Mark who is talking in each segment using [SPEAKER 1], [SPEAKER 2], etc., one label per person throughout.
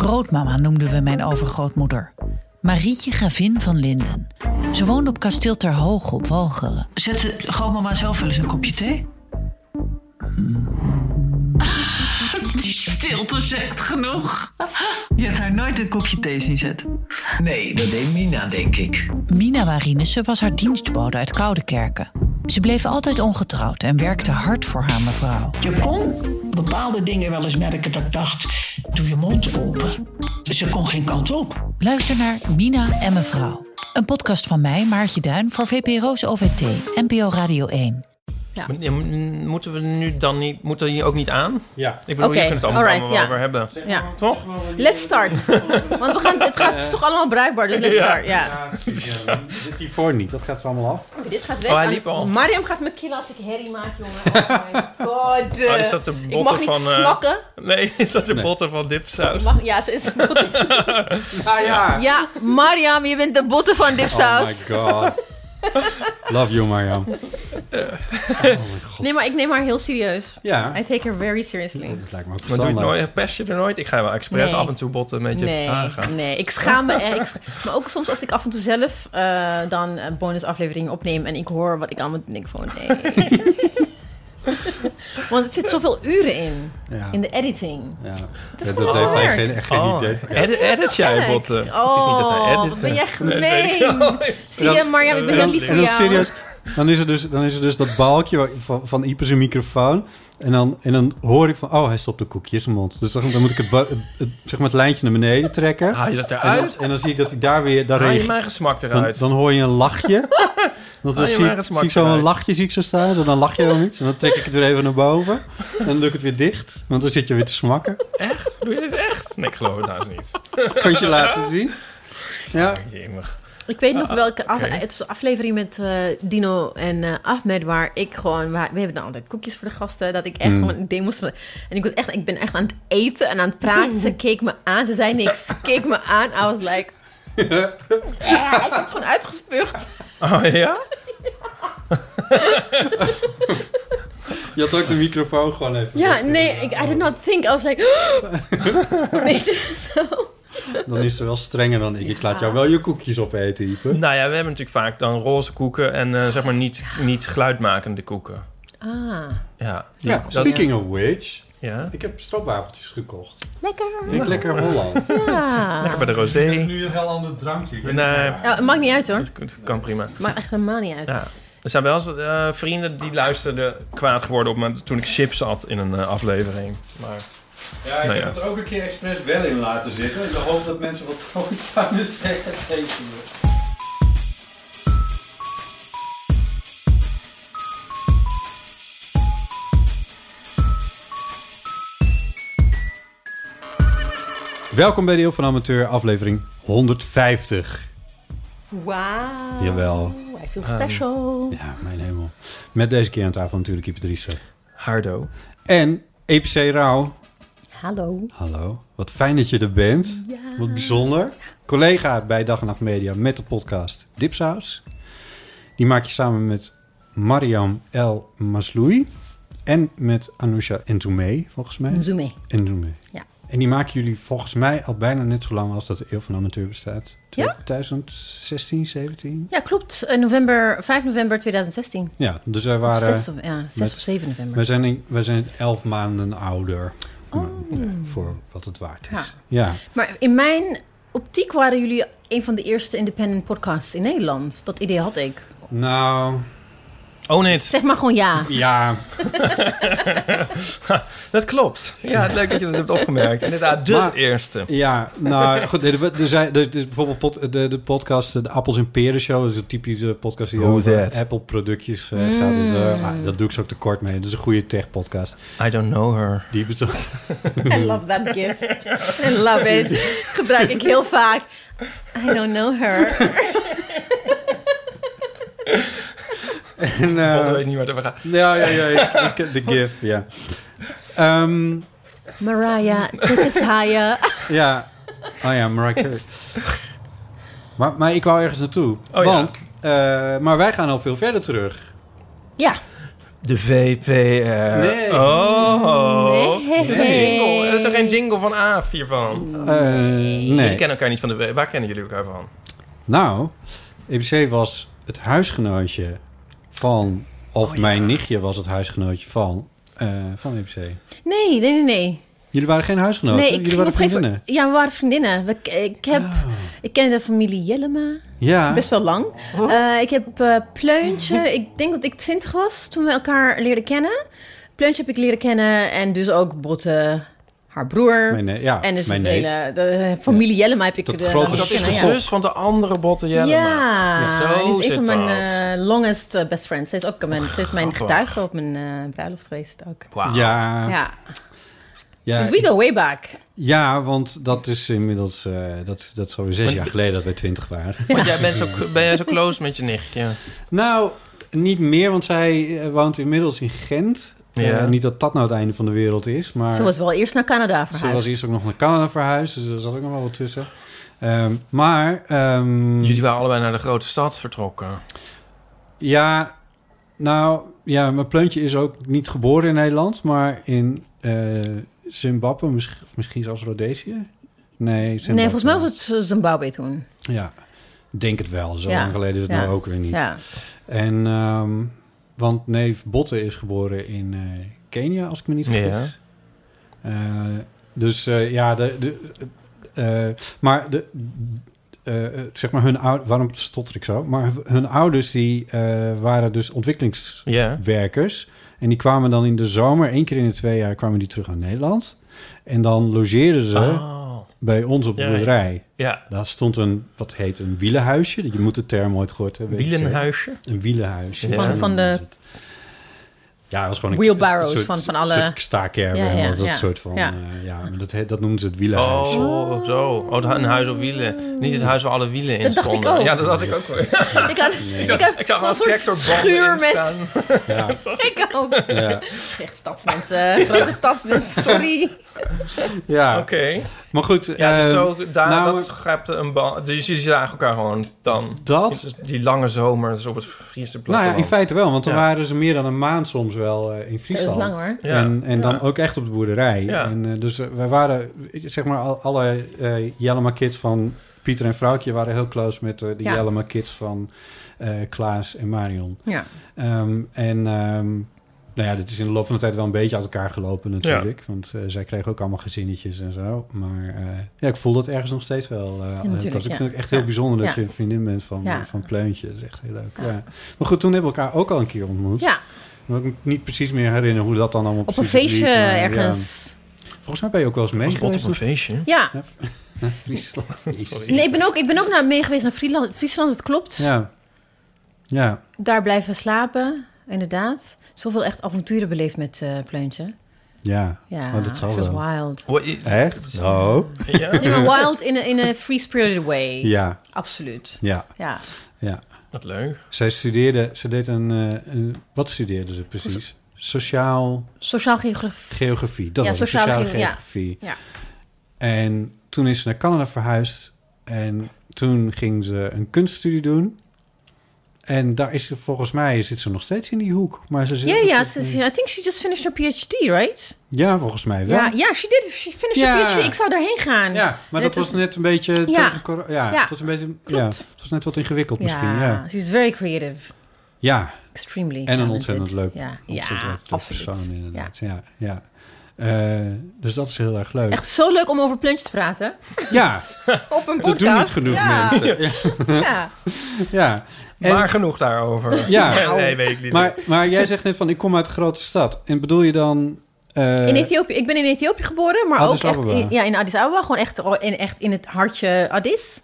[SPEAKER 1] Grootmama noemden we mijn overgrootmoeder. Marietje Gravin van Linden. Ze woonde op kasteel Ter Hoog op Walcheren.
[SPEAKER 2] Zet grootmama zelf wel eens een kopje thee? Die stilte zegt genoeg. Je hebt haar nooit een kopje thee zien zetten.
[SPEAKER 3] Nee, dat deed Mina, denk ik.
[SPEAKER 1] Mina Warinissen was haar dienstbode uit Koudekerken. Ze bleef altijd ongetrouwd en werkte hard voor haar mevrouw.
[SPEAKER 4] Je kon bepaalde dingen wel eens merken dat ik dacht, doe je mond open. Ze kon geen kant op.
[SPEAKER 1] Luister naar Mina en mevrouw. Een podcast van mij, Maartje Duin, voor VPRO's OVT, NPO Radio 1.
[SPEAKER 5] Ja. Ja, m- moeten we nu dan niet, moeten we hier ook niet aan?
[SPEAKER 6] Ja.
[SPEAKER 5] Ik bedoel,
[SPEAKER 7] Oké,
[SPEAKER 5] je kunt het allemaal,
[SPEAKER 7] alright,
[SPEAKER 5] allemaal
[SPEAKER 7] ja.
[SPEAKER 5] over hebben.
[SPEAKER 7] Ja.
[SPEAKER 5] Toch?
[SPEAKER 7] Let's start. Want we gaan, het gaat het is toch allemaal bruikbaar, dus let's start. Ja.
[SPEAKER 6] Zit die voor niet, dat gaat er allemaal af.
[SPEAKER 7] Dit gaat weg.
[SPEAKER 5] Oh, hij liep al.
[SPEAKER 7] Mariam gaat me killen als ik herrie maak, jongen. Oh my god.
[SPEAKER 5] Oh, is dat de
[SPEAKER 7] ik mag
[SPEAKER 5] botten
[SPEAKER 7] niet
[SPEAKER 5] van, eh,
[SPEAKER 7] snakken.
[SPEAKER 5] Nee, is dat de
[SPEAKER 6] Nee.
[SPEAKER 5] botten van
[SPEAKER 7] Ik
[SPEAKER 5] dipsaus?
[SPEAKER 7] mag, ja, ze is
[SPEAKER 6] Ja, ja.
[SPEAKER 7] Ja, Mariam, je bent de botte van
[SPEAKER 6] Oh
[SPEAKER 7] dipsaus.
[SPEAKER 6] my god. Love you, Oh Marjam.
[SPEAKER 7] Eh. nee, maar ik neem haar heel serieus.
[SPEAKER 6] Ja.
[SPEAKER 7] I take her very seriously.
[SPEAKER 6] Dat lijkt me
[SPEAKER 5] Maar doe
[SPEAKER 6] ook
[SPEAKER 5] je
[SPEAKER 6] verstandig.
[SPEAKER 5] het nooit, pest je er nooit? Ik ga wel expres
[SPEAKER 7] Nee.
[SPEAKER 5] af en toe botten met je
[SPEAKER 7] Nee,
[SPEAKER 5] aangaan.
[SPEAKER 7] nee, ik schaam me echt. Ik scha- Maar ook soms als ik af en toe zelf eh, dan een bonusaflevering opneem en ik hoor wat ik allemaal denk ik van nee. Want het zit zoveel uren in,
[SPEAKER 6] Ja.
[SPEAKER 7] in de editing.
[SPEAKER 6] Ja.
[SPEAKER 7] is
[SPEAKER 6] Ja,
[SPEAKER 7] gewoon
[SPEAKER 6] dat heeft hij
[SPEAKER 7] werk.
[SPEAKER 6] geen, echt geen
[SPEAKER 5] Oh,
[SPEAKER 6] idee. van. Ja.
[SPEAKER 5] edit, edit jij
[SPEAKER 7] Kijk.
[SPEAKER 5] botten? eh, het is
[SPEAKER 7] Oh,
[SPEAKER 5] niet dat hij edit. eh. oh,
[SPEAKER 7] wat ben jij
[SPEAKER 5] Dat weet ik
[SPEAKER 7] gemeen.
[SPEAKER 5] wel.
[SPEAKER 7] Zie je, Marjam, ik ben
[SPEAKER 6] En
[SPEAKER 7] heel
[SPEAKER 6] dan,
[SPEAKER 7] lief voor
[SPEAKER 6] en dan
[SPEAKER 7] jou.
[SPEAKER 6] serieus, dan is, er dus, dan is er dus dat balkje waar- van, van Ieper zijn microfoon. En dan, en dan hoor ik van, oh, hij stopt de koekje in zijn mond. Dus dan, dan moet ik het, ba- het, het- zeg maar het lijntje naar beneden trekken.
[SPEAKER 5] Haal je dat
[SPEAKER 6] en, dan,
[SPEAKER 5] eruit?
[SPEAKER 6] en dan zie ik dat hij daar weer... Daar
[SPEAKER 5] Haal Ah, je
[SPEAKER 6] reageert-
[SPEAKER 5] mijn gesmak
[SPEAKER 6] dan,
[SPEAKER 5] eruit?
[SPEAKER 6] dan hoor je een lachje. Dan,
[SPEAKER 5] Haal
[SPEAKER 6] dan
[SPEAKER 5] je
[SPEAKER 6] zie,
[SPEAKER 5] maar
[SPEAKER 6] ik-
[SPEAKER 5] eens
[SPEAKER 6] zie ik zo een
[SPEAKER 5] makkelijk.
[SPEAKER 6] lachje zie ik zo staan. Zo, dan lach je dan iets. En dan trek ik het weer even naar boven. En dan doe ik het weer dicht. Want dan zit je weer te smakken.
[SPEAKER 5] Echt? Doe je dit echt? Nee, ik geloof het haast niet. Oh,
[SPEAKER 6] Kan je laten zien. Ja.
[SPEAKER 5] Jemig.
[SPEAKER 7] Ik weet nog welke af,
[SPEAKER 5] oké.
[SPEAKER 7] het was een aflevering met eh, Dino en eh, Ahmed, waar ik gewoon, waar- we hebben dan altijd koekjes voor de gasten, dat ik echt gewoon demonstreer. En ik, was echt, ik ben echt aan het eten en aan het praten. Ze keek me aan, ze zei niks, ze keek me aan. I was like, ja, ik werd gewoon uitgespuugd.
[SPEAKER 5] Oh ja?
[SPEAKER 6] Je had ook de microfoon gewoon even.
[SPEAKER 7] Ja, nee, ik, I did not think. I was like, weet je, zo.
[SPEAKER 6] Dan is ze wel strenger dan ik. Ik laat jou wel je koekjes opeten, Ieper.
[SPEAKER 5] Nou ja, we hebben natuurlijk vaak dan roze koeken en eh, zeg maar niet, niet geluidmakende koeken.
[SPEAKER 7] Ah,
[SPEAKER 5] Ja. Die-
[SPEAKER 6] Ja, speaking of which.
[SPEAKER 5] Ja.
[SPEAKER 6] Ik heb stroopwafeltjes gekocht.
[SPEAKER 7] lekker.
[SPEAKER 6] Denk lekker Holland.
[SPEAKER 7] Ja.
[SPEAKER 5] Lekker bij de rosé.
[SPEAKER 6] nu een heel ander drankje. Ik weet
[SPEAKER 5] Nee.
[SPEAKER 6] niet waar.
[SPEAKER 7] Ja, het maakt niet uit hoor.
[SPEAKER 5] Het het kan prima.
[SPEAKER 7] Het maakt echt helemaal niet uit.
[SPEAKER 5] Ja. Er zijn wel eens eh, vrienden die luisterden kwaad geworden op me toen ik chips had in een eh, aflevering. Maar
[SPEAKER 6] Ja, ik
[SPEAKER 5] Nou ja.
[SPEAKER 6] heb het ook een keer expres wel in laten zitten. In de hoop dat mensen wat trots zouden zeggen tegen me. Welkom bij Deel van Amateur, aflevering 150.
[SPEAKER 7] Wauw. Oh,
[SPEAKER 6] Jawel.
[SPEAKER 7] I feel special.
[SPEAKER 6] Ja, mijn hemel. Met deze keer aan tafel natuurlijk Ipe Driessen.
[SPEAKER 5] Hardo.
[SPEAKER 6] En EPC Rauw. Ah.
[SPEAKER 7] Hallo.
[SPEAKER 6] Hallo, wat fijn dat je er bent. Wat bijzonder. Collega bij Dag en Nacht Media met de podcast Dipsaus. Die maak je samen met Mariam El Masloui en met Anousha Entoumé, volgens mij.
[SPEAKER 7] Zoom mee.
[SPEAKER 6] Entoumé.
[SPEAKER 7] Ja.
[SPEAKER 6] En die maken jullie volgens mij al bijna net zo lang als dat de Eeuw van de Amateur bestaat.
[SPEAKER 7] Ja?
[SPEAKER 6] 2016, 17?
[SPEAKER 7] Ja, klopt. Eh, november, 5 november 2016.
[SPEAKER 6] Ja, dus wij
[SPEAKER 7] Of
[SPEAKER 6] waren...
[SPEAKER 7] 6 of, ja, 6
[SPEAKER 6] met-
[SPEAKER 7] of 7 november.
[SPEAKER 6] Wij zijn, in- wij zijn elf maanden ouder. Ja, Voor wat het waard is.
[SPEAKER 7] Oh. Ja.
[SPEAKER 6] ja.
[SPEAKER 7] Maar in mijn optiek waren jullie een van de eerste independent podcasts in Nederland. Dat idee had ik.
[SPEAKER 6] Nou,
[SPEAKER 5] Own it.
[SPEAKER 7] Zeg maar gewoon ja.
[SPEAKER 6] ja...
[SPEAKER 5] Dat klopt. Ja, leuk dat je dat hebt opgemerkt. Inderdaad, de
[SPEAKER 6] Maar-
[SPEAKER 5] eerste.
[SPEAKER 6] Ja, nou goed. Er, er zijn, er is bijvoorbeeld pod- de, de podcast, de Appels en Peren Show. Dat is een typische podcast die
[SPEAKER 5] Who's
[SPEAKER 6] over
[SPEAKER 5] that?
[SPEAKER 6] Apple-productjes eh, gaat. Dus, eh, ah, dat doe ik zo ook tekort mee. Dat is een goede tech-podcast.
[SPEAKER 5] I don't know her.
[SPEAKER 6] Die bestaat.
[SPEAKER 7] I love that gift. I love it. Gebruik ik heel vaak. I don't know her.
[SPEAKER 6] En, eh,
[SPEAKER 5] Ik weet niet waar het over gaat.
[SPEAKER 6] ja, ja, ja. ik- ik ken De GIF, ja. Ehm,
[SPEAKER 7] Mariah, dit is Haya.
[SPEAKER 6] ja. Oh ja, Mariah Carey. Maar, maar ik wou ergens naartoe.
[SPEAKER 5] Oh ja.
[SPEAKER 6] Want, eh, maar wij gaan al veel verder terug.
[SPEAKER 7] Ja,
[SPEAKER 5] De VPR. Nee. Oh.
[SPEAKER 7] Nee.
[SPEAKER 5] Dat is een jingle. Dat is er geen jingle van AAF hiervan.
[SPEAKER 6] Eh,
[SPEAKER 5] Jullie
[SPEAKER 6] nee.
[SPEAKER 5] kennen elkaar niet van de... Waar kennen jullie elkaar van?
[SPEAKER 6] Nou, EBC was het huisgenootje van... Of
[SPEAKER 7] Oh,
[SPEAKER 6] mijn nichtje was het huisgenootje van, eh, van EBC.
[SPEAKER 7] Nee, nee, nee, nee.
[SPEAKER 6] Jullie waren geen huisgenoten?
[SPEAKER 7] nee,
[SPEAKER 6] Oh, Jullie waren
[SPEAKER 7] gegeven
[SPEAKER 6] vriendinnen? Ah.
[SPEAKER 7] moment- Ja, we waren vriendinnen. We, ik, heb, ik ken de familie Jellema.
[SPEAKER 6] Ja.
[SPEAKER 7] Best wel lang. Eh, ik heb eh, Pleuntje. Ik denk dat ik twintig was toen we elkaar leerden kennen. Pleuntje heb ik leren kennen. En dus ook Botte, haar broer.
[SPEAKER 6] Mijn, eh, ja,
[SPEAKER 7] en dus
[SPEAKER 6] mijn
[SPEAKER 7] het
[SPEAKER 6] neef.
[SPEAKER 7] hele de eh, familie Jellema heb ik
[SPEAKER 6] Dat
[SPEAKER 7] de-
[SPEAKER 6] grote
[SPEAKER 7] leren
[SPEAKER 5] Dat is
[SPEAKER 7] kennen,
[SPEAKER 5] de
[SPEAKER 7] ja.
[SPEAKER 5] zus van de andere Botte
[SPEAKER 7] Ja,
[SPEAKER 5] Jellema.
[SPEAKER 7] die
[SPEAKER 5] Zo
[SPEAKER 7] is een
[SPEAKER 5] zit
[SPEAKER 7] van
[SPEAKER 5] dat.
[SPEAKER 7] mijn eh, longest eh, best friends. Ze is ook mijn, ze is mijn
[SPEAKER 5] grappig.
[SPEAKER 7] getuige op mijn eh, bruiloft geweest ook.
[SPEAKER 5] Wauw.
[SPEAKER 6] Ja, ja.
[SPEAKER 7] Ja,
[SPEAKER 6] Ja,
[SPEAKER 7] dus we go way back.
[SPEAKER 6] want dat is inmiddels... eh dat, dat is alweer zes jaar geleden dat wij twintig waren.
[SPEAKER 5] Want jij bent zo, ben jij zo close met je nichtje?
[SPEAKER 6] Nou, niet meer, want zij eh, woont inmiddels in Gent.
[SPEAKER 5] Ja.
[SPEAKER 6] Eh, niet dat dat nou het einde van de wereld is, maar...
[SPEAKER 7] Ze was wel eerst naar Canada
[SPEAKER 6] Ze
[SPEAKER 7] verhuisd.
[SPEAKER 6] was eerst ook nog naar Canada verhuisd, dus daar zat ook nog wel wat tussen. Ehm, maar, ehm,
[SPEAKER 5] Jullie waren allebei naar de grote stad vertrokken.
[SPEAKER 6] ja, nou, ja, mijn pleuntje is ook niet geboren in Nederland, maar in eh, Zimbabwe, misschien, of misschien zelfs Rhodesië. Nee, Zimbabwe.
[SPEAKER 7] Nee, volgens mij was het Z- Zimbabwe toen.
[SPEAKER 6] Ja, denk het wel. Zo
[SPEAKER 7] Ja,
[SPEAKER 6] lang geleden is het
[SPEAKER 7] ja,
[SPEAKER 6] nou ook weer niet.
[SPEAKER 7] Ja.
[SPEAKER 6] En, ehm, want neef Botte is geboren in eh, Kenia, als ik me niet vergis.
[SPEAKER 5] Ja.
[SPEAKER 6] Eh, dus eh, ja, de, de, eh, maar de, eh, eh, zeg maar hun ouders, waarom stotter ik zo? Maar hun ouders die eh, waren dus ontwikkelingswerkers.
[SPEAKER 5] Ja.
[SPEAKER 6] En die kwamen dan in de zomer, één keer in de twee jaar, kwamen die terug naar Nederland. En dan logeerden ze
[SPEAKER 5] Oh.
[SPEAKER 6] bij ons op de
[SPEAKER 5] Ja, ja.
[SPEAKER 6] boerderij.
[SPEAKER 5] Ja.
[SPEAKER 6] Daar stond een, wat heet een wielenhuisje. Je moet de term ooit gehoord hebben. weet je zeker.
[SPEAKER 5] Wielenhuisje.
[SPEAKER 6] Een wielenhuisje.
[SPEAKER 5] Van-
[SPEAKER 6] Zo
[SPEAKER 7] van
[SPEAKER 6] noemden
[SPEAKER 7] de-
[SPEAKER 6] ze het. Ja, het was gewoon een...
[SPEAKER 7] Wheelbarrows
[SPEAKER 6] een soort-
[SPEAKER 7] van- van alle-
[SPEAKER 6] Een soort staakerven
[SPEAKER 7] Ja, ja,
[SPEAKER 6] en dat, dat
[SPEAKER 7] ja.
[SPEAKER 6] soort van...
[SPEAKER 7] Ja.
[SPEAKER 6] Ja, ja maar dat, he- dat noemden ze het wielenhuisje.
[SPEAKER 5] Oh, zo. Oh, een huis op wielen. Niet het huis waar alle wielen in
[SPEAKER 7] Dat dacht ik
[SPEAKER 5] stonden.
[SPEAKER 7] ook.
[SPEAKER 5] Ja, dat had ik ook. wel.
[SPEAKER 7] Ik, had, ik, had
[SPEAKER 5] Ik zag al een
[SPEAKER 7] zo'n soort
[SPEAKER 5] tractorbanden
[SPEAKER 7] schuur
[SPEAKER 5] in
[SPEAKER 7] met...
[SPEAKER 5] staan.
[SPEAKER 6] Ja.
[SPEAKER 7] Ik ook.
[SPEAKER 6] Ja.
[SPEAKER 7] Echt stadsmensen. Grote stadsmensen, sorry.
[SPEAKER 6] Ja.
[SPEAKER 5] Oké.
[SPEAKER 6] Maar goed...
[SPEAKER 5] Ja, dus
[SPEAKER 6] ehm,
[SPEAKER 5] zo, daar,
[SPEAKER 6] nou,
[SPEAKER 5] dat schept een bal. Dus jullie zagen elkaar gewoon dan.
[SPEAKER 6] dat...
[SPEAKER 5] Die lange zomer dus op het Friese
[SPEAKER 6] Nou
[SPEAKER 5] platteland.
[SPEAKER 6] ja, in feite wel, want dan
[SPEAKER 5] Ja.
[SPEAKER 6] waren ze meer dan een maand soms wel eh, in
[SPEAKER 7] Dat is
[SPEAKER 6] Friesland.
[SPEAKER 7] lang hoor.
[SPEAKER 5] Ja.
[SPEAKER 6] En, en dan ook echt op de boerderij.
[SPEAKER 5] Ja.
[SPEAKER 6] En, eh, dus eh, wij waren, eh, zeg maar, al- alle eh Jellema kids van Pieter en Vrouwtje waren heel close met eh, de
[SPEAKER 7] Ja.
[SPEAKER 6] Jellema kids van eh, Klaas en Marion.
[SPEAKER 7] Ja.
[SPEAKER 6] Ehm, en ehm, nou ja, dit is in de loop van de tijd wel een beetje uit elkaar gelopen natuurlijk. Want eh, zij kregen ook allemaal gezinnetjes en zo. Maar eh, ja, ik voel dat ergens nog steeds wel. eh, heel
[SPEAKER 7] natuurlijk,
[SPEAKER 6] close. Ik
[SPEAKER 7] ja.
[SPEAKER 6] vind het echt heel bijzonder dat
[SPEAKER 7] Ja.
[SPEAKER 6] je een vriendin bent van, eh,
[SPEAKER 7] Ja.
[SPEAKER 6] van Pleuntje. Dat is echt heel leuk. Ja. Maar goed, toen hebben we elkaar ook al een keer ontmoet.
[SPEAKER 7] Ja,
[SPEAKER 6] Maar ik moet niet precies meer herinneren hoe dat dan allemaal
[SPEAKER 7] op een
[SPEAKER 6] precies
[SPEAKER 7] feestje
[SPEAKER 6] liep, maar, ja.
[SPEAKER 7] ergens.
[SPEAKER 6] Volgens mij ben je ook wel eens mee
[SPEAKER 5] Was bot op
[SPEAKER 6] geweest
[SPEAKER 5] een
[SPEAKER 6] naar
[SPEAKER 5] feestje.
[SPEAKER 7] Ja,
[SPEAKER 6] Friesland. Jezus.
[SPEAKER 7] nee, ik ben ook, ik ben ook naar, mee geweest naar Friesland, Friesland dat klopt.
[SPEAKER 6] Ja. Ja.
[SPEAKER 7] Daar blijven slapen, inderdaad. Zoveel echt avonturen beleefd met eh, Pleuntje.
[SPEAKER 6] Ja.
[SPEAKER 7] Ja,
[SPEAKER 6] Oh, dat zal
[SPEAKER 7] she was
[SPEAKER 6] wel.
[SPEAKER 7] wild.
[SPEAKER 5] Wat- i-
[SPEAKER 6] Echt? Oh.
[SPEAKER 5] Ja?
[SPEAKER 7] Nee, maar wild in een, in een free-spirited way.
[SPEAKER 6] Ja.
[SPEAKER 7] Absoluut.
[SPEAKER 6] Ja.
[SPEAKER 7] Ja.
[SPEAKER 6] Ja.
[SPEAKER 5] Wat leuk.
[SPEAKER 6] Zij studeerde, ze deed een, eh, een- wat studeerde ze precies? Sociaal
[SPEAKER 7] Sociaal geografie.
[SPEAKER 6] geografie. Dat
[SPEAKER 7] Ja,
[SPEAKER 6] was het,
[SPEAKER 7] sociale
[SPEAKER 6] sociale
[SPEAKER 7] geo- ja.
[SPEAKER 6] geografie.
[SPEAKER 7] Ja.
[SPEAKER 6] En toen is ze naar Canada verhuisd. En toen ging ze een kunststudie doen. En daar is ze volgens mij zit ze nog steeds in die hoek. Maar ze zit,
[SPEAKER 7] Ja, ja. ze- ze- I think she just finished her PhD, right?
[SPEAKER 6] Ja, volgens mij wel.
[SPEAKER 7] Ja, ja she did. She finished
[SPEAKER 6] Ja.
[SPEAKER 7] her PhD. Ik zou daarheen gaan.
[SPEAKER 6] Ja, maar
[SPEAKER 7] Net
[SPEAKER 6] dat was
[SPEAKER 7] als-
[SPEAKER 6] net een beetje
[SPEAKER 7] Ja.
[SPEAKER 6] tegen cor- ja,
[SPEAKER 7] Ja,
[SPEAKER 6] het was een beetje, ja,
[SPEAKER 7] klopt.
[SPEAKER 6] het was net wat ingewikkeld misschien.
[SPEAKER 7] Ja,
[SPEAKER 6] Ja,
[SPEAKER 7] she's very creative.
[SPEAKER 6] ja
[SPEAKER 7] Extremely
[SPEAKER 6] en een
[SPEAKER 7] talented.
[SPEAKER 6] ontzettend leuk,
[SPEAKER 7] Ja,
[SPEAKER 6] ontzettend
[SPEAKER 7] ja
[SPEAKER 6] leuk
[SPEAKER 7] absoluut.
[SPEAKER 6] persoon inderdaad. Ja, ja. Eh, dus dat is heel erg leuk.
[SPEAKER 7] Echt zo leuk om over Plunge te praten.
[SPEAKER 6] Ja,
[SPEAKER 7] Op een podcast.
[SPEAKER 6] dat doen niet genoeg
[SPEAKER 7] Ja.
[SPEAKER 6] mensen. Ja.
[SPEAKER 7] Ja.
[SPEAKER 6] En-
[SPEAKER 5] Maar genoeg daarover.
[SPEAKER 6] Ja.
[SPEAKER 5] Nee, nee, weet ik niet.
[SPEAKER 6] Maar, maar jij zegt net van, ik kom uit een grote stad. En bedoel je dan... eh,
[SPEAKER 7] In Ethiopië, ik ben in Ethiopië geboren, maar
[SPEAKER 6] Addis
[SPEAKER 7] ook echt
[SPEAKER 6] Ababa.
[SPEAKER 7] in, ja, in Addis Ababa. Gewoon echt in, echt in het hartje Addis.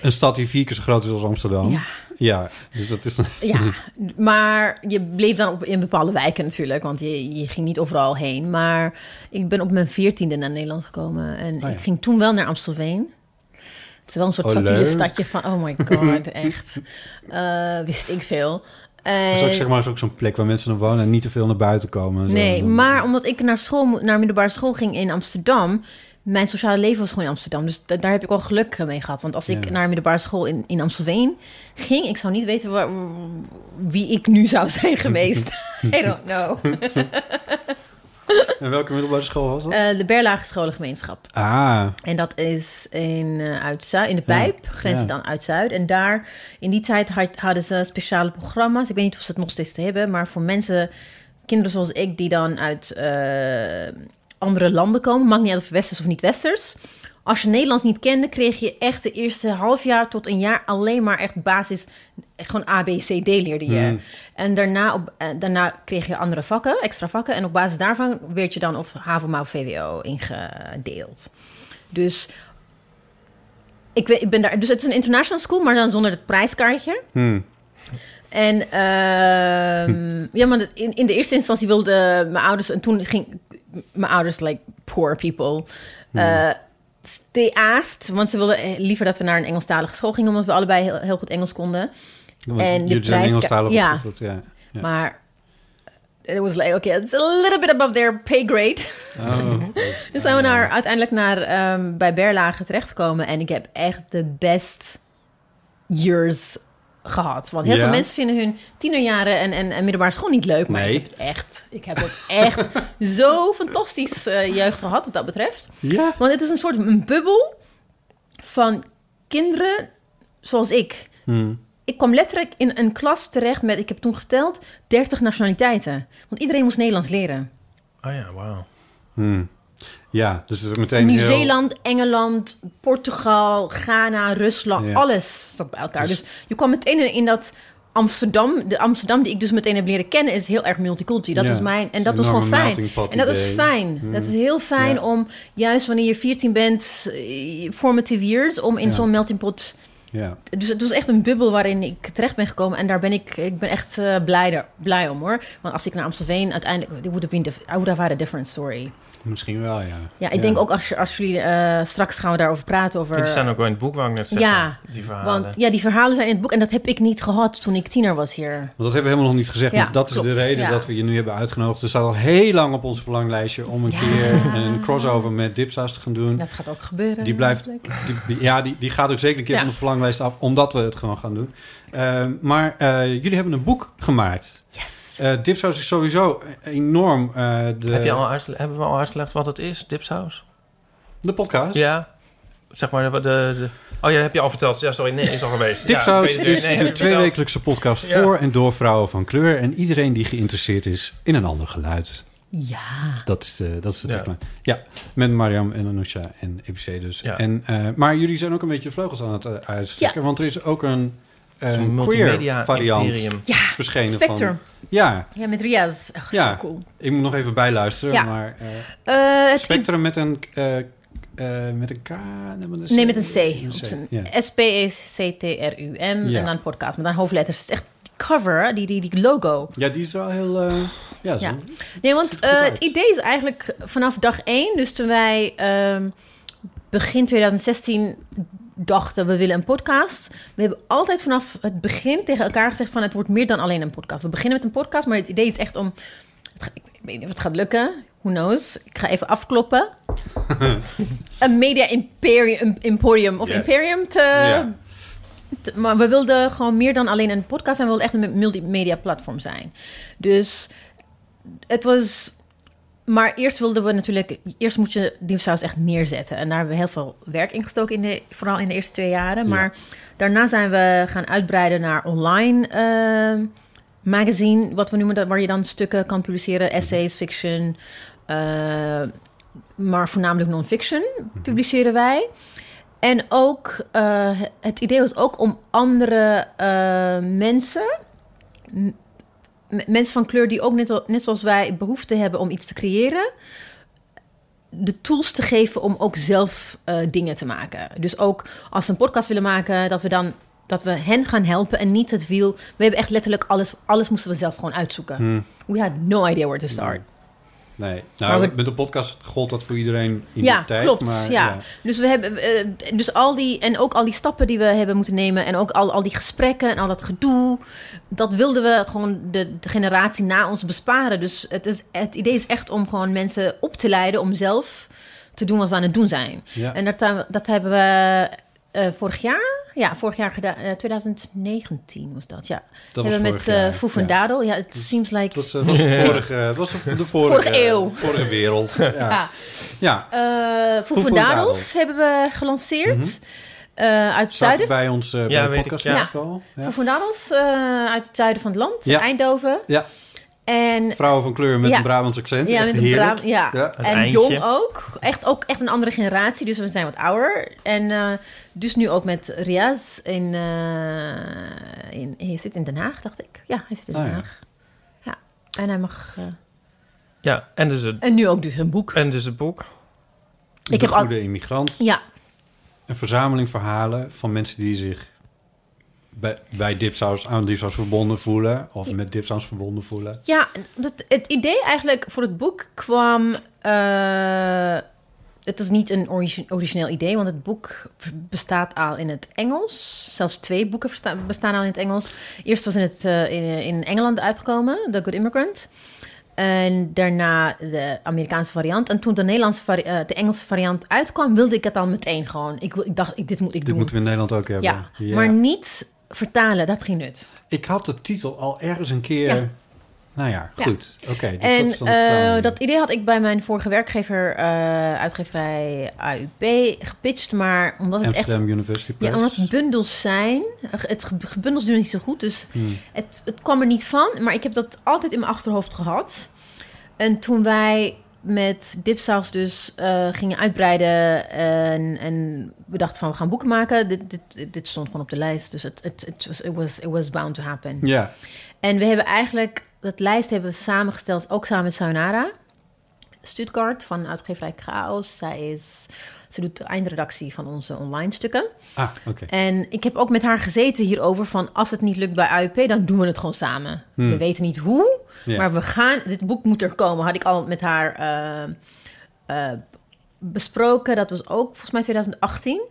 [SPEAKER 6] een stad die vier keer zo groot is als Amsterdam.
[SPEAKER 7] Ja.
[SPEAKER 6] Ja, dus dat is...
[SPEAKER 7] Ja,
[SPEAKER 6] Mhm.
[SPEAKER 7] maar je bleef dan op, in bepaalde wijken natuurlijk, want je, je ging niet overal heen. Maar ik ben op mijn veertiende naar Nederland gekomen en
[SPEAKER 6] Oh ja.
[SPEAKER 7] ik ging toen wel naar Amstelveen. Het is wel een soort
[SPEAKER 6] Oh,
[SPEAKER 7] satirische
[SPEAKER 6] leuk.
[SPEAKER 7] stadje van, oh my god, echt. Eh, wist ik veel.
[SPEAKER 6] Dat is ook,
[SPEAKER 7] En-
[SPEAKER 6] zeg maar, is ook zo'n plek waar mensen dan wonen en niet te veel naar buiten komen. en zo.
[SPEAKER 7] nee,
[SPEAKER 6] Dan-
[SPEAKER 7] maar omdat ik naar, school, mo- naar middelbare school ging in Amsterdam, mijn sociale leven was gewoon in Amsterdam. Dus da- daar heb ik wel geluk eh, mee gehad. Want als ik
[SPEAKER 6] Ja.
[SPEAKER 7] naar de middelbare school in, in Amstelveen ging... ik zou niet weten waar, wie ik nu zou zijn geweest. I don't know.
[SPEAKER 6] En welke middelbare school was dat?
[SPEAKER 7] Eh, de Berlage Scholengemeenschap.
[SPEAKER 6] ah,
[SPEAKER 7] En dat is in, eh uit Zu- in de Pijp, grenzen
[SPEAKER 6] ja.
[SPEAKER 7] dan uit Zuid. En daar, in die tijd had- hadden ze speciale programma's. Ik weet niet of ze het nog steeds te hebben, maar voor mensen, kinderen zoals ik, die dan uit eh, andere landen komen, maakt niet uit of westers of niet westers. Als je Nederlands niet kende, kreeg je echt de eerste half jaar tot een jaar alleen maar echt basis, gewoon A, B, C, D leerde je.
[SPEAKER 6] Mm.
[SPEAKER 7] En daarna, op, eh, daarna kreeg je andere vakken, extra vakken. En op basis daarvan werd je dan of HAVO, MAO, VWO ingedeeld. Dus ik, weet, ik ben daar. Dus het is een international school, maar dan zonder het prijskaartje.
[SPEAKER 6] hmm.
[SPEAKER 7] En ehm, ja, maar in, in de eerste instantie wilden mijn ouders en toen ging mijn ouders like poor people. eh, They asked, want ze wilden eh, liever dat we naar een Engelstalige school gingen, omdat we allebei heel, heel goed Engels konden.
[SPEAKER 6] Want
[SPEAKER 7] En de
[SPEAKER 6] jullie zijn
[SPEAKER 7] prijs-
[SPEAKER 6] Engelstalig
[SPEAKER 7] ja.
[SPEAKER 6] opgevoed, ja. Ja.
[SPEAKER 7] Maar eh, it was like, okay, it's a little bit above their pay grade.
[SPEAKER 6] Oh.
[SPEAKER 7] Dus zijn we naar, uiteindelijk naar, ehm, bij Berlage terechtgekomen. En ik heb echt de best years gehad. Want heel
[SPEAKER 6] Ja.
[SPEAKER 7] veel mensen vinden hun tienerjaren en, en, en middelbare school niet leuk. Maar
[SPEAKER 6] Nee.
[SPEAKER 7] ik heb het echt, ik heb het echt zo fantastisch eh, jeugd gehad wat dat betreft.
[SPEAKER 6] ja.
[SPEAKER 7] Want het is een soort een bubbel van kinderen zoals ik.
[SPEAKER 6] Hmm.
[SPEAKER 7] Ik kwam letterlijk in een klas terecht met, ik heb toen geteld, 30 nationaliteiten. Want iedereen moest Nederlands leren.
[SPEAKER 5] Oh ja, wauw.
[SPEAKER 6] Hmm. Ja, dus het is meteen heel...
[SPEAKER 7] Nieuw-Zeeland, Engeland, Portugal, Ghana, Rusland,
[SPEAKER 6] Ja.
[SPEAKER 7] alles zat bij elkaar. Dus, je kwam meteen in- in dat Amsterdam, de Amsterdam die ik dus meteen heb leren kennen, is heel erg multiculti. Dat
[SPEAKER 6] Ja,
[SPEAKER 7] is mijn en
[SPEAKER 6] is
[SPEAKER 7] dat
[SPEAKER 6] een
[SPEAKER 7] was gewoon
[SPEAKER 6] enorme
[SPEAKER 7] fijn.
[SPEAKER 6] melting pot
[SPEAKER 7] En dat is
[SPEAKER 6] idee. Mm.
[SPEAKER 7] fijn. Dat is heel fijn
[SPEAKER 6] Ja.
[SPEAKER 7] om juist wanneer je 14 bent, eh, formative years, om in
[SPEAKER 6] Ja.
[SPEAKER 7] zo'n melting pot.
[SPEAKER 6] Ja.
[SPEAKER 7] Dus het was echt een bubbel waarin ik terecht ben gekomen. En daar ben ik, ik ben echt eh, blij, daar- blij om hoor. Want als ik naar Amstelveen uiteindelijk, it would have been, diff- I would have had a different story.
[SPEAKER 6] Misschien wel, ja.
[SPEAKER 7] Ja, ik denk ook als, je- als jullie eh, straks gaan we daarover praten. Over,
[SPEAKER 5] Die staan ook wel in het boek, wou ik net zeggen.
[SPEAKER 7] Ja,
[SPEAKER 5] Die verhalen.
[SPEAKER 7] want ja, die verhalen zijn in het boek en dat heb ik niet gehad toen ik tiener was hier.
[SPEAKER 6] Want dat hebben we helemaal nog niet gezegd.
[SPEAKER 7] Ja,
[SPEAKER 6] maar dat
[SPEAKER 7] klopt,
[SPEAKER 6] is de reden
[SPEAKER 7] ja.
[SPEAKER 6] dat we je nu hebben uitgenodigd. Er staat al heel lang op ons verlanglijstje om een
[SPEAKER 7] Ja.
[SPEAKER 6] keer een crossover met Dipsaus te gaan doen.
[SPEAKER 7] Dat gaat ook gebeuren.
[SPEAKER 6] Die blijft,
[SPEAKER 7] natuurlijk.
[SPEAKER 6] die- die- ja, die, die gaat ook zeker een keer
[SPEAKER 7] Ja.
[SPEAKER 6] van de verlanglijst af, omdat we het gewoon gaan doen. Ehm, maar eh, jullie hebben een boek gemaakt.
[SPEAKER 7] Yes.
[SPEAKER 6] Eh Dipsaus is sowieso enorm eh, de,
[SPEAKER 5] Heb je al uitge- hebben we al uitgelegd wat het is, dipsaus?
[SPEAKER 6] de podcast.
[SPEAKER 5] Ja. Zeg maar de... de, de- Oh ja, heb je al verteld. Ja, sorry. Nee, is al geweest. ja,
[SPEAKER 6] Dipsaus
[SPEAKER 5] ik weet het
[SPEAKER 6] is
[SPEAKER 5] weer. Nee, heb je
[SPEAKER 6] de
[SPEAKER 5] verteld.
[SPEAKER 6] tweewekelijkse podcast
[SPEAKER 5] Ja.
[SPEAKER 6] voor en door vrouwen van kleur. En iedereen die geïnteresseerd is in een ander geluid.
[SPEAKER 7] Ja.
[SPEAKER 6] Dat is de, dat is de
[SPEAKER 5] Ja.
[SPEAKER 6] tagline. Ja. met Mariam en Anousha en EBC dus.
[SPEAKER 5] Ja.
[SPEAKER 6] En, eh, maar jullie zijn ook een beetje de vleugels aan het eh, uitsteken. Want er is ook een, eh,
[SPEAKER 5] Zo'n
[SPEAKER 6] queer
[SPEAKER 5] multimedia
[SPEAKER 6] variant
[SPEAKER 5] imperium.
[SPEAKER 7] Ja.
[SPEAKER 6] verschenen
[SPEAKER 7] Spectrum.
[SPEAKER 6] van... Ja,
[SPEAKER 7] Ja, met Riaz. Ach,
[SPEAKER 6] Ja.
[SPEAKER 7] zo cool.
[SPEAKER 6] ik moet nog even bijluisteren.
[SPEAKER 7] Ja.
[SPEAKER 6] Maar eh,
[SPEAKER 7] Eh, het-
[SPEAKER 6] Spectrum met een, eh, eh, met een K? Nee, met een C.
[SPEAKER 7] nee, met een C.
[SPEAKER 6] Een
[SPEAKER 7] Op zijn- E
[SPEAKER 6] Ja.
[SPEAKER 7] S-P-E-C-T-R-U-M
[SPEAKER 6] Ja.
[SPEAKER 7] en dan podcast. Maar dan hoofdletters. Het is echt die cover, die, die, die logo.
[SPEAKER 6] ja, die is wel heel... eh, ja, zo.
[SPEAKER 7] Ja. Nee, want
[SPEAKER 6] er goed
[SPEAKER 7] eh,
[SPEAKER 6] uit.
[SPEAKER 7] het idee is eigenlijk vanaf dag één. Dus toen wij ehm, begin 2016 dachten, we willen een podcast. We hebben altijd vanaf het begin tegen elkaar gezegd van... het wordt meer dan alleen een podcast. We beginnen met een podcast, maar het idee is echt om... Het, ga- ik weet niet of het gaat lukken, who knows. Ik ga even afkloppen. een media imperium, emporium of
[SPEAKER 6] Yes.
[SPEAKER 7] imperium te...
[SPEAKER 6] Ja.
[SPEAKER 7] T- Maar we wilden gewoon meer dan alleen een podcast en we wilden echt een multimedia platform zijn. Dus het was. Maar eerst wilden we natuurlijk. Eerst moet je Diepsaus echt neerzetten. En daar hebben we heel veel werk in gestoken, in de, vooral in de eerste twee jaren. Maar daarna zijn we gaan uitbreiden naar online ehm, magazine, wat we noemen dat, waar je dan stukken kan publiceren, essays, fiction. eh, maar voornamelijk non-fiction publiceren wij. En ook, eh, het idee was ook om andere eh, mensen, m- m- mensen van kleur die ook net, al- net zoals wij behoefte hebben om iets te creëren, de tools te geven om ook zelf eh, dingen te maken. Dus ook als ze een podcast willen maken, dat we dan dat we hen gaan helpen en niet het wiel. We hebben echt letterlijk alles, alles moesten we zelf gewoon uitzoeken.
[SPEAKER 6] Hmm.
[SPEAKER 7] We had no idea where to start.
[SPEAKER 6] Nee,
[SPEAKER 7] Maar
[SPEAKER 6] nou,
[SPEAKER 7] we-
[SPEAKER 6] met de podcast gold dat voor iedereen in
[SPEAKER 7] ja,
[SPEAKER 6] die tijd.
[SPEAKER 7] klopt.
[SPEAKER 6] maar,
[SPEAKER 7] ja. Dus we hebben eh, dus al die en ook al die stappen die we hebben moeten nemen en ook al, al die gesprekken en al dat gedoe, dat wilden we gewoon de, de generatie na ons besparen. Dus het, is, het idee is echt om gewoon mensen op te leiden om zelf te doen wat we aan het doen zijn.
[SPEAKER 6] Ja.
[SPEAKER 7] En dat, eh, dat hebben we eh, vorig jaar, ja, vorig jaar gedaan, eh, 2019 was dat, ja.
[SPEAKER 6] Dat was
[SPEAKER 7] hebben we
[SPEAKER 6] vorig
[SPEAKER 7] met eh
[SPEAKER 6] jaar,
[SPEAKER 7] Foef
[SPEAKER 6] ja.
[SPEAKER 7] en Dadel, ja, het seems like...
[SPEAKER 6] Dat was, eh, was de vorige, dat was de vorige,
[SPEAKER 7] Vorige eeuw.
[SPEAKER 6] Vorige wereld. Ja.
[SPEAKER 7] Ja.
[SPEAKER 6] ja.
[SPEAKER 7] Eh Foef
[SPEAKER 6] Foef en
[SPEAKER 7] en
[SPEAKER 6] Dadel. Mhm.
[SPEAKER 7] Dadels hebben we gelanceerd eh, uit het
[SPEAKER 6] Zaten
[SPEAKER 7] zuiden.
[SPEAKER 6] bij ons eh, bij
[SPEAKER 5] Ja,
[SPEAKER 6] het
[SPEAKER 5] weet ik,
[SPEAKER 6] podcastfestival. Ja.
[SPEAKER 7] Foef en Dadels eh, uit het zuiden van het land,
[SPEAKER 6] Ja.
[SPEAKER 7] Eindhoven.
[SPEAKER 6] Ja.
[SPEAKER 7] En
[SPEAKER 6] Vrouwen van kleur met
[SPEAKER 7] Ja.
[SPEAKER 6] een Brabants accent.
[SPEAKER 7] Ja,
[SPEAKER 6] Echt
[SPEAKER 7] met een
[SPEAKER 6] heerlijk.
[SPEAKER 7] braam, ja.
[SPEAKER 6] Ja.
[SPEAKER 5] Een
[SPEAKER 7] En
[SPEAKER 5] eindje.
[SPEAKER 7] jong ook. Echt, ook. echt een andere generatie, dus we zijn wat ouder. En eh, dus nu ook met Riaz in, eh, in... Hij zit in Den Haag, dacht ik. Ja, hij zit in
[SPEAKER 6] Ah,
[SPEAKER 7] Den
[SPEAKER 6] ja.
[SPEAKER 7] Haag. Ja, en hij mag... eh,
[SPEAKER 5] Ja, en dus het,
[SPEAKER 7] en nu ook dus een boek.
[SPEAKER 5] en dus het boek.
[SPEAKER 6] Ik
[SPEAKER 7] Ik
[SPEAKER 6] de
[SPEAKER 7] heb al-
[SPEAKER 6] goede immigrant.
[SPEAKER 7] Ja,
[SPEAKER 6] Een verzameling verhalen van mensen die zich bij, bij Dipsaus aan Dipsaus verbonden voelen. Of met Dipsaus verbonden voelen.
[SPEAKER 7] ja dat, het idee eigenlijk voor het boek kwam... eh, het is niet een origi- origineel idee, want het boek bestaat al in het Engels. Zelfs twee boeken versta- bestaan al in het Engels. Eerst was in, het, eh, in, in Engeland uitgekomen, The Good Immigrant. En daarna de Amerikaanse variant. En toen de, Nederlandse vari- eh, de Engelse variant uitkwam, wilde ik het al meteen gewoon. Ik, wil- ik dacht, ik, dit moet ik
[SPEAKER 6] Dit
[SPEAKER 7] doen.
[SPEAKER 6] moeten we in Nederland ook hebben.
[SPEAKER 7] ja. maar niet vertalen, dat ging nut.
[SPEAKER 6] Ik had de titel al ergens een keer...
[SPEAKER 7] Ja.
[SPEAKER 6] Nou ja,
[SPEAKER 7] Ja.
[SPEAKER 6] goed. Oké. dus
[SPEAKER 7] En
[SPEAKER 6] dat is dan de
[SPEAKER 7] eh,
[SPEAKER 6] vertaling.
[SPEAKER 7] dat idee had ik bij mijn vorige werkgever, eh, uitgeverij AUP, gepitcht. Maar omdat het echt
[SPEAKER 6] Amsterdam University Press.
[SPEAKER 7] Ja, omdat het bundels zijn. Het ge- gebundels doen niet zo goed. Dus
[SPEAKER 6] Hmm.
[SPEAKER 7] het, het kwam er niet van. Maar ik heb dat altijd in mijn achterhoofd gehad. En toen wij met Dipsaus dus eh, gingen uitbreiden... En, en we dachten van, we gaan boeken maken. Dit, dit, dit stond gewoon op de lijst. Dus het het het was, it, was, it was bound to happen.
[SPEAKER 6] Ja,
[SPEAKER 7] En we hebben eigenlijk... Dat lijst hebben we samengesteld, ook samen met Sayonara. Stuttgart van uitgeverij Chaos. Zij is... Ze doet de eindredactie van onze online stukken.
[SPEAKER 6] ah, oké.
[SPEAKER 7] En ik heb ook met haar gezeten hierover van... als het niet lukt bij AUP, dan doen we het gewoon samen. We weten niet hoe,
[SPEAKER 6] Ja.
[SPEAKER 7] maar we gaan... Dit boek moet er komen, had ik al met haar eh, eh, besproken. Dat was ook volgens mij 2018.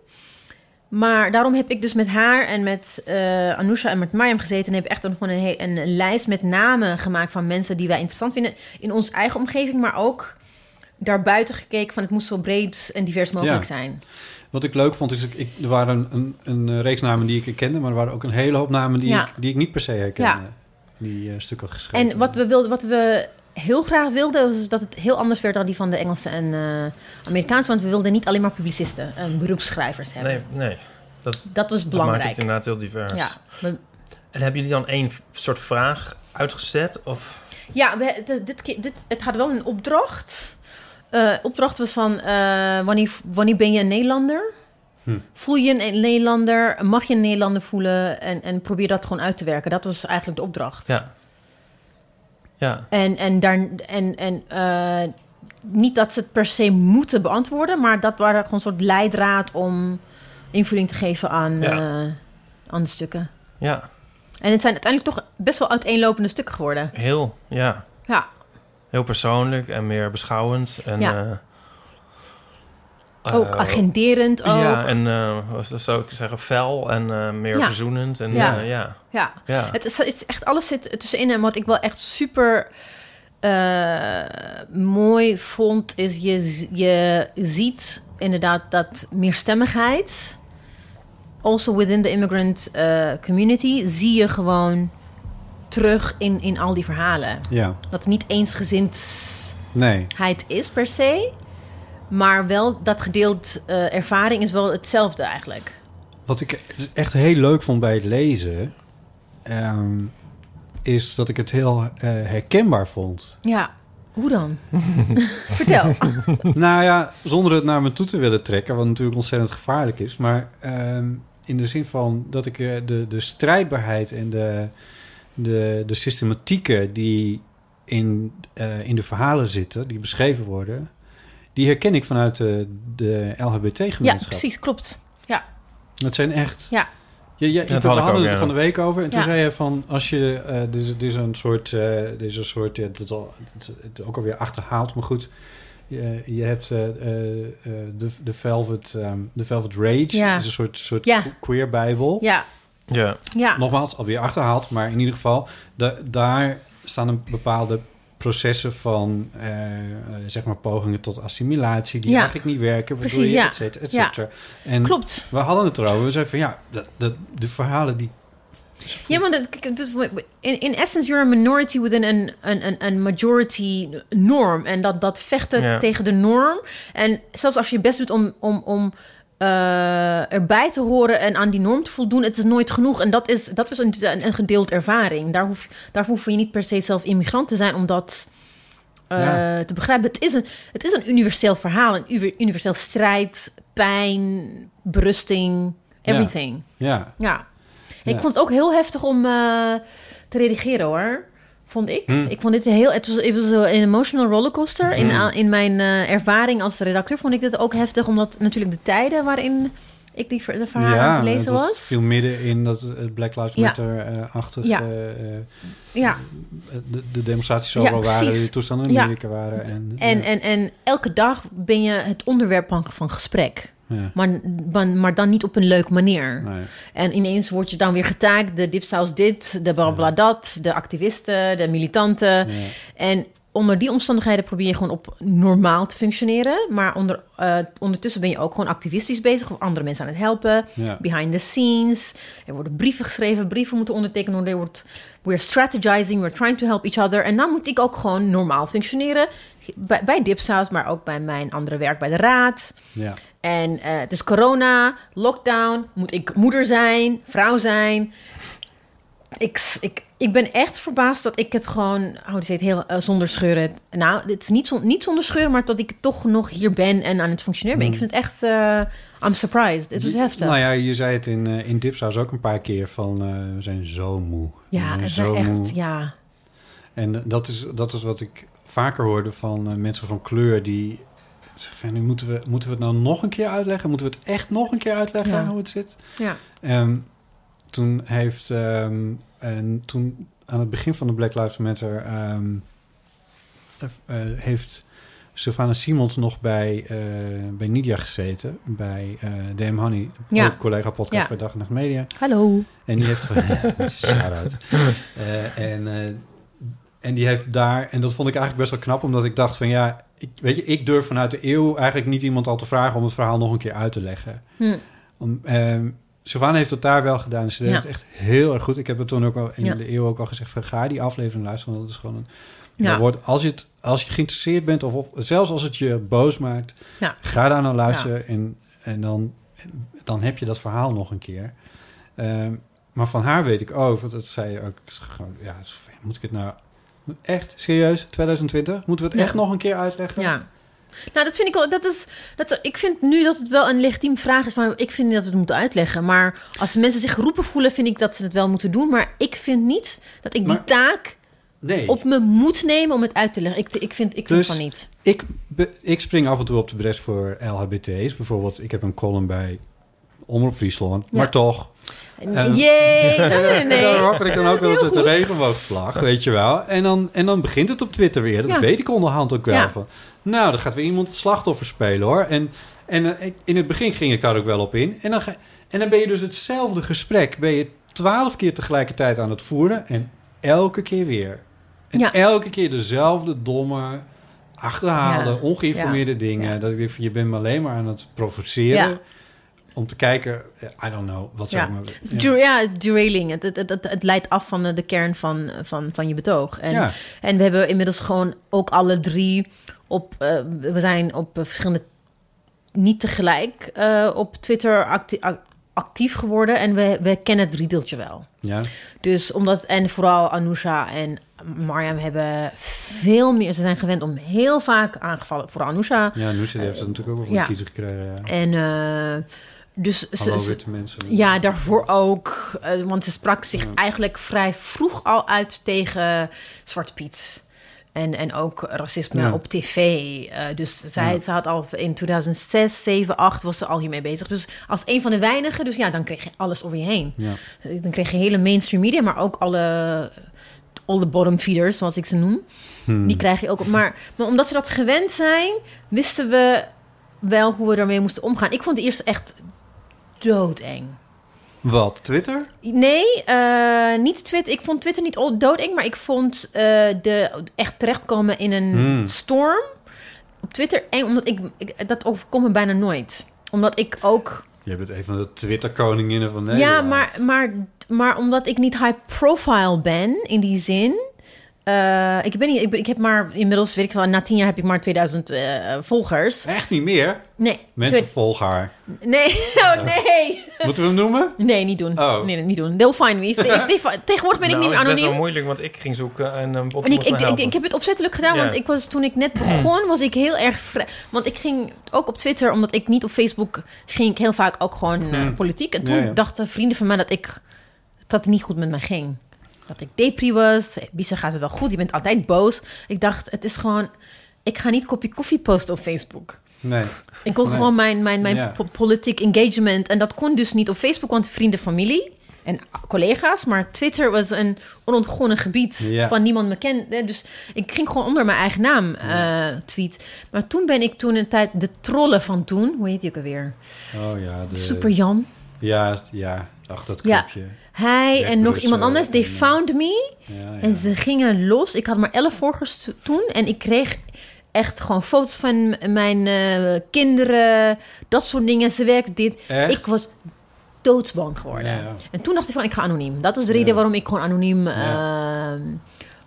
[SPEAKER 7] Maar daarom heb ik dus met haar en met eh Anousha en met Mariam gezeten... en heb echt een, gewoon een, he- een lijst met namen gemaakt van mensen... die wij interessant vinden in onze eigen omgeving... maar ook daarbuiten gekeken van het moet zo breed en divers mogelijk
[SPEAKER 6] Ja.
[SPEAKER 7] zijn.
[SPEAKER 6] Wat ik leuk vond, is ik, ik, er waren een, een, een eh, reeks namen die ik herkende, maar er waren ook een hele hoop namen die,
[SPEAKER 7] Ja.
[SPEAKER 6] ik, die ik niet per se herkende.
[SPEAKER 7] Ja.
[SPEAKER 6] Die eh, stukken geschreven.
[SPEAKER 7] En wat we, wilden, wat we heel graag wilden, was dus dat het heel anders werd dan die van de Engelse en eh, Amerikaanse. Want we wilden niet alleen maar publicisten en beroepsschrijvers hebben.
[SPEAKER 5] Nee, nee.
[SPEAKER 7] dat was
[SPEAKER 5] Dat maakt het
[SPEAKER 7] belangrijk.
[SPEAKER 5] inderdaad heel divers.
[SPEAKER 7] ja, we,
[SPEAKER 5] En hebben jullie dan één v- soort vraag uitgezet? Of
[SPEAKER 7] ja we, dit, dit, keer- dit- het had wel een opdracht. Eh opdracht was van, eh, wanneer, wanneer ben je een Nederlander?
[SPEAKER 6] Hm.
[SPEAKER 7] Voel je een Nederlander? Mag je een Nederlander voelen? En, en probeer dat gewoon uit te werken. Dat was eigenlijk de opdracht.
[SPEAKER 5] ja. Ja.
[SPEAKER 7] En, en, daar, en, en eh, niet dat ze het per se moeten beantwoorden, maar dat waren gewoon een soort leidraad om invulling te geven aan,
[SPEAKER 5] Ja.
[SPEAKER 7] eh, aan de stukken.
[SPEAKER 5] Ja.
[SPEAKER 7] En het zijn uiteindelijk toch best wel uiteenlopende stukken geworden.
[SPEAKER 5] Heel, ja.
[SPEAKER 7] Ja,
[SPEAKER 5] Heel persoonlijk en meer beschouwend. En,
[SPEAKER 7] Ja.
[SPEAKER 5] eh,
[SPEAKER 7] ook
[SPEAKER 5] eh,
[SPEAKER 7] agenderend ook.
[SPEAKER 5] Ja, en eh, wat zou ik zeggen, fel en eh, meer
[SPEAKER 7] Ja.
[SPEAKER 5] verzoenend. En,
[SPEAKER 7] Ja.
[SPEAKER 5] eh, ja.
[SPEAKER 7] ja.
[SPEAKER 5] Ja.
[SPEAKER 7] Het is, het is echt alles zit er tussenin. En wat ik wel echt super eh, mooi vond, is je, z- je ziet inderdaad dat meerstemmigheid. Also within the immigrant eh, community zie je gewoon terug in, in al die verhalen.
[SPEAKER 6] Ja,
[SPEAKER 7] Dat het niet eensgezindheid
[SPEAKER 6] nee.
[SPEAKER 7] is per se. Maar wel dat gedeeld eh, ervaring is wel hetzelfde eigenlijk.
[SPEAKER 6] Wat ik echt heel leuk vond bij het lezen, ehm, is dat ik het heel eh, herkenbaar vond.
[SPEAKER 7] Ja, hoe dan? Vertel.
[SPEAKER 6] nou ja, zonder het naar me toe te willen trekken, wat natuurlijk ontzettend gevaarlijk is. Maar ehm, in de zin van dat ik eh, de, de strijdbaarheid en de, de, de systematieken die in, eh, in de verhalen zitten, die beschreven worden, die herken ik vanuit de, de
[SPEAKER 7] Ja,
[SPEAKER 6] LHBT-gemeenschap.
[SPEAKER 7] precies, klopt.
[SPEAKER 6] Dat zijn echt.
[SPEAKER 7] Ja.
[SPEAKER 6] Je, je,
[SPEAKER 5] Dat
[SPEAKER 6] we
[SPEAKER 5] had ik
[SPEAKER 6] hadden
[SPEAKER 5] ook,
[SPEAKER 6] het er
[SPEAKER 5] ja.
[SPEAKER 6] van de week over. En toen
[SPEAKER 7] Ja.
[SPEAKER 6] zei je van, als je... eh dit, is- dit is een soort... eh dit is een soort ja, dat al, het, het ook alweer achterhaald, maar goed. Je, je hebt eh, eh, eh, de, de, Velvet, ehm, de Velvet Rage.
[SPEAKER 7] Ja.
[SPEAKER 6] Dat is een soort, soort
[SPEAKER 7] Ja.
[SPEAKER 6] que- queer bijbel.
[SPEAKER 7] Ja,
[SPEAKER 5] ja.
[SPEAKER 7] ja.
[SPEAKER 6] Nogmaals, alweer achterhaald. Maar in ieder geval, da- daar staan een bepaalde processen van eh, eh, zeg maar pogingen tot assimilatie die
[SPEAKER 7] Ja.
[SPEAKER 6] eigenlijk niet werken, waardoor
[SPEAKER 7] Precies,
[SPEAKER 6] je
[SPEAKER 7] ja.
[SPEAKER 6] et cetera, et
[SPEAKER 7] Ja.
[SPEAKER 6] cetera. En
[SPEAKER 7] Klopt.
[SPEAKER 6] we hadden het erover, we zeiden van ja, dat, dat, de verhalen die
[SPEAKER 7] Ja, want het- kijk, het is- in, in essence, you're a minority within an, an, an, an majority norm. En dat, dat vechten
[SPEAKER 5] Ja.
[SPEAKER 7] tegen de norm. En zelfs als je je best doet om, om, om eh, erbij te horen en aan die norm te voldoen, het is nooit genoeg. En dat is, dat is een, een, een gedeeld ervaring. Daar hoef, daarvoor hoef je niet per se zelf immigrant te zijn om dat eh,
[SPEAKER 6] Ja.
[SPEAKER 7] te begrijpen. Het is, een, het is een universeel verhaal, een uver- universeel strijd, pijn, berusting,
[SPEAKER 6] Ja.
[SPEAKER 7] everything.
[SPEAKER 6] ja,
[SPEAKER 7] Ja.
[SPEAKER 6] Ja.
[SPEAKER 7] Ik vond het ook heel heftig om eh, te redigeren hoor. Vond ik.
[SPEAKER 6] Hm.
[SPEAKER 7] Ik vond dit heel. Het was, het was een emotional rollercoaster. In, in mijn eh, ervaring als redacteur vond ik dit ook heftig, omdat natuurlijk de tijden waarin ik die ver- de verhalen aan
[SPEAKER 6] ja
[SPEAKER 7] te
[SPEAKER 6] het
[SPEAKER 7] lezen
[SPEAKER 6] was,
[SPEAKER 7] was.
[SPEAKER 6] viel midden in dat eh, Black Lives eh,
[SPEAKER 7] Ja.
[SPEAKER 6] Matter-achtig
[SPEAKER 7] Ja. Ja.
[SPEAKER 6] eh, de, de demonstraties
[SPEAKER 7] Ja,
[SPEAKER 6] overal waren,
[SPEAKER 7] precies.
[SPEAKER 6] de toestanden in
[SPEAKER 7] Ja.
[SPEAKER 6] Amerika waren. En,
[SPEAKER 7] En,
[SPEAKER 6] ja.
[SPEAKER 7] en, en elke dag ben je het onderwerp van, van gesprek.
[SPEAKER 6] Ja.
[SPEAKER 7] Maar, maar, maar dan niet op een leuke manier.
[SPEAKER 6] Nee.
[SPEAKER 7] En ineens word je dan weer getaakt. De dipsaus dit, de blabla dat, de activisten, de militanten. En onder die omstandigheden probeer je gewoon op normaal te functioneren. Maar onder, eh, ondertussen ben je ook gewoon activistisch bezig... of andere mensen aan het helpen,
[SPEAKER 6] Ja.
[SPEAKER 7] behind the scenes. Er worden brieven geschreven, brieven moeten ondertekend worden. Er wordt, we're strategizing, we're trying to help each other. En dan moet ik ook gewoon normaal functioneren... bij, bij dipsaus, maar ook bij mijn andere werk bij de raad...
[SPEAKER 6] ja.
[SPEAKER 7] En eh, het is corona, lockdown, moet ik moeder zijn, vrouw zijn. Ik, ik, ik ben echt verbaasd dat ik het gewoon, hoe die het, heel eh, zonder scheuren. Nou, het is niet, zon- niet zonder scheuren, maar dat ik toch nog hier ben en aan het functioneren ben. Ik vind het echt, eh, I'm surprised. Het was heftig.
[SPEAKER 6] Hmm. Nou ja, je zei het in, eh in Dipsaus ook een paar keer van eh, we zijn zo moe. We
[SPEAKER 7] ja,
[SPEAKER 6] zijn
[SPEAKER 7] het
[SPEAKER 6] nou zo
[SPEAKER 7] was echt,
[SPEAKER 6] moe.
[SPEAKER 7] ja.
[SPEAKER 6] En eh, dat is, dat is wat ik vaker hoorde van eh, mensen van kleur die zeggen van, nu moeten we, moeten we het nou nog een keer uitleggen? Moeten we het echt nog een keer uitleggen
[SPEAKER 7] Ja.
[SPEAKER 6] hoe het zit?
[SPEAKER 7] ja.
[SPEAKER 6] Ehm, toen heeft ehm, en toen aan het begin van de Black Lives Matter ehm, eh, eh, heeft Sylvana Simons nog bij, eh, bij Nidia gezeten bij eh DM Honey,
[SPEAKER 7] Ja.
[SPEAKER 6] ook collega podcast
[SPEAKER 7] Ja.
[SPEAKER 6] bij Dag en Nacht Media.
[SPEAKER 7] Hallo.
[SPEAKER 6] En die heeft. Met je shout-out. Eh, en, eh, en die heeft daar. En dat vond ik eigenlijk best wel knap, omdat ik dacht van ja. Ik, weet je, ik durf vanuit de eeuw eigenlijk niet iemand al te vragen om het verhaal nog een keer uit te leggen.
[SPEAKER 7] Hm.
[SPEAKER 6] Om, ehm, Sylvana heeft dat daar wel gedaan. en Ze deed
[SPEAKER 7] Ja.
[SPEAKER 6] het echt heel erg goed. Ik heb het toen ook al in
[SPEAKER 7] Ja.
[SPEAKER 6] de eeuw ook al gezegd van ga die aflevering luisteren. Want dat is gewoon een.
[SPEAKER 7] Ja.
[SPEAKER 6] daar wordt- als, je het, als je geïnteresseerd bent, of, of zelfs als het je boos maakt,
[SPEAKER 7] Ja.
[SPEAKER 6] ga daar naar luisteren. En, en dan, dan heb je dat verhaal nog een keer. Ehm, maar van haar weet ik ook, want dat zei je ook, is gewoon, ja, is- moet ik het nou echt serieus 2020? Moeten we het
[SPEAKER 7] Ja.
[SPEAKER 6] echt nog een keer uitleggen?
[SPEAKER 7] Ja. Nou, dat vind ik wel. Dat is, dat, ik vind nu dat het wel een legitiem vraag is. Maar ik vind niet dat we het moeten uitleggen. Maar als mensen zich geroepen voelen, vind ik dat ze het wel moeten doen. Maar ik vind niet dat ik
[SPEAKER 6] Maar-
[SPEAKER 7] die taak
[SPEAKER 6] Nee.
[SPEAKER 7] op me moet nemen om het uit te leggen. Ik, ik vind, ik vind
[SPEAKER 6] Dus-
[SPEAKER 7] van niet.
[SPEAKER 6] Ik, be- ik spring af en toe op de bres voor LHBT's. Bijvoorbeeld, ik heb een column bij Omroep Friesland.
[SPEAKER 7] Ja.
[SPEAKER 6] Maar toch, Ehm.
[SPEAKER 7] Jee! Nee, nee, nee.
[SPEAKER 6] Daar wapper ik dan ook
[SPEAKER 7] Dat is
[SPEAKER 6] wel eens
[SPEAKER 7] heel
[SPEAKER 6] met de
[SPEAKER 7] goed.
[SPEAKER 6] regenboogvlag, weet je wel. En dan, en dan begint het op Twitter weer. Dat
[SPEAKER 7] Ja.
[SPEAKER 6] weet ik onderhand ook wel.
[SPEAKER 7] Ja.
[SPEAKER 6] Van, nou, dan gaat weer iemand het slachtoffer spelen, hoor. En, en eh, ik- in het begin ging ik daar ook wel op in. En dan, ga, en dan ben je dus hetzelfde gesprek... ben je twaalf keer tegelijkertijd aan het voeren... en elke keer weer. En
[SPEAKER 7] Ja.
[SPEAKER 6] elke keer dezelfde domme... achterhaalde,
[SPEAKER 7] Ja.
[SPEAKER 6] ongeïnformeerde dingen.
[SPEAKER 7] Ja.
[SPEAKER 6] Dat ik denk van, je bent me alleen maar aan het provoceren...
[SPEAKER 7] Ja.
[SPEAKER 6] om te kijken... eh, I don't know, wat zou
[SPEAKER 7] Ja.
[SPEAKER 6] ik maar...
[SPEAKER 7] Het is dera- Ja, het is derailing. Het, het, het, het, het leidt af van eh, de kern van, van, van je betoog. En,
[SPEAKER 6] Ja.
[SPEAKER 7] en we hebben inmiddels gewoon ook alle drie op. eh, we zijn op eh, verschillende. niet tegelijk eh, op Twitter acti- ac- actief geworden. En we, we kennen het riedeltje wel.
[SPEAKER 6] ja.
[SPEAKER 7] Dus omdat, en vooral Anousha en Mariam hebben veel meer. Ze zijn gewend om heel vaak aangevallen. Vooral Anousha.
[SPEAKER 6] Ja, Noesje heeft het natuurlijk ook wel voor
[SPEAKER 7] ja.
[SPEAKER 6] de kiezer gekregen. Ja.
[SPEAKER 7] En. eh, dus ze-
[SPEAKER 6] Hallo
[SPEAKER 7] ze-
[SPEAKER 6] witte mensen.
[SPEAKER 7] ja, daarvoor ook. eh, want ze sprak zich eigenlijk vrij vroeg al uit tegen Zwarte Piet. En, en ook racisme
[SPEAKER 6] Ja.
[SPEAKER 7] op tv. Eh, dus zij, ze had al in 2006, 7, 8 was ze al hiermee bezig. Dus als een van de weinigen, dus ja, dan kreeg je alles over je heen.
[SPEAKER 6] Ja.
[SPEAKER 7] Dan kreeg je hele mainstream media, maar ook alle all the bottom feeders, zoals ik ze noem.
[SPEAKER 6] Hmm.
[SPEAKER 7] Die krijg je ook. op- Maar, maar omdat ze dat gewend zijn, wisten we wel hoe we daarmee moesten omgaan. Ik vond de eerste echt doodeng.
[SPEAKER 6] Wat? Twitter?
[SPEAKER 7] Nee, eh, niet Twitter. Ik vond Twitter niet al doodeng, maar ik vond eh, de echt terechtkomen in een
[SPEAKER 6] Hmm.
[SPEAKER 7] storm op Twitter eng, omdat ik, ik- dat overkomt me bijna nooit. Omdat ik ook
[SPEAKER 6] Je bent een van de Twitter-koninginnen van Nederland.
[SPEAKER 7] ja, maar, maar, maar omdat ik niet high profile ben in die zin. eh, ik ben niet, ik, ben- ik heb maar inmiddels, weet ik wel, na tien jaar heb ik maar 2000 eh, volgers.
[SPEAKER 6] Echt niet meer.
[SPEAKER 7] Nee,
[SPEAKER 6] Mensen volgen haar.
[SPEAKER 7] twee- nee, oh nee.
[SPEAKER 6] Moeten we hem noemen?
[SPEAKER 7] Nee, niet doen.
[SPEAKER 6] Oh.
[SPEAKER 7] Nee, niet doen. They'll find me. If- if they fi- Tegenwoordig ben ik niet meer
[SPEAKER 5] nou, is best wel
[SPEAKER 7] anoniem.
[SPEAKER 5] moeilijk, want ik ging zoeken en een bot
[SPEAKER 7] En ik,
[SPEAKER 5] moest
[SPEAKER 7] ik,
[SPEAKER 5] me
[SPEAKER 7] ik,
[SPEAKER 5] helpen.
[SPEAKER 7] ik heb het opzettelijk gedaan,
[SPEAKER 5] Ja.
[SPEAKER 7] want ik was, toen ik net begon, was ik heel erg vrij. Want ik ging ook op Twitter, omdat ik niet op Facebook ging, ik heel vaak ook gewoon eh, politiek. En toen
[SPEAKER 6] Hmm. Ja, ja.
[SPEAKER 7] dachten vrienden van mij dat ik dat het niet goed met mij ging. Dat ik depri was. Bisa gaat het wel goed, je bent altijd boos. Ik dacht, het is gewoon, ik ga niet kopje koffie posten op Facebook.
[SPEAKER 6] Nee.
[SPEAKER 7] Ik kon
[SPEAKER 6] Nee.
[SPEAKER 7] gewoon mijn, mijn, mijn
[SPEAKER 6] Ja.
[SPEAKER 7] po- politiek engagement. En dat kon dus niet op Facebook, want vrienden, familie en collega's. Maar Twitter was een onontgonnen gebied
[SPEAKER 6] Ja.
[SPEAKER 7] van niemand me kende. Dus ik ging gewoon onder mijn eigen naam eh, tweet. Maar toen ben ik toen een tijd de trollen van toen. Hoe heet die ook alweer?
[SPEAKER 6] Oh ja. De...
[SPEAKER 7] Super Jan.
[SPEAKER 6] Ja, ja. Ach, dat
[SPEAKER 7] Ja.
[SPEAKER 6] knopje.
[SPEAKER 7] Hij
[SPEAKER 6] Jack
[SPEAKER 7] en nog
[SPEAKER 6] Brussel
[SPEAKER 7] iemand anders, they
[SPEAKER 6] en, eh,
[SPEAKER 7] found me.
[SPEAKER 6] Ja, ja.
[SPEAKER 7] En ze gingen los. Ik had maar elf volgers toen. En ik kreeg echt gewoon foto's van m- mijn eh, kinderen. Dat soort dingen. Ze werkt dit.
[SPEAKER 6] Echt?
[SPEAKER 7] Ik was doodsbang geworden.
[SPEAKER 6] Ja, ja.
[SPEAKER 7] En toen dacht ik van, ik ga anoniem. Dat was de reden
[SPEAKER 6] Ja.
[SPEAKER 7] waarom ik gewoon anoniem
[SPEAKER 6] Ja.
[SPEAKER 7] ehm,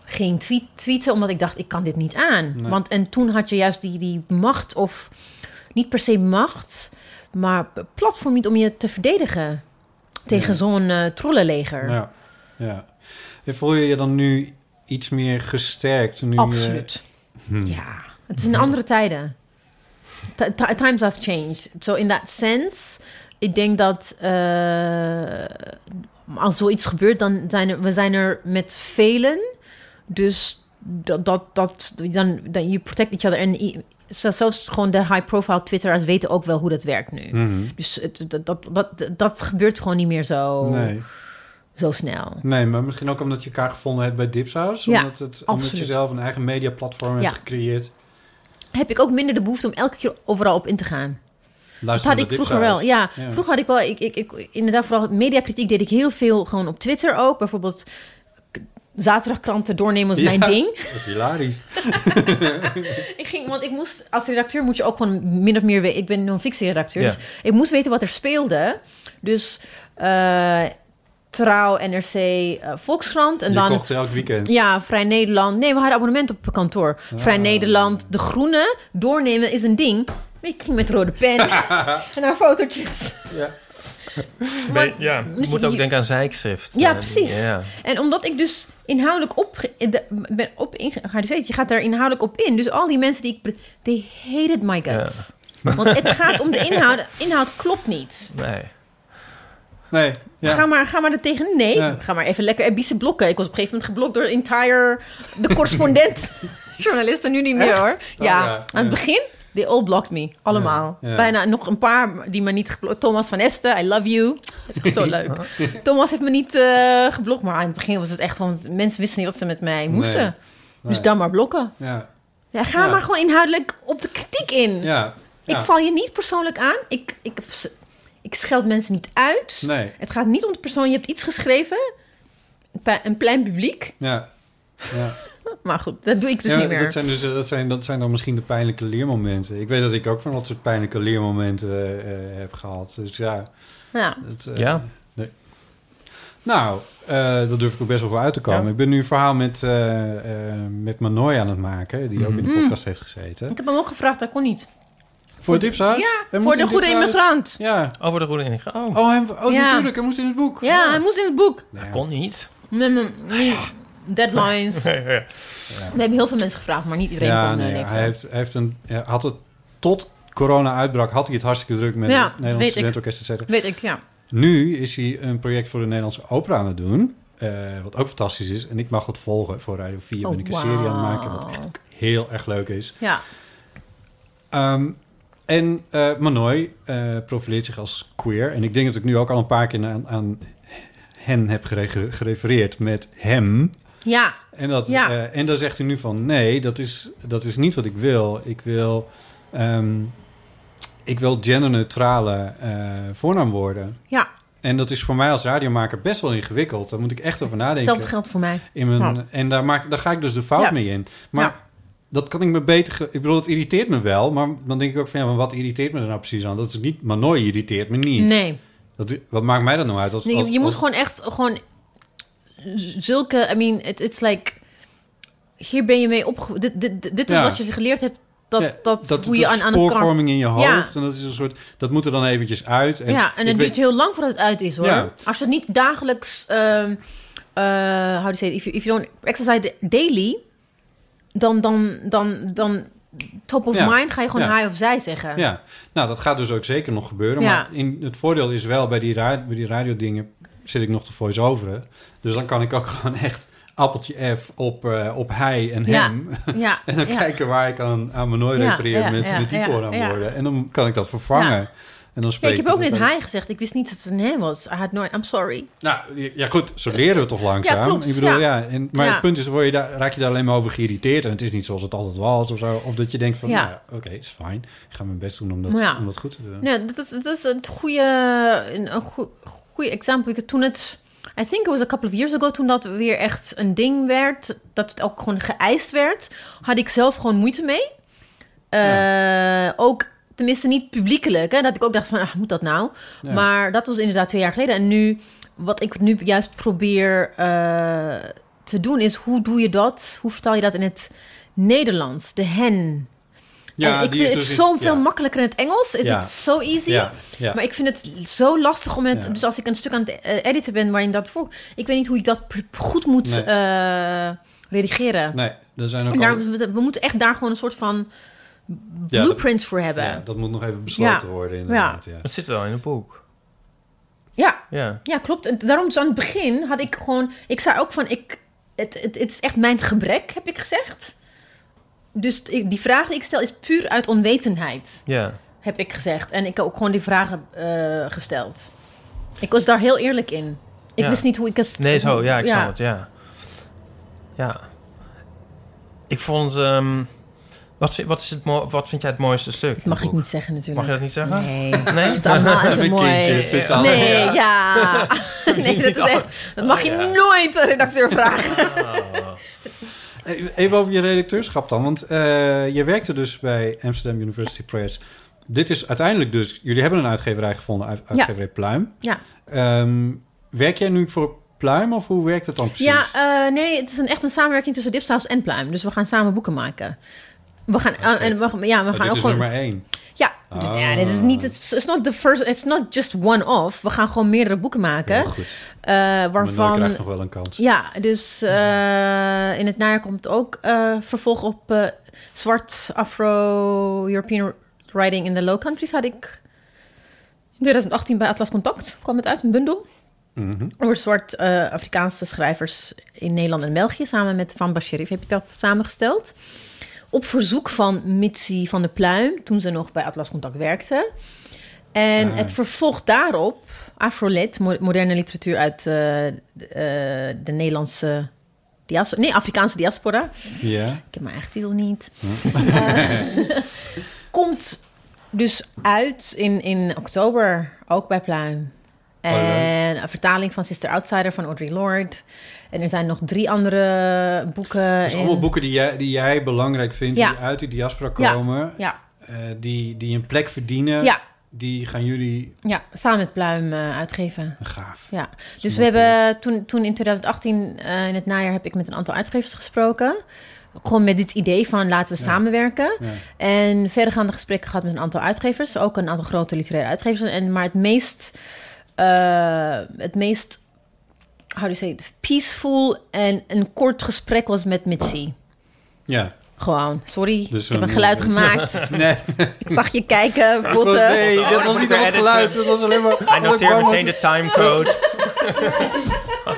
[SPEAKER 7] ging tweet- tweeten. Omdat ik dacht, ik kan dit niet aan.
[SPEAKER 6] Nee.
[SPEAKER 7] Want en toen had je juist die, die macht of... Niet per se macht, maar p- platform niet om je te verdedigen. Tegen
[SPEAKER 6] Ja.
[SPEAKER 7] zo'n eh, trollenleger.
[SPEAKER 6] Ja, Nou, ja. En voel je je dan nu iets meer gesterkt? Nou, Nu eh, je- Hmm.
[SPEAKER 7] Absoluut.
[SPEAKER 6] Mm.
[SPEAKER 7] Ja, het zijn andere tijden. Ti- ti- times have changed. So in that sense, ik denk dat eh, als zoiets gebeurt, dan zijn er, we zijn er met velen. Dus dat, dat, dat dan, dan you protect each other. En i- zelfs gewoon de high-profile twitteraars weten ook wel hoe dat werkt nu.
[SPEAKER 6] Mhm.
[SPEAKER 7] Dus het, dat, dat, dat, dat gebeurt gewoon niet meer zo,
[SPEAKER 6] Nee.
[SPEAKER 7] zo snel.
[SPEAKER 6] nee, maar misschien ook omdat je elkaar gevonden hebt bij Dipsaus.
[SPEAKER 7] Ja,
[SPEAKER 6] omdat, het, omdat je
[SPEAKER 7] absoluut.
[SPEAKER 6] zelf een eigen mediaplatform
[SPEAKER 7] Ja.
[SPEAKER 6] hebt gecreëerd.
[SPEAKER 7] Heb ik ook minder de behoefte om elke keer overal op in te gaan. Dat
[SPEAKER 6] Luister
[SPEAKER 7] had
[SPEAKER 6] naar
[SPEAKER 7] ik
[SPEAKER 6] Dipsaus.
[SPEAKER 7] vroeger wel, ja.
[SPEAKER 6] Ja.
[SPEAKER 7] Vroeger had ik wel, ik, ik, ik, inderdaad, vooral mediakritiek deed ik heel veel gewoon op Twitter ook. Bijvoorbeeld k- zaterdagkranten doornemen was mijn
[SPEAKER 6] Ja.
[SPEAKER 7] ding.
[SPEAKER 6] Dat is hilarisch.
[SPEAKER 7] Ik ging, want ik moest, als redacteur moet je ook gewoon min of meer weten. Ik ben nog een fictieredacteur,
[SPEAKER 5] Ja.
[SPEAKER 7] dus ik moest weten wat er speelde. Dus eh, Trouw, NRC, eh, Volkskrant en
[SPEAKER 6] je
[SPEAKER 7] dan...
[SPEAKER 6] kocht elk weekend.
[SPEAKER 7] Ja, Vrij Nederland. Nee, we hadden abonnement op kantoor.
[SPEAKER 6] Ah.
[SPEAKER 7] Vrij Nederland, De Groene, doornemen is een ding. Ik ging met rode pen en haar fotootjes.
[SPEAKER 5] Nee, ja, je
[SPEAKER 7] dus
[SPEAKER 5] moet ook
[SPEAKER 7] je-
[SPEAKER 5] denken aan zeikschrift.
[SPEAKER 7] Ja,
[SPEAKER 5] Eh,
[SPEAKER 7] precies.
[SPEAKER 5] Ja.
[SPEAKER 7] En omdat ik dus inhoudelijk op, ben op ingegaan, dus weet je, je gaat daar inhoudelijk op in. Dus al die mensen die ik... be- They hated my guts. Want het gaat om de inhoud. Inhoud klopt niet.
[SPEAKER 5] Nee.
[SPEAKER 6] Nee, ja.
[SPEAKER 7] Ga, maar, ga maar er tegen. Nee,
[SPEAKER 6] Ja.
[SPEAKER 7] ga maar even lekker Ebice blokken. Ik was op een gegeven moment geblokt door entire... De correspondent. Journalisten nu niet meer
[SPEAKER 6] Echt?
[SPEAKER 7] hoor.
[SPEAKER 6] Oh,
[SPEAKER 7] ja,
[SPEAKER 6] ja.
[SPEAKER 7] aan
[SPEAKER 6] Ja.
[SPEAKER 7] het begin... They all blocked me. Allemaal.
[SPEAKER 6] Ja. Ja.
[SPEAKER 7] Bijna nog een paar die me niet geblokt... Thomas van Esten, I love you. Dat is echt zo leuk. Thomas heeft me niet eh, geblokt. Maar aan het begin was het echt gewoon... Mensen wisten niet wat ze met mij moesten. Dus
[SPEAKER 6] Nee.
[SPEAKER 7] dan maar blokken.
[SPEAKER 6] Ja.
[SPEAKER 7] Ja, ga
[SPEAKER 6] Ja.
[SPEAKER 7] maar gewoon inhoudelijk op de kritiek in.
[SPEAKER 6] Ja. ja.
[SPEAKER 7] Ik val je niet persoonlijk aan. Ik, ik, ik scheld mensen niet uit.
[SPEAKER 6] Nee.
[SPEAKER 7] Het gaat niet om de persoon. Je hebt iets geschreven. Een pa- Een plein publiek.
[SPEAKER 6] Ja. Ja.
[SPEAKER 7] Maar goed, dat doe ik dus
[SPEAKER 6] Ja,
[SPEAKER 7] niet meer.
[SPEAKER 6] Dat zijn, dus, dat, zijn, dat zijn dan misschien de pijnlijke leermomenten. Ik weet dat ik ook van dat soort pijnlijke leermomenten eh, eh, heb gehad. Dus ja.
[SPEAKER 7] Ja.
[SPEAKER 6] Het, eh,
[SPEAKER 5] Ja.
[SPEAKER 6] nee. Nou, eh daar durf ik ook best wel voor uit te komen.
[SPEAKER 5] Ja.
[SPEAKER 6] Ik ben nu een verhaal met, eh eh met Manoy aan het maken, die ook in de
[SPEAKER 7] Mhm.
[SPEAKER 6] podcast heeft gezeten.
[SPEAKER 7] Ik heb hem ook gevraagd, dat kon niet.
[SPEAKER 6] Voor Dipsaus?
[SPEAKER 7] Ja, voor
[SPEAKER 6] Hij moet
[SPEAKER 7] de
[SPEAKER 6] in
[SPEAKER 7] goede
[SPEAKER 6] Dipsaus.
[SPEAKER 7] immigrant.
[SPEAKER 6] Ja.
[SPEAKER 5] Over de goede ingang. Oh,
[SPEAKER 6] Oh, hij, oh
[SPEAKER 7] Ja.
[SPEAKER 6] natuurlijk, hij moest in het boek.
[SPEAKER 7] Ja, hij moest in het boek.
[SPEAKER 6] Ja.
[SPEAKER 5] kon niet.
[SPEAKER 7] Nee, nee, nee. Deadlines. We hebben heel veel mensen gevraagd, maar niet iedereen
[SPEAKER 6] Ja,
[SPEAKER 7] kon eh,
[SPEAKER 6] nee,
[SPEAKER 7] nee,
[SPEAKER 6] hij, heeft, hij heeft een, hij had het tot corona uitbrak, had hij het hartstikke druk met
[SPEAKER 7] Ja,
[SPEAKER 6] het Nederlands
[SPEAKER 7] weet ik.
[SPEAKER 6] Studentenorkest, et cetera.
[SPEAKER 7] Weet ik, ja.
[SPEAKER 6] Nu is hij een project voor de Nederlandse opera aan het doen. eh, wat ook fantastisch is. En ik mag het volgen. Voor Radio 4 ben
[SPEAKER 7] Oh,
[SPEAKER 6] ik een serie aan het maken.
[SPEAKER 7] wauw.
[SPEAKER 6] Wat echt ook heel erg leuk is.
[SPEAKER 7] Ja,
[SPEAKER 6] Ehm, en eh Manoy eh, profileert zich als queer. En ik denk dat ik nu ook al een paar keer aan, aan hen heb gere- gerefereerd met hem.
[SPEAKER 7] ja.
[SPEAKER 6] En, dat,
[SPEAKER 7] Ja.
[SPEAKER 6] eh, en dan zegt hij nu van nee, dat is, dat is niet wat ik wil. Ik wil, ehm, ik wil genderneutrale eh voornaamwoorden.
[SPEAKER 7] Ja.
[SPEAKER 6] En dat is voor mij als radiomaker best wel ingewikkeld. Daar moet ik echt over nadenken.
[SPEAKER 7] Hetzelfde geldt voor mij.
[SPEAKER 6] in mijn,
[SPEAKER 7] Nou.
[SPEAKER 6] En daar, maak, daar ga ik dus de fout
[SPEAKER 7] Ja.
[SPEAKER 6] mee in. Maar
[SPEAKER 7] Ja.
[SPEAKER 6] dat kan ik me beter... ge- ik bedoel, het irriteert me wel. Maar dan denk ik ook van... Ja, maar wat irriteert me er nou precies aan? Dat is niet... Manoy irriteert me niet.
[SPEAKER 7] Nee.
[SPEAKER 6] Dat, wat maakt mij dat nou uit? Als,
[SPEAKER 7] Nee, je,
[SPEAKER 6] als-
[SPEAKER 7] je moet
[SPEAKER 6] als-
[SPEAKER 7] gewoon echt gewoon zulke. I mean, it, it's like hier ben je mee opge. Dit, dit, dit dit is
[SPEAKER 6] Ja.
[SPEAKER 7] wat je geleerd hebt. Dat,
[SPEAKER 6] Ja,
[SPEAKER 7] dat, hoe je
[SPEAKER 6] dat
[SPEAKER 7] aan, aan een kar.
[SPEAKER 6] spoorvorming in je
[SPEAKER 7] Ja.
[SPEAKER 6] hoofd. En dat is een soort... Dat moet er dan eventjes uit. En
[SPEAKER 7] Ja, en
[SPEAKER 6] ik
[SPEAKER 7] het
[SPEAKER 6] weet-
[SPEAKER 7] duurt heel lang voordat het uit is hoor.
[SPEAKER 6] Ja.
[SPEAKER 7] Als je het niet dagelijks. ehm eh how do you say it? If you, if you don't exercise daily, dan, dan, dan, dan top of
[SPEAKER 6] Ja.
[SPEAKER 7] mind ga je gewoon
[SPEAKER 6] Ja.
[SPEAKER 7] hij of zij zeggen.
[SPEAKER 6] Ja, nou dat gaat dus ook zeker nog gebeuren.
[SPEAKER 7] Ja.
[SPEAKER 6] Maar in, het voordeel is wel, bij die, ra- bij die radiodingen zit ik nog te voice-overen. Dus dan kan ik ook gewoon echt appeltje F op, eh, op hij en
[SPEAKER 7] Ja.
[SPEAKER 6] hem.
[SPEAKER 7] Ja,
[SPEAKER 6] En dan
[SPEAKER 7] ja.
[SPEAKER 6] kijken waar ik aan, aan mijn nooi
[SPEAKER 7] Ja,
[SPEAKER 6] refereer
[SPEAKER 7] ja,
[SPEAKER 6] met,
[SPEAKER 7] ja,
[SPEAKER 6] met die
[SPEAKER 7] ja,
[SPEAKER 6] voornaamwoorden.
[SPEAKER 7] ja.
[SPEAKER 6] En dan kan ik dat vervangen.
[SPEAKER 7] Ja.
[SPEAKER 6] En
[SPEAKER 7] Ja,
[SPEAKER 6] dan spreek
[SPEAKER 7] ik heb ook
[SPEAKER 6] het
[SPEAKER 7] net
[SPEAKER 6] dan-
[SPEAKER 7] hij gezegd. Ik wist niet dat het een hij was. I had nooit. I'm sorry.
[SPEAKER 6] Nou, ja goed, zo leren we toch langzaam.
[SPEAKER 7] Ja, klopt,
[SPEAKER 6] ik bedoel, ja.
[SPEAKER 7] ja.
[SPEAKER 6] en, maar
[SPEAKER 7] Ja.
[SPEAKER 6] het punt is, word je daar, raak je daar alleen maar over geïrriteerd. En het is niet zoals het altijd was of zo. Of dat je denkt van,
[SPEAKER 7] Ja.
[SPEAKER 6] nou ja, oké, is fijn. Ik ga mijn best doen om dat,
[SPEAKER 7] Maar ja.
[SPEAKER 6] om dat goed te doen.
[SPEAKER 7] Nee, dat is, dat is het goede, een, een goe- goeie example. Ik- Toen het, I think it was a couple of years ago, toen dat weer echt een ding werd, dat het ook gewoon geëist werd, had ik zelf gewoon moeite mee. Eh, Ook, tenminste niet publiekelijk, hè, dat ik ook dacht van, ah, moet dat nou?
[SPEAKER 6] Ja.
[SPEAKER 7] Maar dat was inderdaad twee jaar geleden. En nu, wat ik nu juist probeer eh, te doen, is hoe doe je dat? Hoe vertaal je dat in het Nederlands? De hen. En ik
[SPEAKER 6] die
[SPEAKER 7] vind
[SPEAKER 6] is
[SPEAKER 7] het
[SPEAKER 6] dus in-
[SPEAKER 7] zo veel
[SPEAKER 6] ja.
[SPEAKER 7] makkelijker in het Engels. Is
[SPEAKER 6] Ja.
[SPEAKER 7] het zo easy?
[SPEAKER 6] Ja, ja.
[SPEAKER 7] Maar ik vind het zo lastig om het...
[SPEAKER 6] Ja.
[SPEAKER 7] Dus als ik een stuk aan het eh, editen ben waarin dat voor... Ik weet niet hoe ik dat pr- goed moet
[SPEAKER 6] Nee.
[SPEAKER 7] eh, redigeren.
[SPEAKER 6] Nee, er zijn ook
[SPEAKER 7] En
[SPEAKER 6] al-
[SPEAKER 7] daar, we, we moeten echt daar gewoon een soort van
[SPEAKER 6] ja, dat,
[SPEAKER 7] blueprints voor hebben.
[SPEAKER 6] ja,
[SPEAKER 7] Ja.
[SPEAKER 6] dat moet nog even besloten
[SPEAKER 7] Ja.
[SPEAKER 6] worden inderdaad. Ja.
[SPEAKER 5] Dat zit wel in een boek.
[SPEAKER 7] ja.
[SPEAKER 5] Ja.
[SPEAKER 7] klopt. En daarom dus aan het begin had ik gewoon... Ik zei ook van... Ik, het, het, het is echt mijn gebrek, heb ik gezegd. Dus ik- die vraag die ik stel is puur uit onwetendheid.
[SPEAKER 5] Ja.
[SPEAKER 7] heb ik gezegd. En ik heb ook gewoon die vragen eh, gesteld. Ik was daar heel eerlijk in. Ik
[SPEAKER 5] Ja.
[SPEAKER 7] wist niet hoe ik het...
[SPEAKER 5] Nee, zo. Ja, ik snap het. Ja. Ja. Ik vond... ehm, wat, vind, wat, is het mo- wat vind jij het mooiste stuk?
[SPEAKER 7] Dat mag
[SPEAKER 5] in
[SPEAKER 7] ik
[SPEAKER 5] het boek?
[SPEAKER 7] niet zeggen natuurlijk.
[SPEAKER 5] Mag je dat niet zeggen?
[SPEAKER 7] Nee.
[SPEAKER 5] Nee?
[SPEAKER 7] Het is allemaal even
[SPEAKER 6] Met
[SPEAKER 7] mooi.
[SPEAKER 6] kindjes, met z'n allen.
[SPEAKER 7] Nee, ja. Nee, dat is echt... Dat mag je
[SPEAKER 5] Ja.
[SPEAKER 7] nooit een redacteur vragen.
[SPEAKER 5] Oh.
[SPEAKER 6] Even over je redacteurschap dan, want eh, je werkte dus bij Amsterdam University Press. Dit is uiteindelijk dus, jullie hebben een uitgeverij gevonden, uit- uitgeverij Pluim.
[SPEAKER 7] Ja.
[SPEAKER 6] Ehm, werk jij nu voor Pluim of hoe werkt het dan precies?
[SPEAKER 7] Ja, eh, nee, het is een, echt een samenwerking tussen Dipsaus en Pluim. Dus we gaan samen boeken maken. We gaan, en we, ja, we gaan
[SPEAKER 6] Oh, dit
[SPEAKER 7] ook
[SPEAKER 6] is
[SPEAKER 7] gewoon...
[SPEAKER 6] nummer één.
[SPEAKER 7] Ja,
[SPEAKER 6] Ah.
[SPEAKER 7] ja dit is niet...
[SPEAKER 5] Oh.
[SPEAKER 7] It's, it's not the first... It's not just one off. We gaan gewoon meerdere boeken maken.
[SPEAKER 6] Heel goed.
[SPEAKER 7] eh,
[SPEAKER 6] Waarvan...
[SPEAKER 7] waarvan...
[SPEAKER 6] krijgt nog wel een kans.
[SPEAKER 7] Ja, dus eh, in het najaar komt ook eh, vervolg op eh, zwart Afro-European Writing in the Low Countries. Had ik in 2018 bij Atlas Contact kwam het uit, een bundel.
[SPEAKER 6] Mhm.
[SPEAKER 7] Over zwart eh, Afrikaanse schrijvers in Nederland en België. Samen met Van Basherif heb ik dat samengesteld. Op verzoek van Mitsi van der Pluim, toen ze nog bij Atlas Contact werkte. En
[SPEAKER 6] Ah.
[SPEAKER 7] het vervolg daarop, Afrolit, mo- moderne literatuur uit eh, de, eh, de Nederlandse diaspora. Nee, Afrikaanse diaspora.
[SPEAKER 6] Ja.
[SPEAKER 7] Ik heb mijn eigen titel niet.
[SPEAKER 6] Hm.
[SPEAKER 7] Eh, komt dus uit in, in oktober, ook bij Pluim.
[SPEAKER 6] Oh, leuk.
[SPEAKER 7] En een vertaling van Sister Outsider van Audre Lorde. En er zijn nog drie andere boeken.
[SPEAKER 6] Dus
[SPEAKER 7] in-
[SPEAKER 6] allemaal boeken die jij, die jij belangrijk vindt,
[SPEAKER 7] Ja.
[SPEAKER 6] die uit die diaspora
[SPEAKER 7] Ja.
[SPEAKER 6] komen,
[SPEAKER 7] Ja,
[SPEAKER 6] eh, die, die een plek verdienen,
[SPEAKER 7] ja,
[SPEAKER 6] die gaan jullie...
[SPEAKER 7] ja, samen met Pluim eh, uitgeven.
[SPEAKER 6] Gaaf.
[SPEAKER 7] Ja,
[SPEAKER 6] is
[SPEAKER 7] dus we
[SPEAKER 6] een mooi
[SPEAKER 7] hebben toen, toen in 2018, eh, in het najaar, heb ik met een aantal uitgevers gesproken. Gewoon met dit idee van laten we
[SPEAKER 6] Ja.
[SPEAKER 7] samenwerken.
[SPEAKER 6] Ja.
[SPEAKER 7] En verdergaande gesprekken gehad met een aantal uitgevers. Ook een aantal grote literaire uitgevers. En, maar het meest, eh, het meest, how do you say, it, peaceful en een kort gesprek was met Mitzi.
[SPEAKER 6] ja.
[SPEAKER 7] Gewoon, sorry,
[SPEAKER 6] Dus
[SPEAKER 7] ik heb
[SPEAKER 6] een-
[SPEAKER 7] een geluid gemaakt.
[SPEAKER 6] Nee.
[SPEAKER 7] ik zag je kijken, botten.
[SPEAKER 6] Nee, dat was niet
[SPEAKER 5] Oh, ik
[SPEAKER 6] het
[SPEAKER 5] moet
[SPEAKER 6] geluid. Dat was alleen maar...
[SPEAKER 5] Hij noteert meteen de timecode. Oh,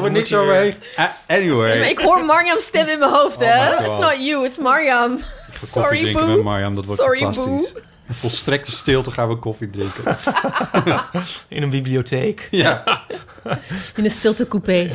[SPEAKER 6] Of er niks overheen. Ah, Anyway.
[SPEAKER 7] Maar ik hoor Mariam's stem in mijn hoofd, hè?
[SPEAKER 6] Oh my God.
[SPEAKER 7] it's not you, it's Mariam.
[SPEAKER 6] Koffie
[SPEAKER 7] Sorry,
[SPEAKER 6] drinken
[SPEAKER 7] Boo.
[SPEAKER 6] met Mariam, dat wordt
[SPEAKER 7] Sorry,
[SPEAKER 6] fantastisch. In Volstrekte stilte gaan we koffie drinken.
[SPEAKER 5] In een eh, bibliotheek.
[SPEAKER 6] ja.
[SPEAKER 7] In een stilte coupé.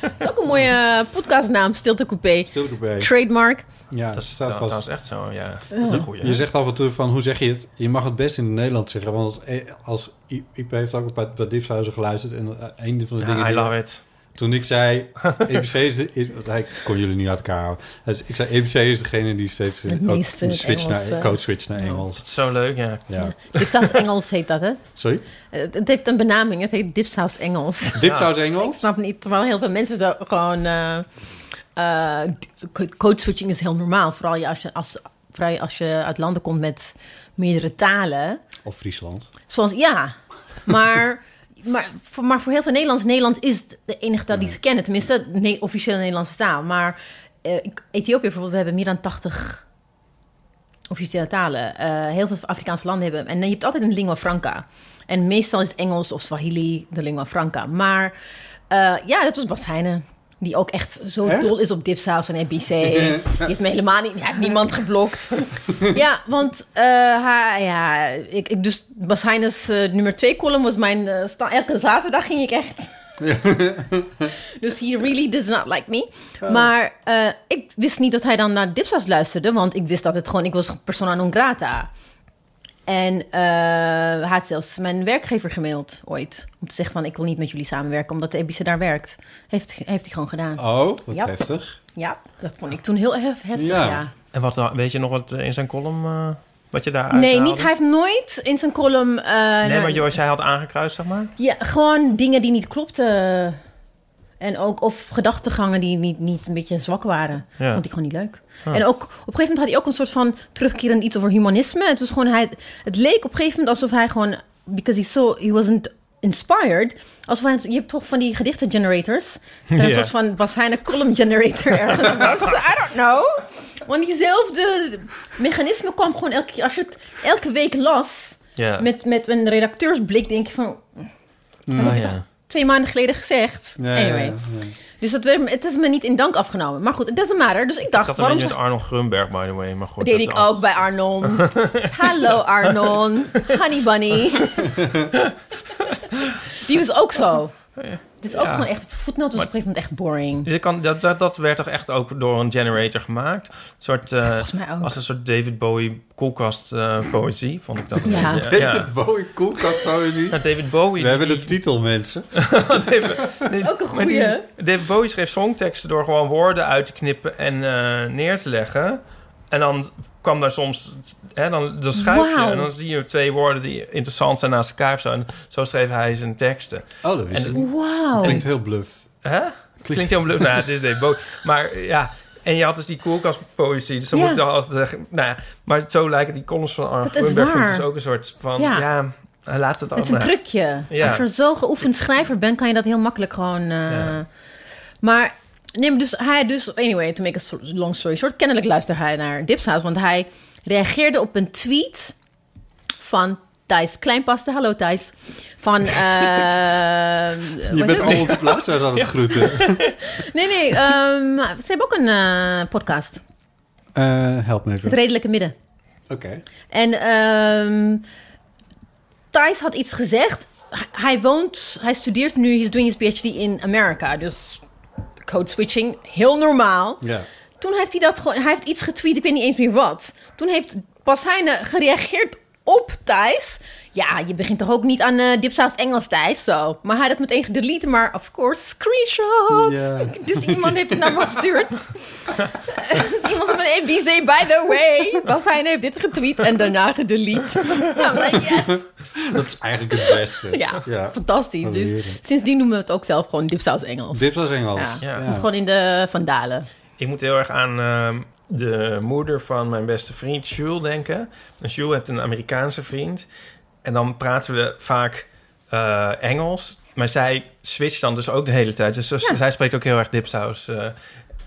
[SPEAKER 7] Dat is ook een mooie podcastnaam, Stilte Coupé.
[SPEAKER 6] Stilcoupé.
[SPEAKER 7] Trademark.
[SPEAKER 6] Ja,
[SPEAKER 5] Dat
[SPEAKER 6] dat
[SPEAKER 5] is
[SPEAKER 6] staat
[SPEAKER 5] trouw-
[SPEAKER 6] vast.
[SPEAKER 5] trouwens echt zo, ja. Dat is een goeie.
[SPEAKER 6] Je zegt af en toe van, hoe zeg je het? Je mag het best in het Nederlands zeggen, want eh, als I- IP heeft ook een paar, paar dipshuizen geluisterd en eh, een van de dingen
[SPEAKER 5] Ja, I
[SPEAKER 6] die-
[SPEAKER 5] love it.
[SPEAKER 6] toen ik zei, EBC is, de- is- want hij kon jullie niet uit elkaar houden. Dus ik zei, EBC is degene die steeds eh,
[SPEAKER 7] Het
[SPEAKER 6] ook
[SPEAKER 7] meest in het
[SPEAKER 6] switcht
[SPEAKER 7] Engels,
[SPEAKER 6] naar,
[SPEAKER 7] eh.
[SPEAKER 6] code switch naar Engels.
[SPEAKER 5] Zo leuk, ja.
[SPEAKER 6] Ja.
[SPEAKER 7] Dipsaus Engels heet dat, hè?
[SPEAKER 6] Sorry?
[SPEAKER 7] Het, het heeft een benaming, het heet Dipsaus Engels.
[SPEAKER 6] Dipsaus
[SPEAKER 7] Ik
[SPEAKER 6] Engels?
[SPEAKER 7] snap niet, terwijl heel veel mensen zo gewoon... eh eh, code- code switching is heel normaal. Vooral je als je, als, vooral je als je uit landen komt met meerdere talen.
[SPEAKER 6] Of Friesland?
[SPEAKER 7] Zoals, ja. Maar, maar, voor, maar voor heel veel Nederlands, Nederland is de enige taal die ze kennen. Tenminste, nee, officieel Nederlandse taal. Maar eh, ik- Ethiopië bijvoorbeeld, we hebben meer dan 80 officiële talen. Eh, heel veel Afrikaanse landen hebben. En je hebt altijd een lingua franca. En meestal is het Engels of Swahili de lingua franca. Maar eh, ja, dat was Bas Heijnen. Die ook echt zo
[SPEAKER 6] Echt?
[SPEAKER 7] dol is op dipsaus en EBC. Die heeft me helemaal niet... Hij heeft niemand geblokt. Ja, want eh, ha- ja, ik, ik dus Bas Heine's eh, nummer 2 column was mijn eh, sta- elke zaterdag ging ik echt. dus he really does not like me. Maar eh, ik wist niet dat hij dan naar Dipsas luisterde, want ik wist dat het gewoon ik was persona non grata. En eh, hij had zelfs mijn werkgever gemaild ooit om te zeggen van ik wil niet met jullie samenwerken omdat de EBC daar werkt. Heeft heeft hij gewoon gedaan.
[SPEAKER 6] Oh, wat
[SPEAKER 7] Ja.
[SPEAKER 6] heftig.
[SPEAKER 7] Ja, dat vond ik toen heel hef- heftig.
[SPEAKER 6] Ja.
[SPEAKER 7] ja.
[SPEAKER 5] En wat, dan- weet je nog wat eh, in zijn column, eh, wat je daar
[SPEAKER 7] Nee,
[SPEAKER 5] uithaalde?
[SPEAKER 7] niet. Hij heeft nooit in zijn column. eh,
[SPEAKER 5] Nee,
[SPEAKER 7] naar-
[SPEAKER 5] maar Joost, jij had aangekruist, zeg maar.
[SPEAKER 7] Ja, gewoon dingen die niet klopten. En ook of gedachtegangen die niet, niet een beetje zwak waren.
[SPEAKER 5] Ja. Ah.
[SPEAKER 7] Vond ik gewoon niet leuk. En ook op een gegeven moment had hij ook een soort van terugkerend iets over humanisme. Het was gewoon hij. Het leek op een gegeven moment alsof hij gewoon because he so he wasn't inspired. Alsof hij, je hebt toch van die gedichten generators. Dat Een
[SPEAKER 5] Ja.
[SPEAKER 7] soort van was hij een column generator ergens was. I don't know. Want diezelfde mechanisme kwam gewoon elke keer als je het elke week las.
[SPEAKER 5] Ja.
[SPEAKER 7] Met, met een redacteursblik denk je van,
[SPEAKER 6] Ah,
[SPEAKER 5] Nou ja.
[SPEAKER 7] twee maanden geleden gezegd.
[SPEAKER 6] Ja, ja,
[SPEAKER 7] anyway.
[SPEAKER 6] ja.
[SPEAKER 7] Dus dat werd, me- het is me niet in dank afgenomen. Maar goed, it doesn't matter. Dus ik
[SPEAKER 5] Ik
[SPEAKER 7] dacht,
[SPEAKER 5] had een
[SPEAKER 7] waarom
[SPEAKER 5] beetje
[SPEAKER 7] zeg-
[SPEAKER 5] het Arnold Grunberg, by the way. Maar goed,
[SPEAKER 7] deed
[SPEAKER 5] dat
[SPEAKER 7] ik
[SPEAKER 5] als-
[SPEAKER 7] ook bij Arnon. Hallo Arnon. Honey bunny. Die was ook zo. Het is ook
[SPEAKER 5] Ja.
[SPEAKER 7] gewoon echt... Voetnoot was op een gegeven moment echt boring.
[SPEAKER 5] Dus ik kan, dat, dat, dat werd toch echt ook door een generator gemaakt? Een soort, eh,
[SPEAKER 7] volgens mij ook.
[SPEAKER 5] Als een soort David Bowie koelkast eh, poëzie, vond ik dat. een
[SPEAKER 7] Ja.
[SPEAKER 5] beetje, ja.
[SPEAKER 6] David Bowie, koelkast poëzie.
[SPEAKER 5] Ja, David Bowie.
[SPEAKER 6] We hebben
[SPEAKER 5] die-
[SPEAKER 6] de titel, mensen.
[SPEAKER 5] Nee,
[SPEAKER 7] Ook een
[SPEAKER 5] maar die-
[SPEAKER 7] goeie.
[SPEAKER 5] David Bowie schreef songteksten door gewoon woorden uit te knippen en eh, neer te leggen. En dan kwam daar soms... Hè, dan, dan schrijf je
[SPEAKER 7] Wauw.
[SPEAKER 5] en dan zie je twee woorden die interessant zijn naast elkaar. of Zo, en zo schreef hij zijn teksten.
[SPEAKER 6] Oh, dat wist
[SPEAKER 5] En-
[SPEAKER 6] ik.
[SPEAKER 7] Wauw.
[SPEAKER 6] Klinkt heel bluff.
[SPEAKER 5] Hè? Klinkt heel bluff. nou, het is David Bowie. Maar ja... En je had dus die koelkastpoëzie. Dus dan
[SPEAKER 7] Ja.
[SPEAKER 5] moest je al als de, nou ja, maar zo lijken die columns van Arnold
[SPEAKER 7] Dat is
[SPEAKER 5] Grunberg vind ik
[SPEAKER 7] waar.
[SPEAKER 5] dus ook een soort van... Ja,
[SPEAKER 7] Ja.
[SPEAKER 5] hij laat het
[SPEAKER 7] Het is een
[SPEAKER 5] allemaal.
[SPEAKER 7] trucje.
[SPEAKER 5] Ja.
[SPEAKER 7] Als je zo geoefend schrijver bent, kan je dat heel makkelijk gewoon. eh,
[SPEAKER 5] Ja.
[SPEAKER 7] Maar nee, maar dus hij dus anyway, to make a so- long story short, kennelijk luisterde hij naar Dipshouse, want hij reageerde op een tweet van Thijs Kleinpaste. Hallo Thijs. Van. eh,
[SPEAKER 6] Je
[SPEAKER 7] wat is
[SPEAKER 6] bent al onze luisteraars aan het groeten.
[SPEAKER 7] het? Nee, nee. ehm, ze hebben ook een eh, podcast.
[SPEAKER 6] Eh, help me even.
[SPEAKER 7] Het Redelijke Midden.
[SPEAKER 6] Oké.
[SPEAKER 7] En ehm Thijs had iets gezegd. Hij- Hij woont, hij studeert nu, he's doing his PhD in Amerika. Dus code switching, heel normaal.
[SPEAKER 6] Ja.
[SPEAKER 7] Toen heeft hij dat gewoon, hij heeft iets getweet, ik weet niet eens meer wat. Toen heeft Bas Heijnen gereageerd op Thijs. Ja, je begint toch ook niet aan eh dipsaus Engels Thijs, zo. Maar hij had het meteen gedelete, maar of course, screenshot.
[SPEAKER 6] Ja.
[SPEAKER 7] Dus iemand heeft het naar me gestuurd. Dus iemand met een ABC, by the way. Bas Heijnen heeft dit getweet en daarna gedelete. Nou, I'm like, yes.
[SPEAKER 6] Dat is eigenlijk het beste.
[SPEAKER 7] Ja,
[SPEAKER 6] ja.
[SPEAKER 7] fantastisch.
[SPEAKER 6] Wat
[SPEAKER 7] Dus
[SPEAKER 6] heerlijk.
[SPEAKER 7] sindsdien noemen we het ook zelf gewoon dipsaus Engels.
[SPEAKER 6] Dipsaus Engels.
[SPEAKER 7] Ja.
[SPEAKER 5] Ja.
[SPEAKER 7] Moet Gewoon in de vandalen.
[SPEAKER 5] Ik moet heel erg aan ehm, de moeder van mijn beste vriend Jules denken. En Jules heeft een Amerikaanse vriend. En dan praten we vaak eh, Engels. Maar zij switcht dan dus ook de hele tijd. Dus, dus zij spreekt ook heel erg dipsaus eh,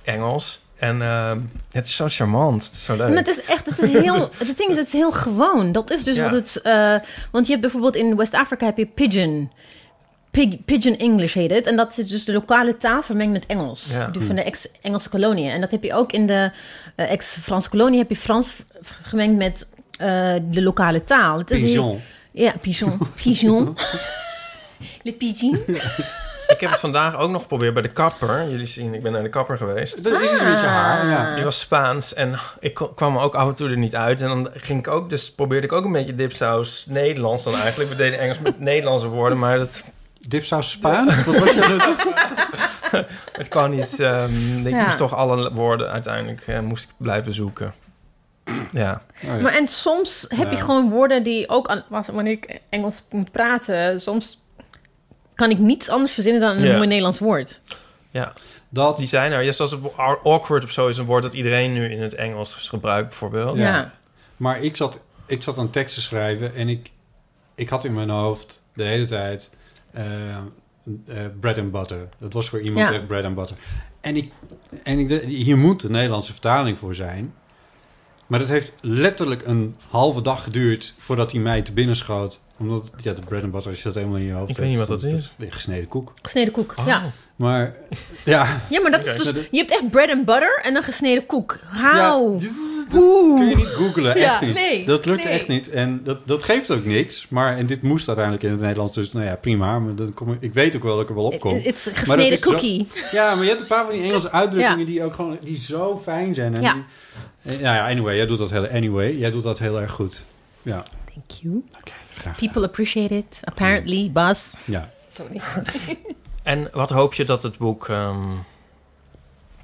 [SPEAKER 5] Engels. En ehm, het is zo charmant. Het is zo leuk.
[SPEAKER 7] Maar het is echt, het is heel, the thing is, het is heel gewoon. Dat is dus
[SPEAKER 5] Ja.
[SPEAKER 7] wat het, eh, want je hebt bijvoorbeeld in West-Afrika heb je pigeon. Pig- pigeon English heet het. En dat is dus de lokale taal vermengd met Engels.
[SPEAKER 5] Ja. Hmm.
[SPEAKER 7] Die van de ex-Engelse koloniën. En dat heb je ook in de eh, ex-Franse kolonie, heb je Frans v- gemengd met eh, de lokale taal. Het is heel-
[SPEAKER 6] Pigeon.
[SPEAKER 7] ja, pigeon. Pigeon. Le pigeon.
[SPEAKER 5] Ik heb het vandaag ook nog geprobeerd bij de kapper. Jullie zien, ik ben naar de kapper geweest.
[SPEAKER 6] Dat is iets met je haar,
[SPEAKER 7] Ah.
[SPEAKER 6] ja.
[SPEAKER 5] Die was Spaans en ik ko- kwam ook af en toe er niet uit. En dan ging ik ook, dus probeerde ik ook een beetje dipsaus Nederlands dan eigenlijk. We deden Engels met Nederlandse woorden, maar dat,
[SPEAKER 6] Dipsaus Spaans? Wat was dat?
[SPEAKER 5] het kwam niet. ehm, ik
[SPEAKER 7] Ja.
[SPEAKER 5] moest toch alle woorden uiteindelijk eh, moest ik blijven zoeken. Ja.
[SPEAKER 6] Ja.
[SPEAKER 7] Maar en soms heb je
[SPEAKER 6] Ja.
[SPEAKER 7] gewoon woorden die ook... Aan, want wanneer ik Engels moet praten, soms kan ik niets anders verzinnen dan een
[SPEAKER 5] Ja.
[SPEAKER 7] mooi Nederlands woord.
[SPEAKER 5] ja,
[SPEAKER 6] Dat,
[SPEAKER 5] die zijn er. Ja, zoals het wo- au- awkward of zo is een woord dat iedereen nu in het Engels gebruikt bijvoorbeeld.
[SPEAKER 7] Ja.
[SPEAKER 6] maar ik zat, ik zat een tekst te schrijven en ik, ik had in mijn hoofd de hele tijd eh, eh, bread and butter. Dat was voor iemand
[SPEAKER 7] Ja.
[SPEAKER 6] echt bread and butter. En, ik, en ik, dacht, hier moet een Nederlandse vertaling voor zijn. Maar dat heeft letterlijk een halve dag geduurd voordat hij mij te binnen schoot. Omdat, ja, de bread and butter, als je dat helemaal in je hoofd
[SPEAKER 5] Ik weet
[SPEAKER 6] hebt,
[SPEAKER 5] niet wat
[SPEAKER 6] dan-
[SPEAKER 5] dat is.
[SPEAKER 6] is Gesneden koek.
[SPEAKER 7] Gesneden koek,
[SPEAKER 5] Oh.
[SPEAKER 6] Ah.
[SPEAKER 7] ja.
[SPEAKER 6] Maar, ja.
[SPEAKER 7] Ja, maar dat
[SPEAKER 5] Oké.
[SPEAKER 7] is dus... Je hebt echt bread and butter en dan gesneden koek. How?
[SPEAKER 6] Ja, dat kun je niet googlen, echt
[SPEAKER 7] Ja,
[SPEAKER 6] niet.
[SPEAKER 7] nee,
[SPEAKER 6] dat lukt
[SPEAKER 7] nee.
[SPEAKER 6] echt niet. En dat, dat geeft ook niks. Maar, en dit moest uiteindelijk in het Nederlands. Dus nou ja, prima. Maar dan kom ik, ik weet ook wel dat ik er wel op kom.
[SPEAKER 7] Het is
[SPEAKER 6] Maar dat
[SPEAKER 7] gesneden
[SPEAKER 6] is zo-
[SPEAKER 7] cookie.
[SPEAKER 6] Ja, maar je hebt een paar van die Engelse uitdrukkingen
[SPEAKER 7] Ja.
[SPEAKER 6] die ook gewoon die zo fijn zijn. En
[SPEAKER 7] Ja.
[SPEAKER 6] die- en nou ja, anyway, jij doet dat heel, anyway, jij doet dat heel erg goed. Ja,
[SPEAKER 7] Thank you.
[SPEAKER 6] graag.
[SPEAKER 7] People appreciate it, apparently, Bas.
[SPEAKER 6] Ja.
[SPEAKER 7] Sorry.
[SPEAKER 5] En wat hoop je dat het boek... ehm,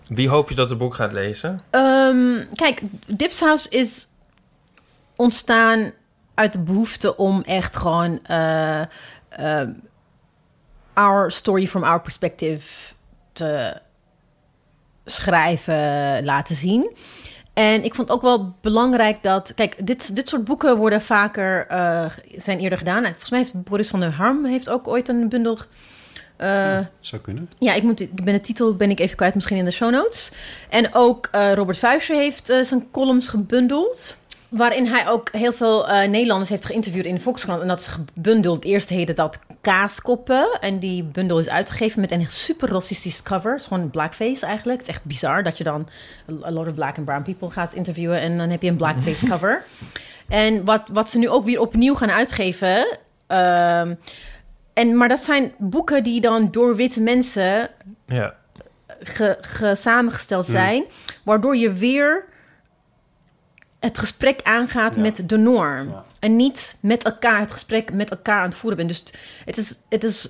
[SPEAKER 5] wie hoop je dat het boek gaat lezen?
[SPEAKER 7] Ehm, kijk, Dipsaus is ontstaan uit de behoefte om echt gewoon eh, eh, our story from our perspective te schrijven, laten zien. En ik vond ook wel belangrijk dat... Kijk, dit, dit soort boeken worden vaker... eh, zijn eerder gedaan. Nou, Volgens mij heeft Boris van der Harm heeft ook ooit een bundel... eh,
[SPEAKER 6] Zou kunnen.
[SPEAKER 7] ja, ik, moet, ik ben de titel ben ik even kwijt, misschien in de show notes. En ook eh, Robert Vuijsje heeft eh, zijn columns gebundeld. Waarin hij ook heel veel eh, Nederlanders heeft geïnterviewd in de Volkskrant. En dat is gebundeld. Eerst heette dat Kaaskoppen. En die bundel is uitgegeven met een super racistisch cover. Het is gewoon blackface eigenlijk. Het is echt bizar dat je dan a lot of black and brown people gaat interviewen. En dan heb je een blackface cover. en wat, wat ze nu ook weer opnieuw gaan uitgeven... ehm, en, maar dat zijn boeken die dan door witte mensen
[SPEAKER 5] Ja.
[SPEAKER 7] ge- ge- samengesteld
[SPEAKER 6] Mm.
[SPEAKER 7] zijn. Waardoor je weer het gesprek aangaat
[SPEAKER 6] Ja.
[SPEAKER 7] met de norm.
[SPEAKER 6] Ja.
[SPEAKER 7] En niet met elkaar het gesprek met elkaar aan het voeren bent. Dus t- het is, het is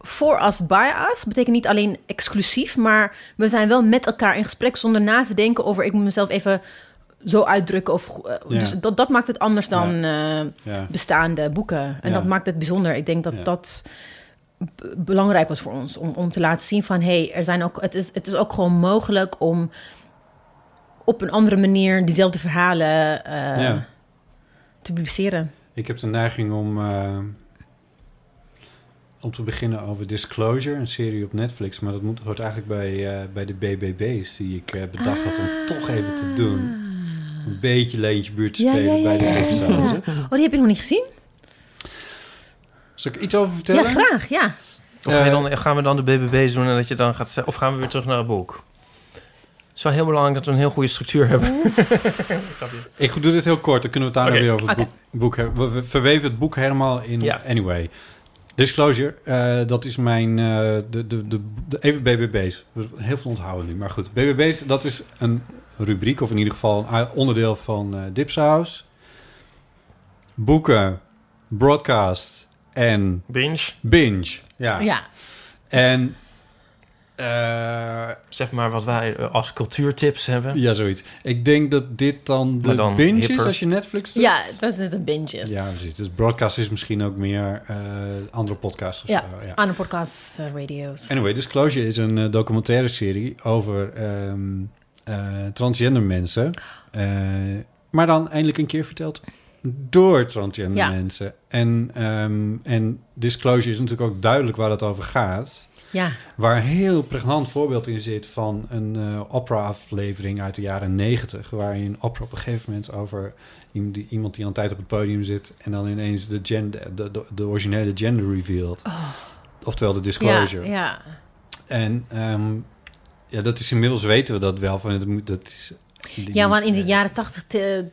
[SPEAKER 7] voor us, by us. Betekent niet alleen exclusief, maar we zijn wel met elkaar in gesprek zonder na te denken over ik moet mezelf even zo uitdrukken. Of, eh,
[SPEAKER 6] Ja.
[SPEAKER 7] Dus dat, dat maakt het anders dan eh,
[SPEAKER 6] Ja.
[SPEAKER 7] bestaande boeken. En
[SPEAKER 6] Ja.
[SPEAKER 7] dat maakt het bijzonder. Ik denk dat
[SPEAKER 6] Ja.
[SPEAKER 7] dat b- belangrijk was voor ons. Om, om te laten zien van... hey, er zijn ook, het, is, het is ook gewoon mogelijk om op een andere manier... diezelfde verhalen eh,
[SPEAKER 6] ja.
[SPEAKER 7] te publiceren.
[SPEAKER 6] Ik heb de neiging om, eh, om te beginnen over Disclosure, een serie op Netflix. Maar dat moet, hoort eigenlijk bij, eh, bij de BBB's die ik eh, bedacht had om
[SPEAKER 7] Ah.
[SPEAKER 6] toch even te doen. Een beetje leentje buurt te
[SPEAKER 7] Ja, ja,
[SPEAKER 6] spelen
[SPEAKER 7] ja,
[SPEAKER 6] bij de
[SPEAKER 7] ja, ja,
[SPEAKER 6] Dipsaus.
[SPEAKER 7] ja. Oh, die heb ik nog niet gezien?
[SPEAKER 6] Zal ik iets over
[SPEAKER 7] Ja,
[SPEAKER 6] vertellen?
[SPEAKER 7] graag, ja.
[SPEAKER 5] Of
[SPEAKER 6] Eh,
[SPEAKER 5] ga je dan, gaan we dan de BBB's doen en dat je dan gaat... ze- Of gaan we weer terug naar het boek? Het is wel heel belangrijk dat we een heel goede structuur hebben.
[SPEAKER 6] Ik doe dit heel kort, dan kunnen we het daarna
[SPEAKER 5] Oké.
[SPEAKER 6] weer over het
[SPEAKER 7] Oké.
[SPEAKER 6] boek, boek hebben. We, we verweven het boek helemaal in.
[SPEAKER 5] Ja.
[SPEAKER 6] Anyway. Disclosure, eh, dat is mijn. eh, de, de, de, de, even BBB's. Heel veel onthouden nu, maar goed. BBB's, dat is een rubriek, of in ieder geval een onderdeel van eh Dipsaus. Boeken, broadcast en
[SPEAKER 5] Binge,
[SPEAKER 6] binge. Ja.
[SPEAKER 7] Ja,
[SPEAKER 6] En. eh,
[SPEAKER 5] zeg maar wat wij eh, als cultuurtips hebben.
[SPEAKER 6] ja, zoiets. Ik denk dat dit dan de
[SPEAKER 5] Maar dan
[SPEAKER 6] binge is
[SPEAKER 5] hipper.
[SPEAKER 6] als je Netflix doet.
[SPEAKER 7] ja dat is een binge. is.
[SPEAKER 6] Ja, precies. Dus broadcast is misschien ook meer eh, andere podcasts of
[SPEAKER 7] Ja.
[SPEAKER 6] zo. Ja.
[SPEAKER 7] Aan de podcast eh, radio's.
[SPEAKER 6] Anyway, Disclosure is een eh, documentaire serie over ehm, eh, transgender mensen. Eh, maar dan eindelijk een keer verteld door transgender
[SPEAKER 7] Ja.
[SPEAKER 6] mensen. En, ehm, en Disclosure is natuurlijk ook duidelijk waar het over gaat.
[SPEAKER 7] Ja,
[SPEAKER 6] Waar een heel pregnant voorbeeld in zit van een eh, opera-aflevering uit de jaren negentig. Waarin opera op een gegeven moment over iem- die- iemand die aan tijd op het podium zit. en dan ineens de, gen- de, de, de originele gender revealed. Oftewel de
[SPEAKER 7] Oh. ja,
[SPEAKER 6] disclosure.
[SPEAKER 7] ja.
[SPEAKER 6] En ehm, ja, dat is inmiddels weten we dat wel. Van, dat moet, dat is,
[SPEAKER 7] ja want in de
[SPEAKER 6] eh,
[SPEAKER 7] jaren tachtig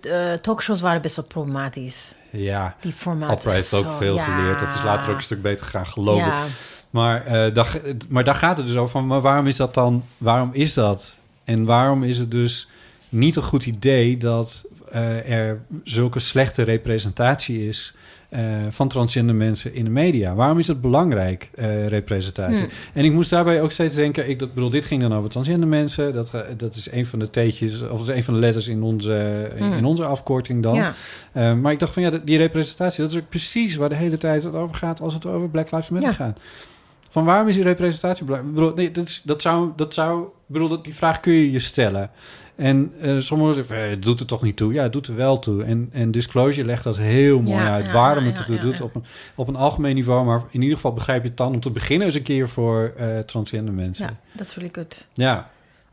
[SPEAKER 7] eh, talkshows waren best wel problematisch.
[SPEAKER 6] Ja,
[SPEAKER 7] Die formaten.
[SPEAKER 6] opera heeft
[SPEAKER 7] echt
[SPEAKER 6] ook
[SPEAKER 7] zo,
[SPEAKER 6] veel
[SPEAKER 7] ja.
[SPEAKER 6] geleerd. Dat is later ook een stuk beter gaan geloven.
[SPEAKER 7] Ja.
[SPEAKER 6] Maar, eh, daar, maar daar gaat het dus over. Van, maar waarom is dat dan? Waarom is dat? En waarom is het dus niet een goed idee dat eh, er zulke slechte representatie is eh, van transgender mensen in de media? Waarom is dat belangrijk, eh, representatie?
[SPEAKER 7] Hmm.
[SPEAKER 6] En ik moest daarbij ook steeds denken. Ik dat- bedoel, dit ging dan over transgender mensen. Dat, ge- dat is een van de teetjes, of dat is een van de letters in onze, in,
[SPEAKER 7] Hmm.
[SPEAKER 6] in onze afkorting dan.
[SPEAKER 7] Ja.
[SPEAKER 6] Eh, maar ik dacht van ja, dat- die representatie, dat is ook precies waar de hele tijd het over gaat als het over Black Lives Matter
[SPEAKER 7] Ja.
[SPEAKER 6] gaat. Van waarom is die representatie belangrijk? Ik bedoel, nee, dat, is- dat zou, dat zou, ik bedoel, dat, die vraag kun je je stellen. En eh, sommigen zeggen, eh, het doet er toch niet toe? Ja, het doet er wel toe. En, en Disclosure legt dat heel mooi
[SPEAKER 7] Ja,
[SPEAKER 6] uit.
[SPEAKER 7] ja,
[SPEAKER 6] waarom
[SPEAKER 7] ja,
[SPEAKER 6] het er
[SPEAKER 7] ja,
[SPEAKER 6] toe
[SPEAKER 7] ja,
[SPEAKER 6] doet
[SPEAKER 7] ja.
[SPEAKER 6] Op, een, op een algemeen niveau. Maar in ieder geval begrijp je het dan om te beginnen eens een keer voor eh, transgender mensen.
[SPEAKER 7] Ja,
[SPEAKER 6] Ja,
[SPEAKER 7] dat is really good.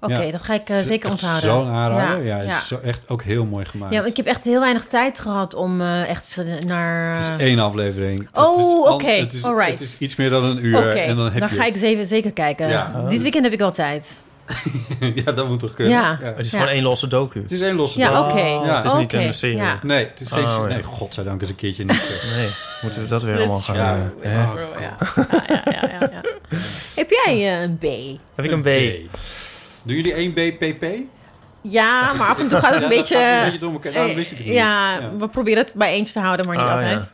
[SPEAKER 7] Oké,
[SPEAKER 6] Ja.
[SPEAKER 7] dat ga ik eh, zeker onthouden.
[SPEAKER 6] Zo'n aanrader. Ja,
[SPEAKER 7] ja.
[SPEAKER 6] het is zo echt ook heel mooi gemaakt.
[SPEAKER 7] Ja, want ik heb echt heel weinig tijd gehad om eh, echt naar...
[SPEAKER 6] Het is één aflevering.
[SPEAKER 7] Eh, Oh,
[SPEAKER 6] Het is al-
[SPEAKER 7] oké.
[SPEAKER 6] Het, is-
[SPEAKER 7] Alright.
[SPEAKER 6] het is iets meer dan een uur.
[SPEAKER 7] Oké,
[SPEAKER 6] en dan heb je
[SPEAKER 7] ga ik
[SPEAKER 6] het.
[SPEAKER 7] eens even zeker kijken.
[SPEAKER 6] Ja.
[SPEAKER 7] Dit weekend heb ik wel tijd.
[SPEAKER 6] ja, dat moet toch kunnen?
[SPEAKER 7] Ja.
[SPEAKER 5] Het is
[SPEAKER 7] Ja.
[SPEAKER 5] gewoon één losse docu.
[SPEAKER 6] Het is één losse
[SPEAKER 7] Ja,
[SPEAKER 6] dag.
[SPEAKER 7] oké.
[SPEAKER 5] Ja, het is niet
[SPEAKER 7] Oké,
[SPEAKER 5] een serie.
[SPEAKER 7] ja.
[SPEAKER 6] Nee, het is geen...
[SPEAKER 5] Oh, ja.
[SPEAKER 6] nee, godzijdank eens een keertje niet. zeg.
[SPEAKER 5] Nee, moeten we dat weer
[SPEAKER 7] That's
[SPEAKER 5] allemaal gaan
[SPEAKER 6] true.
[SPEAKER 5] doen? Eh,
[SPEAKER 6] Ja.
[SPEAKER 5] Hè?
[SPEAKER 6] Oh,
[SPEAKER 7] Ja, ja, ja, ja, ja. Heb jij eh, een B?
[SPEAKER 5] Heb ik een B?
[SPEAKER 6] B. Doen jullie één BPP?
[SPEAKER 7] Ja, maar af en toe gaat het
[SPEAKER 6] Ja,
[SPEAKER 7] een
[SPEAKER 6] dat gaat een beetje
[SPEAKER 7] beetje...
[SPEAKER 6] door elkaar. Ja,
[SPEAKER 7] eh,
[SPEAKER 6] dat wist ik niet.
[SPEAKER 7] ja, we proberen het bij eentje te houden, maar niet
[SPEAKER 5] Ah,
[SPEAKER 7] altijd.
[SPEAKER 5] ja.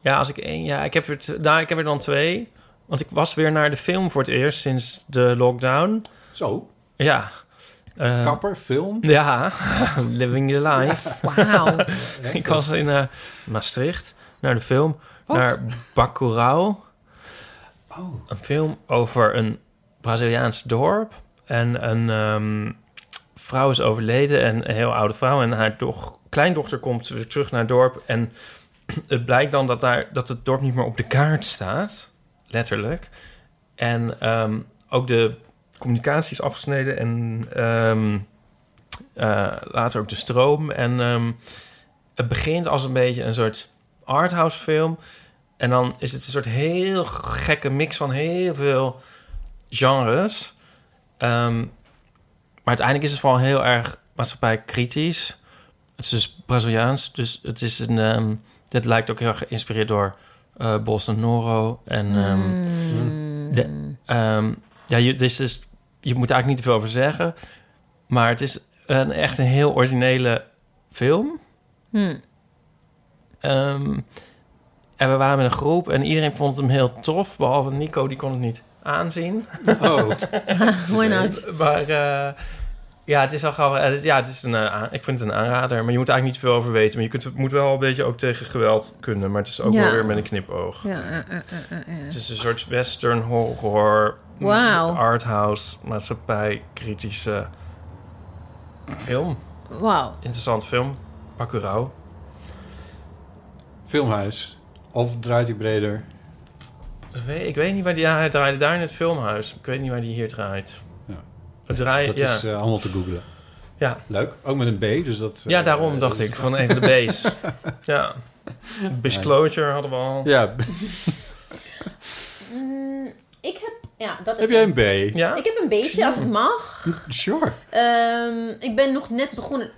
[SPEAKER 5] Ja, als ik één. Ja, ik heb er, t- nou, ik heb er dan twee. Want ik was weer naar de film voor het eerst sinds de lockdown.
[SPEAKER 6] Zo,
[SPEAKER 5] Ja. Eh,
[SPEAKER 6] kapper, film.
[SPEAKER 5] ja, living the life.
[SPEAKER 7] Wauw.
[SPEAKER 5] ik was in eh, Maastricht naar de film.
[SPEAKER 6] Wat?
[SPEAKER 5] Naar Bacurau.
[SPEAKER 6] Oh,
[SPEAKER 5] Een film over een Braziliaans dorp. En een ehm, vrouw is overleden, en een heel oude vrouw. En haar doch, kleindochter komt weer terug naar het dorp. En het blijkt dan dat, daar, dat het dorp niet meer op de kaart staat. Letterlijk. En ehm, ook de communicatie is afgesneden. En ehm, eh, later ook de stroom. En ehm, het begint als een beetje een soort arthouse film. En dan is het een soort heel gekke mix van heel veel genres. Ehm, maar uiteindelijk is het vooral heel erg maatschappijkritisch. Het is dus Braziliaans, dus het is een... ehm, dit lijkt ook heel erg geïnspireerd door eh Bolsonaro. En ehm,
[SPEAKER 7] Mm.
[SPEAKER 5] de- ehm, ja, je, dit is, dus, je moet er eigenlijk niet te veel over zeggen. Maar het is een, echt een heel originele film.
[SPEAKER 7] Hm.
[SPEAKER 5] Ehm, en we waren met een groep en iedereen vond hem heel tof. Behalve Nico, die kon het niet aanzien.
[SPEAKER 6] oh.
[SPEAKER 7] Why not?
[SPEAKER 5] Maar eh, ja, het is al grappig. Eh, Ja, het is een, eh, aan- ik vind het een aanrader. Maar je moet er eigenlijk niet veel over weten. Maar je kunt, het moet wel een beetje ook tegen geweld kunnen. Maar het is ook
[SPEAKER 7] Ja.
[SPEAKER 5] wel weer met een knipoog.
[SPEAKER 7] Ja, eh, eh, eh, eh, eh.
[SPEAKER 5] Het is een soort western horror, m,
[SPEAKER 7] Wauw.
[SPEAKER 5] arthouse, maatschappij, kritische film.
[SPEAKER 7] Wauw.
[SPEAKER 5] Interessant film. Bacurau.
[SPEAKER 6] Filmhuis. Of draait die breder?
[SPEAKER 5] Ik weet- Ik weet niet waar die ja, hij draaide daar in het filmhuis. Ik weet niet waar die hier draait.
[SPEAKER 6] Ja.
[SPEAKER 5] Het draait,
[SPEAKER 6] Dat
[SPEAKER 5] ja.
[SPEAKER 6] is eh, allemaal te googlen.
[SPEAKER 5] Ja.
[SPEAKER 6] Leuk. Ook met een B, dus dat...
[SPEAKER 5] ja,
[SPEAKER 6] eh,
[SPEAKER 5] daarom
[SPEAKER 6] eh,
[SPEAKER 5] dacht
[SPEAKER 6] dat-
[SPEAKER 5] ik van een van de B's. ja. Disclosure hadden we al.
[SPEAKER 6] Ja,
[SPEAKER 7] Mm, ik heb... Ja, dat is
[SPEAKER 6] heb jij een B?
[SPEAKER 5] Ja?
[SPEAKER 7] Ik heb een beetje, als het mag.
[SPEAKER 6] Sure.
[SPEAKER 7] Ehm, ik ben nog net begonnen...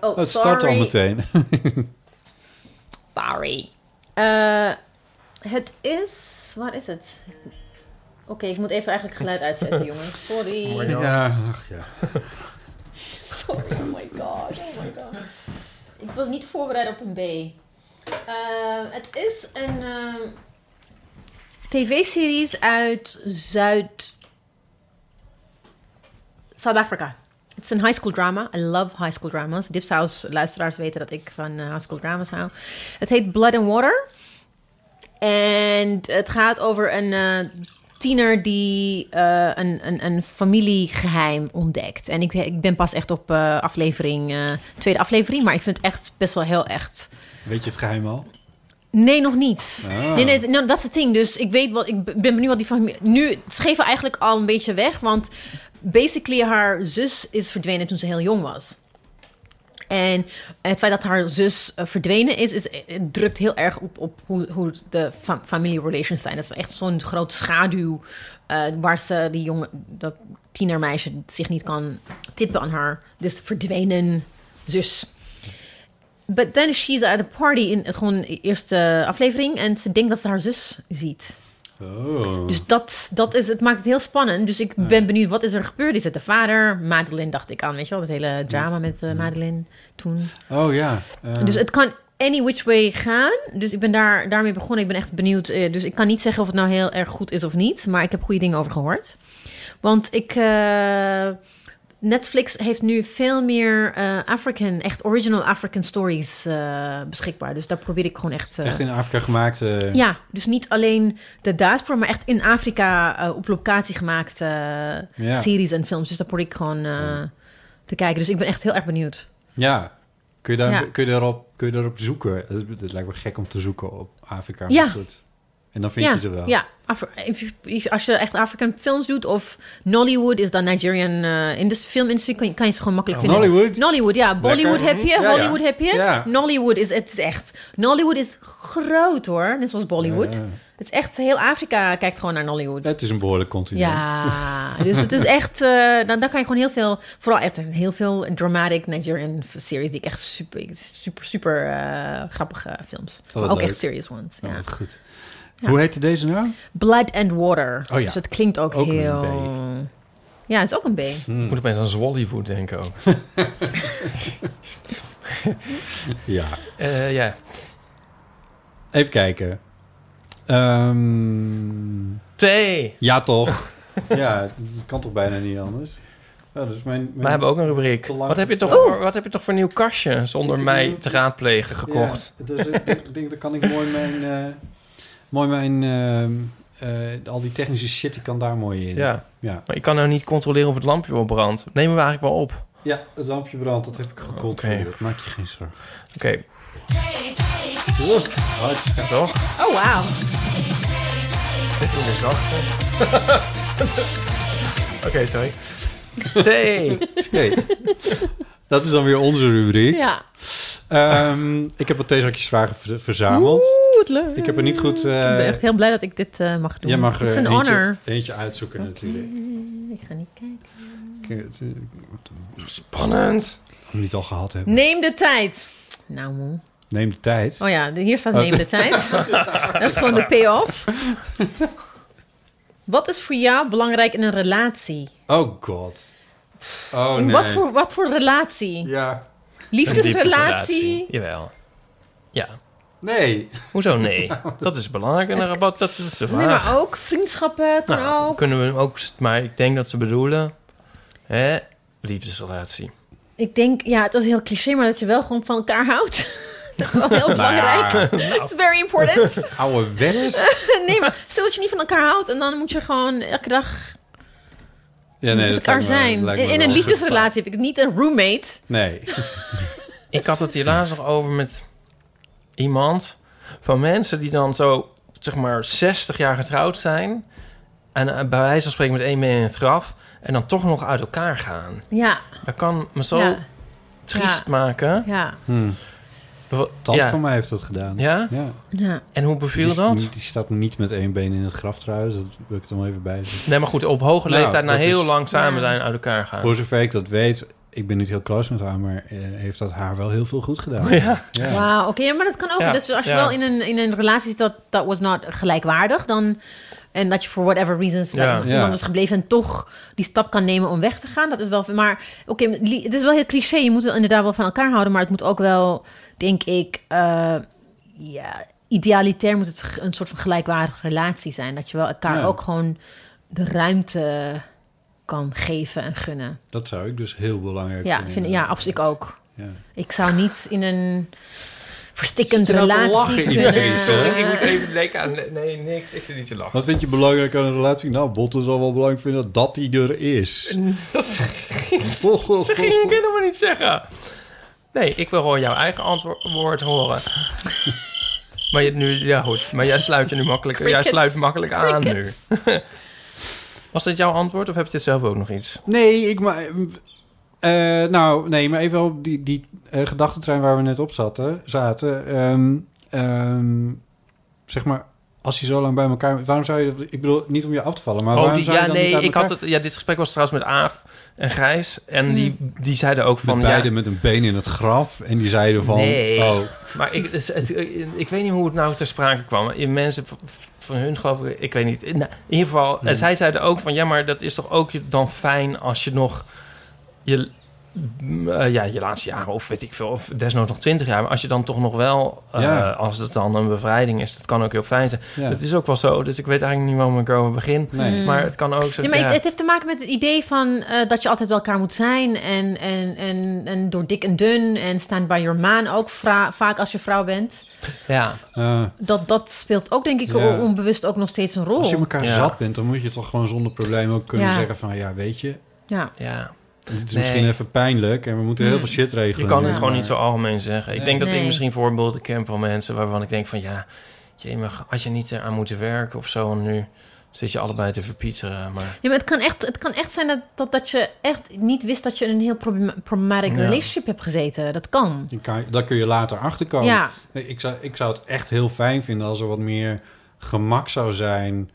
[SPEAKER 7] Oh,
[SPEAKER 6] Het
[SPEAKER 7] sorry.
[SPEAKER 6] start al meteen.
[SPEAKER 7] Sorry. Eh, het is... Waar is het? Oké, ik moet even eigenlijk geluid uitzetten, jongens. Sorry.
[SPEAKER 5] Ja.
[SPEAKER 6] Ja, ach ja.
[SPEAKER 7] Sorry, oh my god. Oh my god. Ik was niet voorbereid op een B. Eh, het is een ehm, tv-series uit Zuid... Zuid-Afrika. Het is een high school drama. I love high school dramas. Dipsaus luisteraars weten dat ik van eh, high school dramas hou. Het heet Blood and Water. En het gaat over een eh, tiener die eh, een, een, een familiegeheim ontdekt. En ik, ik ben pas echt op eh, aflevering, eh, tweede aflevering, maar ik vind het echt best wel heel echt.
[SPEAKER 6] Weet je het geheim al?
[SPEAKER 7] Nee, nog niet.
[SPEAKER 6] Ah.
[SPEAKER 7] Nee, nee, nou, dat is het ding. Dus ik weet wat, ik ben benieuwd wat die familie... Nu, ze geven eigenlijk al een beetje weg, want basically haar zus is verdwenen toen ze heel jong was. En het feit dat haar zus eh, verdwenen is, is het drukt heel erg op, op hoe, hoe de fa family relations zijn. Dat is echt zo'n groot schaduw eh, waar ze die jonge, dat tienermeisje zich niet kan tippen aan haar dus verdwenen zus. But then she's at a party in het gewoon de eerste aflevering en ze denkt dat ze haar zus ziet.
[SPEAKER 6] Oh.
[SPEAKER 7] Dus dat, dat is, het maakt het heel spannend. Dus ik ben benieuwd, wat is er gebeurd? Is het de vader? Madeleine dacht ik aan, weet je wel? Dat hele drama met eh, Madeleine toen.
[SPEAKER 6] oh ja. Eh,
[SPEAKER 7] Dus het kan any which way gaan. Dus ik ben daar, daarmee begonnen. Ik ben echt benieuwd. eh, Dus ik kan niet zeggen of het nou heel erg goed is of niet. Maar ik heb goede dingen over gehoord. Want ik... eh, Netflix heeft nu veel meer eh, African, echt original African stories eh, beschikbaar. Dus daar probeer ik gewoon echt... eh,
[SPEAKER 6] echt in Afrika gemaakt. eh,
[SPEAKER 7] ja, dus niet alleen de diaspora, maar echt in Afrika eh, op locatie gemaakte eh,
[SPEAKER 6] Ja.
[SPEAKER 7] series en films. Dus daar probeer ik gewoon eh, te kijken. Dus ik ben echt heel erg benieuwd.
[SPEAKER 6] ja. Kun je, daar,
[SPEAKER 7] Ja.
[SPEAKER 6] Kun, je daarop, kun je daarop zoeken? Dat, dat lijkt me gek om te zoeken op Afrika. maar
[SPEAKER 7] Ja.
[SPEAKER 6] Goed. En dan vind
[SPEAKER 7] ja,
[SPEAKER 6] je het wel.
[SPEAKER 7] Ja, Afri- if you- als je echt African films doet of Nollywood is dan Nigerian eh, in de filmindustrie kan je, kan je ze gewoon makkelijk vinden.
[SPEAKER 6] Oh, Nollywood?
[SPEAKER 7] Nollywood, ja. Bollywood heb je,
[SPEAKER 6] Ja, ja.
[SPEAKER 7] Hollywood heb je.
[SPEAKER 6] Ja.
[SPEAKER 7] Nollywood is het is echt. Nollywood is groot hoor, net zoals Bollywood.
[SPEAKER 6] Ja.
[SPEAKER 7] Het is echt heel Afrika kijkt gewoon naar Nollywood.
[SPEAKER 6] Eh, Het is een behoorlijk continent.
[SPEAKER 7] Ja, dus het is echt, eh dan, dan kan je gewoon heel veel, vooral echt heel veel dramatic Nigerian f- series die ik echt super, super, super eh, grappige films.
[SPEAKER 6] wat
[SPEAKER 7] maar ook
[SPEAKER 6] leuk.
[SPEAKER 7] echt serious ones.
[SPEAKER 6] Oh,
[SPEAKER 7] ja.
[SPEAKER 6] wat goed. Hoe heette deze nou?
[SPEAKER 7] Blood and Water.
[SPEAKER 6] Oh ja.
[SPEAKER 7] Dus het klinkt ook,
[SPEAKER 6] Ook een
[SPEAKER 7] heel... Ja, het is ook een B.
[SPEAKER 5] Ik moet opeens aan Zwollywood denken ook.
[SPEAKER 6] Ja.
[SPEAKER 5] Eh, ja,
[SPEAKER 6] Even kijken. Ehm,
[SPEAKER 5] thee.
[SPEAKER 6] ja, toch? ja, dat kan toch bijna niet anders? Ja, dus mijn, mijn-
[SPEAKER 5] We hebben ook een rubriek.
[SPEAKER 6] Te lang.
[SPEAKER 5] Wat heb, je toch,
[SPEAKER 7] Oeh.
[SPEAKER 5] wat heb je toch voor een nieuw kastje zonder mij te raadplegen gekocht?
[SPEAKER 6] Ja, dus ik denk- ik denk, dat kan ik mooi mijn... eh, mooi mijn ehm, eh, al die technische shit, die kan daar mooi in.
[SPEAKER 5] Ja.
[SPEAKER 6] Ja,
[SPEAKER 5] Maar ik kan nou niet controleren of het lampje wel brandt. Nemen we eigenlijk wel op. Oké.
[SPEAKER 6] Ja, het lampje brandt, dat heb ik gecontroleerd. Maak je geen zorgen.
[SPEAKER 5] Toch?
[SPEAKER 7] Oh, wauw.
[SPEAKER 5] Dit is zacht. Oké, sorry. Thee.
[SPEAKER 6] Oké. dat is dan weer onze rubriek.
[SPEAKER 7] Ja.
[SPEAKER 6] Ehm, ik heb wat theezakjes vragen ver- verzameld.
[SPEAKER 7] Oeh, wat leuk.
[SPEAKER 6] Ik heb er niet goed... eh,
[SPEAKER 7] Ik ben echt heel blij dat ik dit eh, mag doen.
[SPEAKER 6] Jij mag
[SPEAKER 7] Het is
[SPEAKER 6] er
[SPEAKER 7] een
[SPEAKER 6] eentje,
[SPEAKER 7] honor.
[SPEAKER 6] eentje uitzoeken natuurlijk.
[SPEAKER 7] Ik ga niet kijken.
[SPEAKER 6] Ik, eh, het, eh, ik
[SPEAKER 5] Spannend.
[SPEAKER 6] had hem niet al gehad hebben.
[SPEAKER 7] Neem de tijd. Nou, moe.
[SPEAKER 6] Neem de tijd.
[SPEAKER 7] Oh ja, de- hier staat neem de tijd. Dat is gewoon de payoff. Wat is voor jou belangrijk in een relatie?
[SPEAKER 6] Oh god. Oh
[SPEAKER 7] In
[SPEAKER 6] nee.
[SPEAKER 7] wat, voor, wat voor relatie?
[SPEAKER 6] Ja.
[SPEAKER 7] Liefdesrelatie?
[SPEAKER 5] Jawel. Ja.
[SPEAKER 6] Nee.
[SPEAKER 7] Oh,
[SPEAKER 5] Hoezo nee? Dat is belangrijk. En een rabat, dat is de
[SPEAKER 7] Nee,
[SPEAKER 5] vraag.
[SPEAKER 7] maar ook vriendschappen kan
[SPEAKER 5] Nou,
[SPEAKER 7] ook.
[SPEAKER 5] kunnen we hem ook... Maar ik denk dat ze bedoelen... Hè? Liefdesrelatie.
[SPEAKER 7] Ik denk, ja, het was heel cliché, maar dat je wel gewoon van elkaar houdt. Dat is wel heel
[SPEAKER 6] Nou
[SPEAKER 7] belangrijk. It's very important.
[SPEAKER 6] Oude wet.
[SPEAKER 7] nee, maar stel dat je niet van elkaar houdt en dan moet je gewoon elke dag
[SPEAKER 6] Ja,
[SPEAKER 7] met
[SPEAKER 6] lijkt
[SPEAKER 7] elkaar
[SPEAKER 6] me-
[SPEAKER 7] zijn.
[SPEAKER 6] lijkt
[SPEAKER 7] In,
[SPEAKER 6] me
[SPEAKER 7] in
[SPEAKER 6] wel
[SPEAKER 7] een
[SPEAKER 6] soort-
[SPEAKER 7] liefdesrelatie heb ik niet een roommate.
[SPEAKER 6] Nee.
[SPEAKER 5] Ik had het helaas nog over met iemand van mensen die dan zo zeg maar 60 jaar getrouwd zijn en eh, bij wijze van spreken met één mee in het graf en dan toch nog uit elkaar gaan.
[SPEAKER 7] Ja,
[SPEAKER 5] Dat kan me zo
[SPEAKER 7] ja,
[SPEAKER 5] triest
[SPEAKER 7] Ja.
[SPEAKER 5] maken.
[SPEAKER 7] ja,
[SPEAKER 6] Hm.
[SPEAKER 5] Wat-
[SPEAKER 6] Tante
[SPEAKER 5] ja.
[SPEAKER 6] van mij heeft dat gedaan.
[SPEAKER 5] Ja?
[SPEAKER 6] Ja.
[SPEAKER 7] ja.
[SPEAKER 5] En hoe
[SPEAKER 6] Die,
[SPEAKER 5] beviel
[SPEAKER 6] is-
[SPEAKER 5] dat?
[SPEAKER 6] die- die staat niet met één been in het graf trouwens. Dat wil ik er nog even bij zeggen.
[SPEAKER 5] Nee, maar goed, op hoge
[SPEAKER 6] Nou,
[SPEAKER 5] leeftijd na
[SPEAKER 6] dat
[SPEAKER 5] heel
[SPEAKER 6] is-
[SPEAKER 5] lang samen
[SPEAKER 7] Ja.
[SPEAKER 5] zijn uit elkaar gaan.
[SPEAKER 6] Voor zover ik dat weet, ik ben niet heel close met haar, maar eh, heeft dat haar wel heel veel goed gedaan.
[SPEAKER 5] Ja.
[SPEAKER 7] Wauw, oké, ja, maar dat kan ook.
[SPEAKER 5] Ja,
[SPEAKER 7] Dat is als je
[SPEAKER 5] ja.
[SPEAKER 7] wel in een, in een relatie zit dat dat was not gelijkwaardig, dan en dat je voor whatever reasons bij
[SPEAKER 5] Ja.
[SPEAKER 7] iemand
[SPEAKER 6] Ja.
[SPEAKER 7] is gebleven en toch die stap kan nemen om weg te gaan, dat is wel. Maar oké, li- het is wel heel cliché. Je moet wel inderdaad wel van elkaar houden, maar het moet ook wel, denk ik, eh, ja, idealitair moet het ge- een soort van gelijkwaardige relatie zijn, dat je wel elkaar
[SPEAKER 6] Ja.
[SPEAKER 7] ook gewoon de ruimte kan geven en gunnen.
[SPEAKER 6] Dat zou ik dus heel belangrijk
[SPEAKER 7] Ja,
[SPEAKER 6] vinden.
[SPEAKER 7] vind, ja, absoluut ik ook.
[SPEAKER 6] Ja.
[SPEAKER 7] Ik zou niet in een verstikkend
[SPEAKER 6] Zit je nou te
[SPEAKER 7] relatie
[SPEAKER 6] lachen,
[SPEAKER 7] kunnen...
[SPEAKER 6] Idris, hè?
[SPEAKER 5] Ik moet even denken aan... Nee, niks. Ik zit niet te lachen.
[SPEAKER 6] Wat vind je belangrijk aan een relatie? Nou, Botten zal wel belangrijk vinden dat hij er is.
[SPEAKER 5] Dat Dat ging ik helemaal niet zeggen. Nee, ik wil gewoon jouw eigen antwoord horen. maar je, nu, ja goed, maar jij sluit je nu makkelijk, jij
[SPEAKER 7] Crickets.
[SPEAKER 5] sluit makkelijk aan nu.
[SPEAKER 7] Crickets.
[SPEAKER 5] Was dit jouw antwoord of heb je dit zelf ook nog iets?
[SPEAKER 6] Nee, ik maar. eh, nou, nee, maar even op die, die eh, gedachtentrein waar we net op zaten. zaten ehm, ehm, zeg maar, als je zo lang bij elkaar... Waarom zou je... dat- Ik bedoel, niet om je af te vallen, maar
[SPEAKER 5] Oh,
[SPEAKER 6] waarom
[SPEAKER 5] die,
[SPEAKER 6] zou je
[SPEAKER 5] ja,
[SPEAKER 6] dan
[SPEAKER 5] nee,
[SPEAKER 6] niet uit
[SPEAKER 5] ik had
[SPEAKER 6] elkaar-
[SPEAKER 5] het, ja, dit gesprek was trouwens met Aaf en Gijs. En die,
[SPEAKER 7] Hmm.
[SPEAKER 5] die zeiden ook van...
[SPEAKER 6] Met
[SPEAKER 5] ja,
[SPEAKER 6] beide met een been in het graf. En die zeiden van...
[SPEAKER 5] Nee.
[SPEAKER 6] Oh,
[SPEAKER 5] Maar ik, dus het- ik weet niet hoe het nou ter sprake kwam. In mensen v- van hun geloof ik, ik weet niet. Nou, In, in ieder geval,
[SPEAKER 6] Hmm.
[SPEAKER 5] en zij zeiden ook van... Ja, maar dat is toch ook dan fijn als je nog je, m, eh, ja, je laatste jaren... of weet ik veel, of desnoods nog twintig jaar... maar als je dan toch nog wel... eh,
[SPEAKER 6] Ja.
[SPEAKER 5] als het dan een bevrijding is, dat kan ook heel fijn zijn.
[SPEAKER 6] ja.
[SPEAKER 5] Het is ook wel zo, dus ik weet eigenlijk niet waarom ik erover begin.
[SPEAKER 6] Nee.
[SPEAKER 5] Maar het kan ook zo...
[SPEAKER 7] Hmm. Nee, maar
[SPEAKER 5] ja.
[SPEAKER 7] het, het heeft te maken met het idee van eh, dat je altijd bij elkaar moet zijn. En, en, en, en door dik en dun. En stand by your man ook vra- vaak als je vrouw bent.
[SPEAKER 5] ja.
[SPEAKER 7] Mm.
[SPEAKER 6] Eh,
[SPEAKER 7] Dat, dat speelt ook, denk ik,
[SPEAKER 6] Ja.
[SPEAKER 7] on- onbewust ook nog steeds een rol.
[SPEAKER 6] als je elkaar
[SPEAKER 5] Ja.
[SPEAKER 6] zat bent, dan moet je toch gewoon zonder probleem ook kunnen
[SPEAKER 7] Ja.
[SPEAKER 6] zeggen van... Ja, weet je,
[SPEAKER 7] Ja.
[SPEAKER 5] ja.
[SPEAKER 6] dit is
[SPEAKER 5] Nee.
[SPEAKER 6] misschien even pijnlijk en we moeten
[SPEAKER 7] Mm.
[SPEAKER 6] heel veel shit
[SPEAKER 5] Je
[SPEAKER 6] regelen.
[SPEAKER 5] kan het
[SPEAKER 6] Ja.
[SPEAKER 5] gewoon niet zo algemeen zeggen. Ik
[SPEAKER 6] Nee.
[SPEAKER 5] denk dat ik
[SPEAKER 7] Nee.
[SPEAKER 5] misschien voorbeelden ken van mensen waarvan ik denk van ja, jemig, had je niet eraan moeten werken of zo. En nu zit je allebei te verpieteren. Maar
[SPEAKER 7] Ja, maar het kan echt, het kan echt zijn dat, dat, dat je echt niet wist dat je in een heel problema- problematic
[SPEAKER 5] Ja.
[SPEAKER 7] relationship hebt gezeten. Dat kan.
[SPEAKER 6] Je kan- Daar kun je later achter komen.
[SPEAKER 7] Ja.
[SPEAKER 6] Nee, Ik zou, ik zou het echt heel fijn vinden als er wat meer gemak zou zijn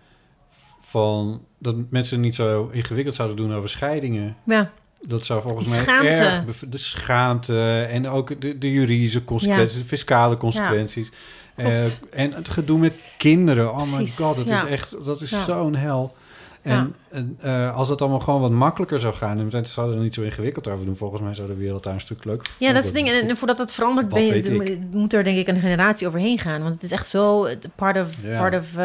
[SPEAKER 6] van dat mensen niet zo ingewikkeld zouden doen over scheidingen.
[SPEAKER 7] ja.
[SPEAKER 6] Dat zou volgens
[SPEAKER 7] Die
[SPEAKER 6] mij
[SPEAKER 7] schaamte.
[SPEAKER 6] erg bev- de schaamte en ook de, de juridische consequenties, de fiscale consequenties.
[SPEAKER 7] Klopt.
[SPEAKER 6] Eh, en het gedoe met kinderen. Oh my
[SPEAKER 7] Precies,
[SPEAKER 6] god, dat
[SPEAKER 7] ja.
[SPEAKER 6] is echt dat is
[SPEAKER 7] Ja.
[SPEAKER 6] zo'n hel. En, en, eh, als het allemaal gewoon wat makkelijker zou gaan, en we zouden er niet zo ingewikkeld over doen, volgens mij zou de wereld daar een stuk leuker van
[SPEAKER 7] Ja, dat is het
[SPEAKER 6] worden.
[SPEAKER 7] ding. En, en voordat dat verandert,
[SPEAKER 6] Wat
[SPEAKER 7] ben je-
[SPEAKER 6] weet
[SPEAKER 7] de- moet er denk ik een generatie overheen gaan. Want het is echt zo eh, part of...
[SPEAKER 6] Ja.
[SPEAKER 7] Part of eh,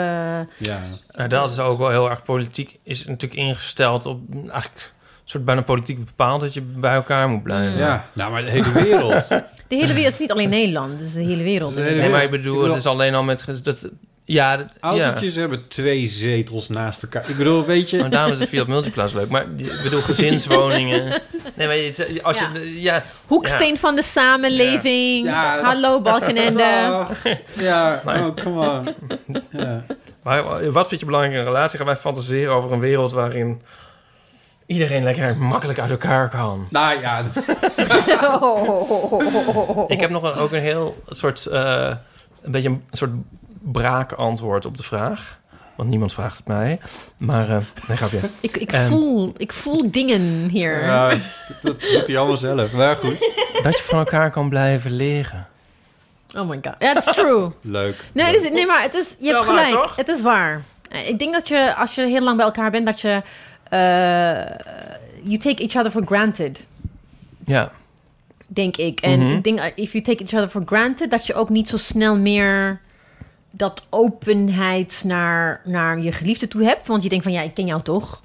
[SPEAKER 6] Ja.
[SPEAKER 5] Nou, dat is ook wel heel erg politiek. Is natuurlijk ingesteld op mm, eigenlijk een soort bijna politiek bepaald dat je bij elkaar moet blijven.
[SPEAKER 6] ja, nou maar de hele wereld.
[SPEAKER 7] de hele wereld het is niet alleen Nederland. Het is de hele wereld.
[SPEAKER 6] Het is de hele
[SPEAKER 5] Nee, maar ik
[SPEAKER 6] Ik
[SPEAKER 5] bedoel,
[SPEAKER 6] bedoel-
[SPEAKER 5] het is alleen al met ge- dat. Ja, dat- ja.
[SPEAKER 6] Autootjes hebben twee zetels naast elkaar. Ik bedoel, weet je...
[SPEAKER 5] Maar daarom is de Fiat Multiplaats leuk. Maar ik bedoel, gezinswoningen. Nee, maar je- als je... Ja,
[SPEAKER 7] Hoeksteen van de samenleving.
[SPEAKER 6] Ja. Ja.
[SPEAKER 7] Hallo Balkenende.
[SPEAKER 6] Dag. Ja,
[SPEAKER 5] Nee.
[SPEAKER 6] oh, come on. Ja.
[SPEAKER 5] Maar wat vind je belangrijk in een relatie? Gaan wij fantaseren over een wereld waarin iedereen lekker makkelijk uit elkaar kan?
[SPEAKER 6] Nou ja, Oh.
[SPEAKER 7] Oh.
[SPEAKER 5] Ik heb nog een, ook een heel soort, eh, een beetje een soort braakantwoord op de vraag. Want niemand vraagt het mij. Maar, eh nee, grapje.
[SPEAKER 7] Ik, ik,
[SPEAKER 5] Ehm.
[SPEAKER 7] voel, ik voel dingen hier.
[SPEAKER 6] ja, dat doet hij allemaal zelf. Maar goed,
[SPEAKER 5] Dat je van elkaar kan blijven liggen.
[SPEAKER 7] Oh my god. Ja, it's true.
[SPEAKER 6] leuk.
[SPEAKER 7] Nee, het is, nee maar het is, je
[SPEAKER 5] Wel
[SPEAKER 7] hebt
[SPEAKER 5] waar,
[SPEAKER 7] gelijk.
[SPEAKER 5] toch?
[SPEAKER 7] het is waar. Eh, Ik denk dat je, als je heel lang bij elkaar bent, dat je... eh, you take each other for granted,
[SPEAKER 5] Ja,
[SPEAKER 7] denk ik. En
[SPEAKER 5] Mhm.
[SPEAKER 7] ik denk, eh, if you take each other for granted... dat je ook niet zo snel meer dat openheid naar, naar je geliefde toe hebt. Want je denkt van, ja, ik ken jou toch?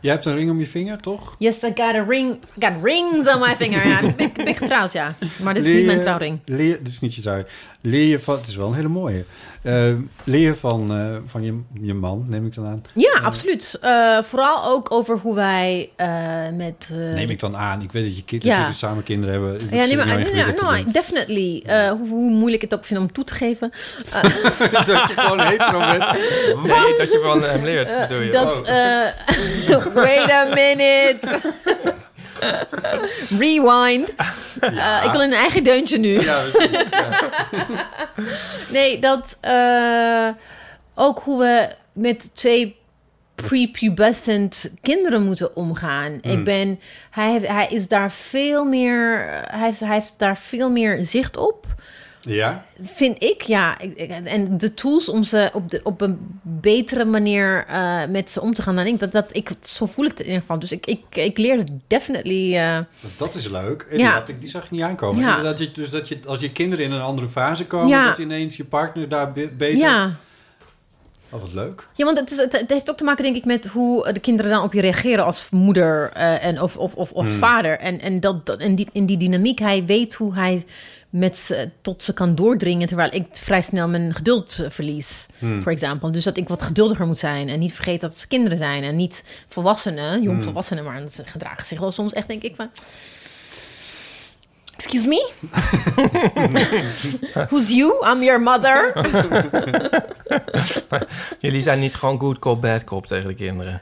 [SPEAKER 6] Jij hebt een ring om je vinger, toch?
[SPEAKER 7] Yes, I got a ring. I got rings on my finger. Ja, ik ben, ik ben getrouwd, ja. Maar dit is
[SPEAKER 6] Leer
[SPEAKER 7] niet mijn
[SPEAKER 6] je-
[SPEAKER 7] trouwring.
[SPEAKER 6] Leer, dit is niet je zaak. Leer je van, het is wel een hele mooie. Eh, leer je van, eh, van je, je man, neem ik dan aan.
[SPEAKER 7] Ja, absoluut. Eh, vooral ook over hoe wij eh, met... eh,
[SPEAKER 6] Neem ik dan aan. Ik weet dat je kind,
[SPEAKER 7] Ja.
[SPEAKER 6] natuurlijk samen kinderen hebben. Ik
[SPEAKER 7] Ja,
[SPEAKER 6] zit
[SPEAKER 7] nee, maar,
[SPEAKER 6] nou
[SPEAKER 7] nee,
[SPEAKER 6] ingewikkeld
[SPEAKER 7] nou,
[SPEAKER 6] te doen.
[SPEAKER 7] definitely. Eh, hoe, hoe moeilijk ik het ook vind om toe te geven.
[SPEAKER 6] dat je gewoon hetero bent.
[SPEAKER 5] nee, dat je van hem leert, bedoel je.
[SPEAKER 7] dat,
[SPEAKER 5] Oh.
[SPEAKER 7] eh, wait a minute. Rewind. Eh, ik wil een eigen deuntje nu.
[SPEAKER 6] Ja, precies.
[SPEAKER 7] Nee, dat eh, ook hoe we met twee prepubescent kinderen moeten omgaan.
[SPEAKER 5] Hmm.
[SPEAKER 7] Ik ben, hij, heeft- hij is daar veel meer, hij, is- hij heeft daar veel meer zicht op.
[SPEAKER 6] ja?
[SPEAKER 7] Vind ik, ja. Ik- ik- En de tools om ze op, de, op een betere manier eh, met ze om te gaan dan ik. Dat, dat, ik zo voel het in ieder geval. Dus ik, ik, ik leer het definitely. eh,
[SPEAKER 6] Dat is leuk. Inderdaad, ik- Die zag ik niet aankomen.
[SPEAKER 7] Ja.
[SPEAKER 6] Inderdaad, je- dus dat je, als je kinderen in een andere fase komen,
[SPEAKER 7] Ja.
[SPEAKER 6] dat ineens je partner daar be- beter...
[SPEAKER 7] ja.
[SPEAKER 6] Oh, wat leuk.
[SPEAKER 7] ja, want het, is, het, het heeft ook te maken, denk ik, met hoe de kinderen dan op je reageren als moeder eh, en, of, of, of, of vader. En, en, dat, dat, en die, in die dynamiek, hij weet hoe hij met ze, tot ze kan doordringen. Terwijl ik vrij snel mijn geduld eh, verlies, voor example. Dus dat ik wat geduldiger moet zijn. En niet vergeet dat ze kinderen zijn. En niet volwassenen, jong volwassenen. Maar ze gedragen zich wel soms echt, denk ik, van... Excuse me? Who's you? I'm your mother.
[SPEAKER 5] Jullie zijn niet gewoon good cop, bad cop tegen de kinderen.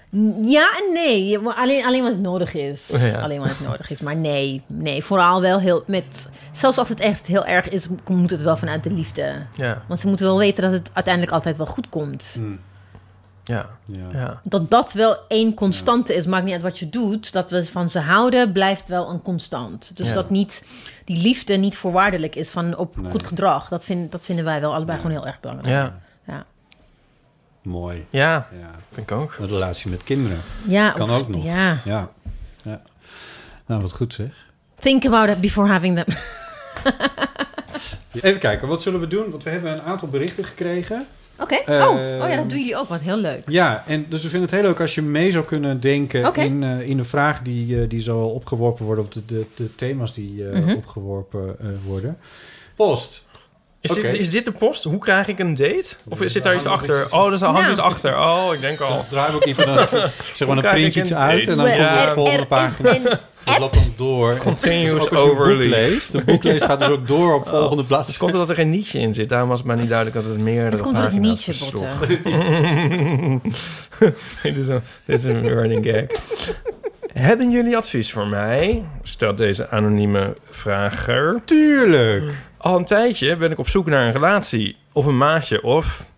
[SPEAKER 7] Ja en nee. Je- maar Alleen, alleen wat nodig is.
[SPEAKER 5] Oh, Ja.
[SPEAKER 7] Alleen wat nodig is. Maar nee, nee. Vooral wel heel met. Zelfs als het echt heel erg is, moet het wel vanuit de liefde.
[SPEAKER 5] Ja,
[SPEAKER 7] Want ze moeten wel weten dat het uiteindelijk altijd wel goed komt.
[SPEAKER 5] ja,
[SPEAKER 6] Ja.
[SPEAKER 5] ja.
[SPEAKER 7] Dat dat wel één constante is, maakt niet uit wat je doet. Dat we van ze houden, blijft wel een constant. Dus
[SPEAKER 5] Ja.
[SPEAKER 7] dat niet, die liefde niet voorwaardelijk is van op
[SPEAKER 6] Nee.
[SPEAKER 7] goed gedrag. Dat, vind, dat vinden wij wel allebei gewoon heel erg belangrijk.
[SPEAKER 5] Ja,
[SPEAKER 7] Ja,
[SPEAKER 6] Mooi.
[SPEAKER 5] ja,
[SPEAKER 6] Ja.
[SPEAKER 5] vind ik ook.
[SPEAKER 6] Een relatie met kinderen.
[SPEAKER 7] ja
[SPEAKER 6] Kan
[SPEAKER 7] oef,
[SPEAKER 6] ook nog.
[SPEAKER 7] Ja.
[SPEAKER 6] Ja. ja. Nou, wat goed zeg.
[SPEAKER 7] Think about it before having them.
[SPEAKER 6] Even kijken, wat zullen we doen? Want we hebben een aantal berichten gekregen.
[SPEAKER 7] Oké.
[SPEAKER 6] Eh,
[SPEAKER 7] oh, oh ja, dat doen jullie ook. Wat heel leuk.
[SPEAKER 6] Ja, en dus we vinden het heel leuk als je mee zou kunnen denken
[SPEAKER 7] Oké.
[SPEAKER 6] in, eh, in de vraag die, eh, die zo opgeworpen worden, of de, de, de thema's die eh,
[SPEAKER 7] Mhm.
[SPEAKER 6] opgeworpen eh, worden. Post.
[SPEAKER 5] Is,
[SPEAKER 6] Oké.
[SPEAKER 5] dit, is dit de post? Hoe krijg ik een date? Of
[SPEAKER 6] Ja,
[SPEAKER 5] zit
[SPEAKER 6] daar
[SPEAKER 5] daar iets
[SPEAKER 6] hangt nog
[SPEAKER 5] achter?
[SPEAKER 6] iets
[SPEAKER 5] Oh, er hangt
[SPEAKER 7] Nou.
[SPEAKER 5] iets achter. Oh, ik denk al.
[SPEAKER 6] Draai Draai ook niet van een, zeg maar
[SPEAKER 5] Hoe
[SPEAKER 6] een
[SPEAKER 5] krijg ik
[SPEAKER 6] printje iets
[SPEAKER 5] een
[SPEAKER 6] uit en dan
[SPEAKER 5] date?
[SPEAKER 6] komt
[SPEAKER 5] Ja.
[SPEAKER 6] er
[SPEAKER 5] Er-
[SPEAKER 6] de volgende pagina. Dat loopt dan door.
[SPEAKER 5] Continuous
[SPEAKER 6] Dus ook als je een boek
[SPEAKER 5] overleaf.
[SPEAKER 6] leest, De boek leest gaat dus ook door op volgende
[SPEAKER 5] Het
[SPEAKER 6] bladzijde.
[SPEAKER 5] komt omdat er geen nietje in zit. Daarom was het maar niet duidelijk dat het meerdere
[SPEAKER 7] Het komt door het
[SPEAKER 5] pagina's
[SPEAKER 7] nietje,
[SPEAKER 5] versloeg.
[SPEAKER 7] Botte.
[SPEAKER 5] dit, is een, dit is een running gag. Hebben jullie advies voor mij? Stelt deze anonieme vrager.
[SPEAKER 6] Tuurlijk.
[SPEAKER 5] Al een tijdje ben ik op zoek naar een relatie. Of een maatje. Of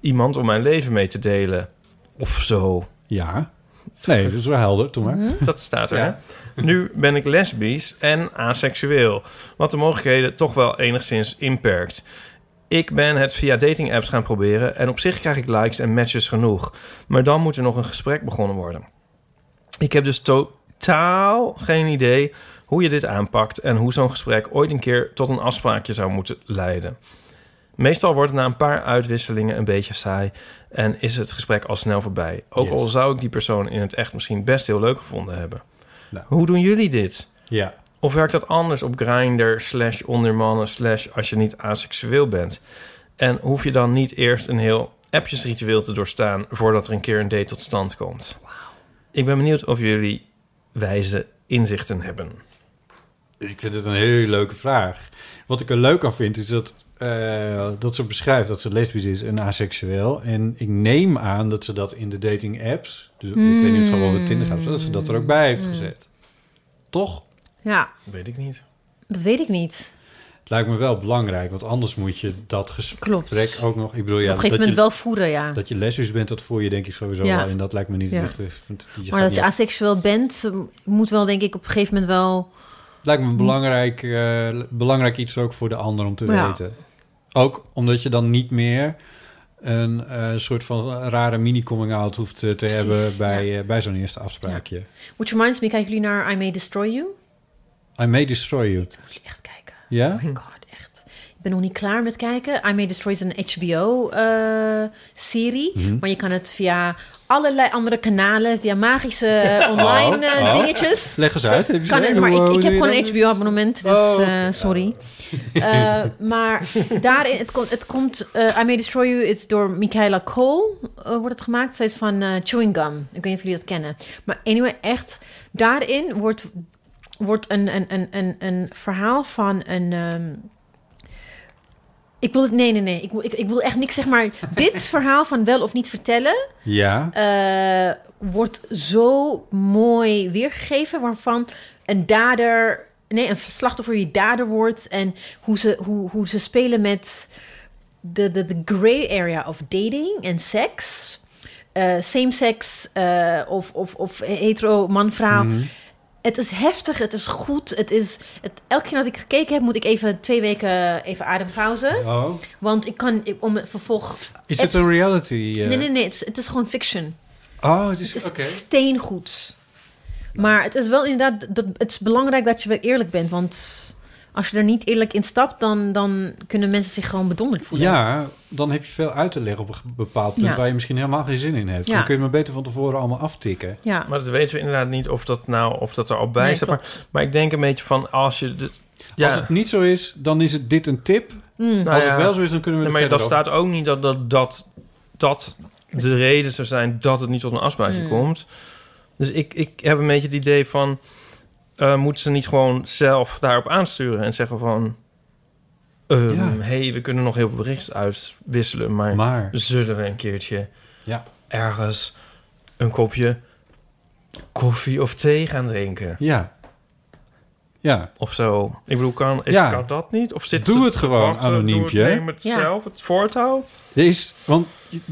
[SPEAKER 5] iemand om mijn leven mee te delen. Of zo.
[SPEAKER 6] Ja. Nee, dat is wel helder. Toen maar.
[SPEAKER 5] Dat staat er,
[SPEAKER 6] Ja.
[SPEAKER 5] hè? Nu ben ik lesbisch en aseksueel. Wat de mogelijkheden toch wel enigszins inperkt. Ik ben het via dating apps gaan proberen en op zich krijg ik likes en matches genoeg. Maar dan moet er nog een gesprek begonnen worden. Ik heb dus totaal geen idee hoe je dit aanpakt en hoe zo'n gesprek ooit een keer tot een afspraakje zou moeten leiden. Meestal wordt het na een paar uitwisselingen een beetje saai en is het gesprek al snel voorbij. Ook al zou ik die persoon in het echt misschien best heel leuk gevonden hebben.
[SPEAKER 6] Nou.
[SPEAKER 5] Hoe doen jullie dit?
[SPEAKER 6] Ja.
[SPEAKER 5] Of werkt dat anders op Grindr slash ondermannen slash als je niet aseksueel bent? En hoef je dan niet eerst een heel appjesritueel te doorstaan voordat er een keer een date tot stand komt? Ik ben benieuwd of jullie wijze inzichten hebben.
[SPEAKER 6] Ik vind het een heel leuke vraag. Wat ik er leuk aan vind, is dat, eh, dat ze beschrijft dat ze lesbisch is en aseksueel. En ik neem aan dat ze dat in de dating apps, dus ik weet niet of het wel over Tinder gaat, of zo, dat ze dat er ook bij
[SPEAKER 5] Mhm.
[SPEAKER 6] heeft gezet. Toch?
[SPEAKER 7] Ja,
[SPEAKER 5] Weet ik niet.
[SPEAKER 7] dat weet ik niet.
[SPEAKER 6] Het lijkt me wel belangrek, want anders moet je dat gesprek
[SPEAKER 7] Klopt.
[SPEAKER 6] ook nog... Ik bedoel, oh, ja,
[SPEAKER 7] Op een gegeven
[SPEAKER 6] dat, je,
[SPEAKER 7] moment wel voeren, ja.
[SPEAKER 6] dat je lesbisch bent, dat voel je denk ik sowieso
[SPEAKER 7] Ja.
[SPEAKER 6] wel. En dat lijkt me niet
[SPEAKER 7] Ja.
[SPEAKER 6] echt... je
[SPEAKER 7] maar
[SPEAKER 6] gaat
[SPEAKER 7] dat
[SPEAKER 6] niet
[SPEAKER 7] je asexueel bent, eh, moet wel denk ik op een gegeven moment wel...
[SPEAKER 6] Lijkt me een belangrijk, eh, belangrijk iets ook voor de ander om te
[SPEAKER 7] Ja.
[SPEAKER 6] weten. Ook omdat je dan niet meer een eh, soort van rare mini-coming-out hoeft eh, te hebben bij, eh, bij zo'n eerste afspraakje.
[SPEAKER 7] Which reminds me, kijken jullie naar I May Destroy You?
[SPEAKER 6] I may destroy you.
[SPEAKER 7] Dat moet je echt kijken.
[SPEAKER 6] Ja?
[SPEAKER 7] Oh my god, echt. Ik ben nog niet klaar met kijken. I May Destroy You is een HBO-serie. eh,
[SPEAKER 6] Mhm.
[SPEAKER 7] Maar je kan het via allerlei andere kanalen, via magische eh, online eh,
[SPEAKER 6] Oh, oh.
[SPEAKER 7] dingetjes...
[SPEAKER 6] Leg eens uit. Heb je
[SPEAKER 7] Kan
[SPEAKER 6] ze-
[SPEAKER 7] het,
[SPEAKER 6] hoe-
[SPEAKER 7] maar
[SPEAKER 6] hoe
[SPEAKER 7] ik, ik
[SPEAKER 6] doe
[SPEAKER 7] heb
[SPEAKER 6] je
[SPEAKER 7] gewoon een
[SPEAKER 6] dat?
[SPEAKER 7] HBO-abonnement, dus
[SPEAKER 6] Oh,
[SPEAKER 7] eh, sorry. Eh, maar daarin, het, komt- het komt, eh I May Destroy You, is door Michaela Cole, eh, wordt het gemaakt. Zij is van eh, Chewing Gum, ik weet niet of jullie dat kennen. Maar anyway, echt, daarin wordt, wordt een, een, een, een, een verhaal van een... ehm, ik wil het, nee, nee, nee. Ik, wil- ik, ik wil echt niks, zeg maar. Dit verhaal van wel of niet vertellen,
[SPEAKER 6] Ja.
[SPEAKER 7] eh, wordt zo mooi weergegeven, waarvan een dader, nee, een slachtoffer je dader wordt en hoe ze, hoe, hoe ze spelen met de, de, de gray area of dating en seks. Eh, Same-sex eh, of, of, of hetero man-vrouw.
[SPEAKER 6] Mm. Mhm.
[SPEAKER 7] Het is heftig, het is goed. Het is, het, elke keer dat ik gekeken heb, moet ik even twee weken even adempauze.
[SPEAKER 6] Oh.
[SPEAKER 7] Want ik kan ik, om het vervolg...
[SPEAKER 6] Is het een reality? eh?
[SPEAKER 7] Nee, nee, nee. Het is, het is gewoon fiction.
[SPEAKER 6] Oh, het is...
[SPEAKER 7] Het is
[SPEAKER 6] Oké.
[SPEAKER 7] steengoed. Maar het is wel inderdaad, dat, het is belangrijk dat je wel eerlijk bent. Want als je er niet eerlijk in stapt, dan, dan kunnen mensen zich gewoon bedonderd voelen.
[SPEAKER 6] Ja, dan heb je veel uit te leggen op een ge- bepaald punt...
[SPEAKER 7] Ja.
[SPEAKER 6] waar je misschien helemaal geen zin in hebt.
[SPEAKER 7] Ja.
[SPEAKER 6] Dan kun je maar beter van tevoren allemaal aftikken.
[SPEAKER 7] ja.
[SPEAKER 5] Maar dat weten we inderdaad niet of dat nou of dat er al bij
[SPEAKER 7] Nee,
[SPEAKER 5] staat. Maar, maar ik denk een beetje van als je. De, ja,
[SPEAKER 6] Als het niet zo is, dan is het dit een tip.
[SPEAKER 7] Mm.
[SPEAKER 5] nou
[SPEAKER 6] Als
[SPEAKER 5] ja.
[SPEAKER 6] het wel zo is, dan kunnen we
[SPEAKER 5] Nee,
[SPEAKER 6] er
[SPEAKER 5] maar
[SPEAKER 6] verder
[SPEAKER 5] dat
[SPEAKER 6] over.
[SPEAKER 5] staat ook niet dat dat, dat dat de reden zou zijn dat het niet tot een afspraakje komt. Dus ik, ik heb een beetje het idee van. eh, moeten ze niet gewoon zelf daarop aansturen en zeggen van... ehm,
[SPEAKER 6] Ja.
[SPEAKER 5] hey, we kunnen nog heel veel berichten uitwisselen, maar,
[SPEAKER 6] Maar-
[SPEAKER 5] zullen we een keertje
[SPEAKER 6] Ja.
[SPEAKER 5] ergens een kopje koffie of thee gaan drinken?
[SPEAKER 6] Ja. Ja.
[SPEAKER 5] Of zo. Ik bedoel, kan,
[SPEAKER 6] Ja.
[SPEAKER 5] kan dat niet? Of zit
[SPEAKER 6] Doe
[SPEAKER 5] ze
[SPEAKER 6] het
[SPEAKER 5] te
[SPEAKER 6] gewoon
[SPEAKER 5] wachten? Doe
[SPEAKER 6] anoniempje.
[SPEAKER 5] het- Neem het
[SPEAKER 7] Ja.
[SPEAKER 5] zelf, het voortouw.
[SPEAKER 6] Er is, want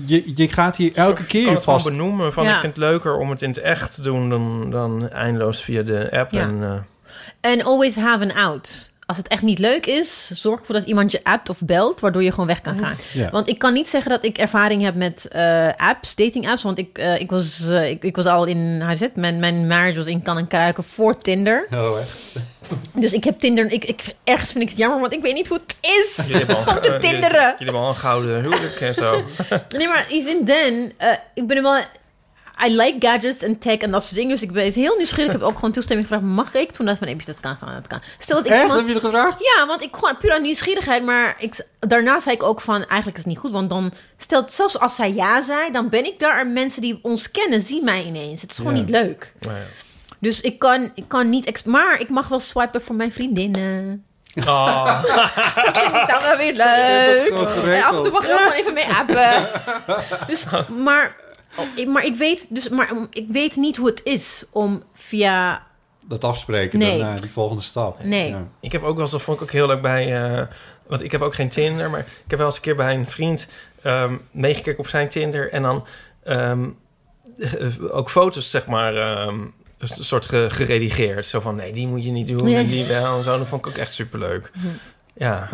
[SPEAKER 6] je, je gaat hier elke
[SPEAKER 5] Ik kan
[SPEAKER 6] keer
[SPEAKER 5] het gewoon
[SPEAKER 6] vast...
[SPEAKER 5] benoemen van
[SPEAKER 7] Ja.
[SPEAKER 5] ik vind het leuker om het in het echt te doen dan, dan eindeloos via de app.
[SPEAKER 7] Ja.
[SPEAKER 5] En, eh,
[SPEAKER 7] En always have an out. Als het echt niet leuk is, zorg ervoor dat iemand je appt of belt, waardoor je gewoon weg kan gaan.
[SPEAKER 6] Ja.
[SPEAKER 7] Want ik kan niet zeggen dat ik ervaring heb met eh, apps, dating apps. Want ik, eh, ik, was, eh, ik, ik was al in, hij zit, mijn, mijn marriage was in kan en kruiken voor Tinder.
[SPEAKER 6] Oh, echt?
[SPEAKER 7] Dus ik heb Tinder, ik, ik, ergens vind ik het jammer, want ik weet niet hoe het is.
[SPEAKER 5] jullie hebben al,
[SPEAKER 7] Om te
[SPEAKER 5] eh, jullie-
[SPEAKER 7] tinderen.
[SPEAKER 5] Jullie hebben al een gouden huwelijk en zo.
[SPEAKER 7] Nee, maar even then, eh, ik ben er wel... I like gadgets en tech en dat soort dingen. Dus ik ben heel nieuwsgierig. Ik heb ook gewoon toestemming gevraagd. Mag ik? Toen dacht ik van, nee, dat kan gewoon, dat kan. Stel dat ik gewoon-
[SPEAKER 6] Heb je het gevraagd?
[SPEAKER 7] Ja, want ik gewoon puur aan nieuwsgierigheid. Maar ik, daarna zei ik ook van, eigenlijk is het niet goed. Want dan stelt, zelfs als zij ja zei, dan ben ik daar. En mensen die ons kennen, zien mij ineens. Het is gewoon
[SPEAKER 6] Ja.
[SPEAKER 7] niet leuk.
[SPEAKER 5] Maar ja.
[SPEAKER 7] Dus ik kan, ik kan niet... ex- Maar ik mag wel swipen voor mijn vriendinnen.
[SPEAKER 5] Ah.
[SPEAKER 7] Dat vind ik dan wel weer leuk.
[SPEAKER 6] gewoon
[SPEAKER 7] En af en toe
[SPEAKER 6] eh, geregeld.
[SPEAKER 7] mag ik wel gewoon even mee appen. Dus, maar... oh, ik- Maar ik, weet, dus, maar ik weet niet hoe het is om via...
[SPEAKER 6] Dat afspreken,
[SPEAKER 7] Nee.
[SPEAKER 6] dan, eh, die volgende stap.
[SPEAKER 7] Nee.
[SPEAKER 6] Ja.
[SPEAKER 5] Ik heb ook wel eens, dat vond ik ook heel leuk bij... eh, want ik heb ook geen Tinder, maar ik heb wel eens een keer bij een vriend ehm meegekeken op zijn Tinder. En dan ehm, eh, ook foto's, zeg maar, ehm, een soort ge- geredigeerd. Zo van, nee, die moet je niet doen
[SPEAKER 7] Ja. Mhm.
[SPEAKER 5] en die wel. En zo, dat vond ik ook echt superleuk. Ja,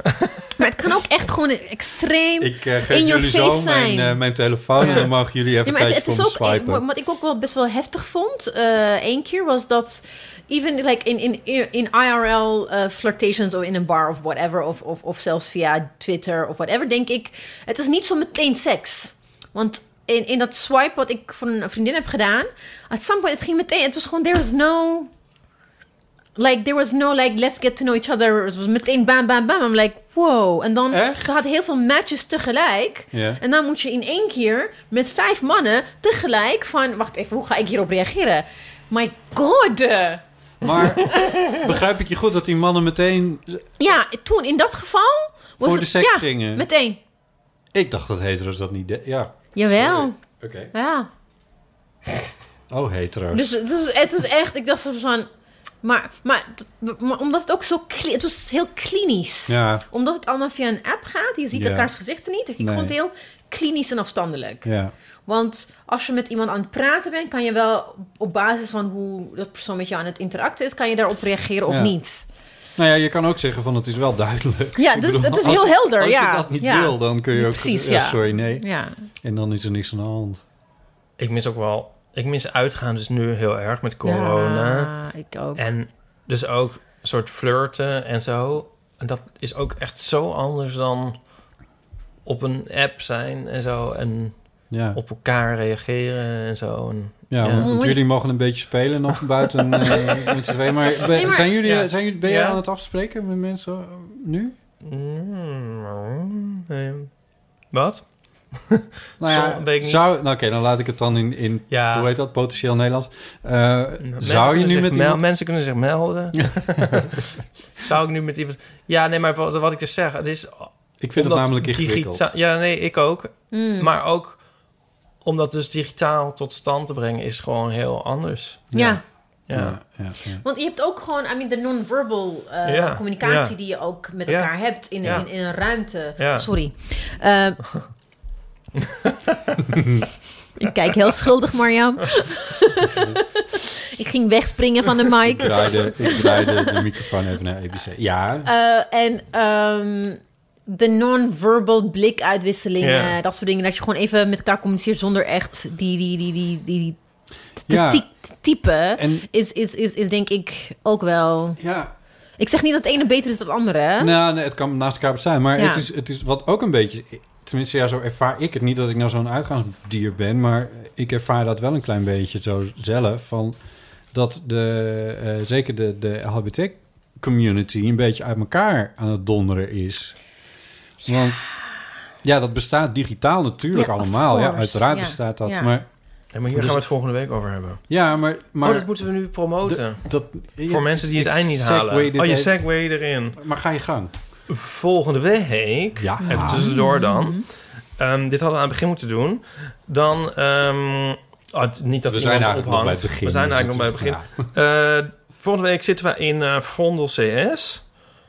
[SPEAKER 7] Maar het kan ook echt gewoon extreem...
[SPEAKER 6] Ik eh,
[SPEAKER 7] In
[SPEAKER 6] geef
[SPEAKER 7] your
[SPEAKER 6] jullie
[SPEAKER 7] face
[SPEAKER 6] zo mijn,
[SPEAKER 7] zijn.
[SPEAKER 6] eh, mijn telefoon
[SPEAKER 7] Ja.
[SPEAKER 6] en dan mogen jullie
[SPEAKER 7] Ja,
[SPEAKER 6] even een
[SPEAKER 7] maar het,
[SPEAKER 6] tijdje
[SPEAKER 7] het
[SPEAKER 6] voor
[SPEAKER 7] is
[SPEAKER 6] me
[SPEAKER 7] ook, eh,
[SPEAKER 6] swipen.
[SPEAKER 7] wat ik ook wel best wel heftig vond, Eén keer was dat, even like in, in, in IRL eh, flirtations of in een bar of whatever, of, of, of zelfs via Twitter of whatever, denk ik, het is niet zo meteen seks. Want in, in dat swipe wat ik voor een vriendin heb gedaan, at some point, het ging meteen, het was gewoon, there was no, like, there was no, like, let's get to know each other. Het was meteen bam, bam, bam. I'm like, wow. En dan,
[SPEAKER 6] Echt?
[SPEAKER 7] ze had heel veel matches tegelijk.
[SPEAKER 6] Ja.
[SPEAKER 7] En dan moet je in één keer met vijf mannen tegelijk van... Wacht even, hoe ga ik hierop reageren? My god.
[SPEAKER 6] Maar begrijp ik je goed dat die mannen meteen...
[SPEAKER 7] Ja, toen in dat geval... Was
[SPEAKER 6] Voor de
[SPEAKER 7] het,
[SPEAKER 6] seks
[SPEAKER 7] ja,
[SPEAKER 6] gingen.
[SPEAKER 7] meteen.
[SPEAKER 6] Ik dacht dat hetero's dat niet... de- Ja,
[SPEAKER 7] Jawel.
[SPEAKER 6] oké.
[SPEAKER 7] Ja.
[SPEAKER 6] Oh, hetero's.
[SPEAKER 7] Dus het was, het was echt... Ik dacht van... Maar, maar, maar omdat het ook zo... cli- Het was heel klinisch.
[SPEAKER 6] Ja,
[SPEAKER 7] Omdat het allemaal via een app gaat. Je ziet
[SPEAKER 6] Ja.
[SPEAKER 7] elkaars gezichten niet. dus Ik
[SPEAKER 6] Nee.
[SPEAKER 7] vond het heel klinisch en afstandelijk.
[SPEAKER 6] ja.
[SPEAKER 7] Want als je met iemand aan het praten bent, kan je wel op basis van hoe dat persoon met jou aan het interacten is, kan je daarop reageren of
[SPEAKER 6] Ja.
[SPEAKER 7] niet.
[SPEAKER 6] Nou ja, je kan ook zeggen van het is wel duidelijk.
[SPEAKER 7] Ja,
[SPEAKER 6] Ik
[SPEAKER 7] dus het is
[SPEAKER 6] als-
[SPEAKER 7] heel helder,
[SPEAKER 6] Als
[SPEAKER 7] ja.
[SPEAKER 6] je dat niet
[SPEAKER 7] Ja.
[SPEAKER 6] wil, dan kun je ook...
[SPEAKER 7] Precies,
[SPEAKER 6] ja.
[SPEAKER 7] ja.
[SPEAKER 6] Sorry, nee.
[SPEAKER 7] Ja.
[SPEAKER 6] En dan is er niks aan de hand.
[SPEAKER 5] ik mis ook wel... Ik mis uitgaan dus nu heel erg met corona.
[SPEAKER 7] Ja, ik ook.
[SPEAKER 5] En dus ook een soort flirten en zo. En dat is ook echt zo anders dan op een app zijn en zo. En
[SPEAKER 6] Ja,
[SPEAKER 5] op elkaar reageren en zo. En,
[SPEAKER 6] ja,
[SPEAKER 5] ja.
[SPEAKER 6] Want,
[SPEAKER 7] Mooi.
[SPEAKER 6] jullie mogen een beetje spelen nog buiten eh met z'n tweeën. Maar, ben-
[SPEAKER 7] Nee, maar-
[SPEAKER 6] zijn jullie,
[SPEAKER 5] Ja.
[SPEAKER 6] zijn jullie, ben je
[SPEAKER 5] Ja.
[SPEAKER 6] aan het afspreken met mensen eh, nu?
[SPEAKER 5] Mm, eh, Wat?
[SPEAKER 6] Nou ja,
[SPEAKER 5] Zo, weet ik niet.
[SPEAKER 6] zou, nou oké, dan laat ik het dan in, in
[SPEAKER 5] Ja.
[SPEAKER 6] hoe heet dat, potentieel Nederlands. Eh,
[SPEAKER 5] Mensen
[SPEAKER 6] zou je
[SPEAKER 5] kunnen
[SPEAKER 6] nu
[SPEAKER 5] zich
[SPEAKER 6] met
[SPEAKER 5] mel-
[SPEAKER 6] iemand...
[SPEAKER 5] Mensen kunnen zich melden. zou ik nu met iemand... Ja, nee, maar wat, wat ik dus zeg, het is...
[SPEAKER 6] Ik vind het
[SPEAKER 5] omdat
[SPEAKER 6] namelijk ingewikkeld.
[SPEAKER 5] digita- Ja, nee, ik ook.
[SPEAKER 7] Mm.
[SPEAKER 5] Maar ook om dat dus digitaal tot stand te brengen is gewoon heel anders.
[SPEAKER 7] ja.
[SPEAKER 6] Ja.
[SPEAKER 5] ja.
[SPEAKER 6] Ja, ja, ja.
[SPEAKER 7] want je hebt ook gewoon, I mean, de non-verbal eh,
[SPEAKER 5] Ja,
[SPEAKER 7] communicatie
[SPEAKER 5] ja.
[SPEAKER 7] die je ook met
[SPEAKER 5] Ja.
[SPEAKER 7] elkaar hebt in,
[SPEAKER 5] Ja.
[SPEAKER 7] in, in een ruimte.
[SPEAKER 5] Ja.
[SPEAKER 7] Sorry. Eh, ik kijk heel schuldig, Marjam. ik ging wegspringen van de
[SPEAKER 6] Ik
[SPEAKER 7] mic.
[SPEAKER 6] draaide, ik draaide de microfoon even naar ABC. Ja,
[SPEAKER 7] Eh, en ehm, de non-verbal blikuitwisselingen,
[SPEAKER 5] Ja.
[SPEAKER 7] dat soort dingen. Dat je gewoon even met elkaar communiceert zonder echt die, die, die, die, die te
[SPEAKER 6] Ja.
[SPEAKER 7] ty- te typen.
[SPEAKER 6] En-
[SPEAKER 7] Is, is, is, is denk ik ook wel...
[SPEAKER 6] ja.
[SPEAKER 7] Ik zeg niet dat het ene beter is dan het andere.
[SPEAKER 6] Nou, nee, het kan naast elkaar zijn. Maar
[SPEAKER 7] Ja.
[SPEAKER 6] het, is, het is wat ook een beetje... Tenminste, ja, zo ervaar ik het niet dat ik nou zo'n uitgaansdier ben. Maar ik ervaar dat wel een klein beetje zo zelf. Van dat de, eh, zeker de, de LHBT-community een beetje uit elkaar aan het donderen is. Want ja, dat bestaat digitaal natuurlijk
[SPEAKER 7] Ja, of
[SPEAKER 6] allemaal. Ja,
[SPEAKER 7] course.
[SPEAKER 6] uiteraard
[SPEAKER 7] Ja,
[SPEAKER 6] bestaat dat.
[SPEAKER 7] ja.
[SPEAKER 6] Maar
[SPEAKER 5] Ja, maar hier
[SPEAKER 6] Dus-
[SPEAKER 5] gaan we het volgende week over hebben.
[SPEAKER 6] Ja, maar... maar
[SPEAKER 5] oh, dat moeten we nu promoten.
[SPEAKER 6] dat,
[SPEAKER 5] Voor mensen die het
[SPEAKER 6] ik
[SPEAKER 5] eind niet
[SPEAKER 6] segue
[SPEAKER 5] halen.
[SPEAKER 6] dit
[SPEAKER 5] Oh, je
[SPEAKER 6] even-
[SPEAKER 5] segway erin.
[SPEAKER 6] Maar ga je gang. Ah.
[SPEAKER 5] Volgende week,
[SPEAKER 6] Ja.
[SPEAKER 5] even tussendoor dan. Ehm, dit hadden we aan het begin moeten doen. Dan, ehm, oh, het- niet dat
[SPEAKER 6] We
[SPEAKER 5] iemand
[SPEAKER 6] zijn eigenlijk
[SPEAKER 5] ophangt.
[SPEAKER 6] nog bij het begin.
[SPEAKER 5] We zijn eigenlijk nog bij het
[SPEAKER 6] Dus
[SPEAKER 5] begin.
[SPEAKER 6] het-
[SPEAKER 5] Eh, volgende week zitten we in eh Vondel CS.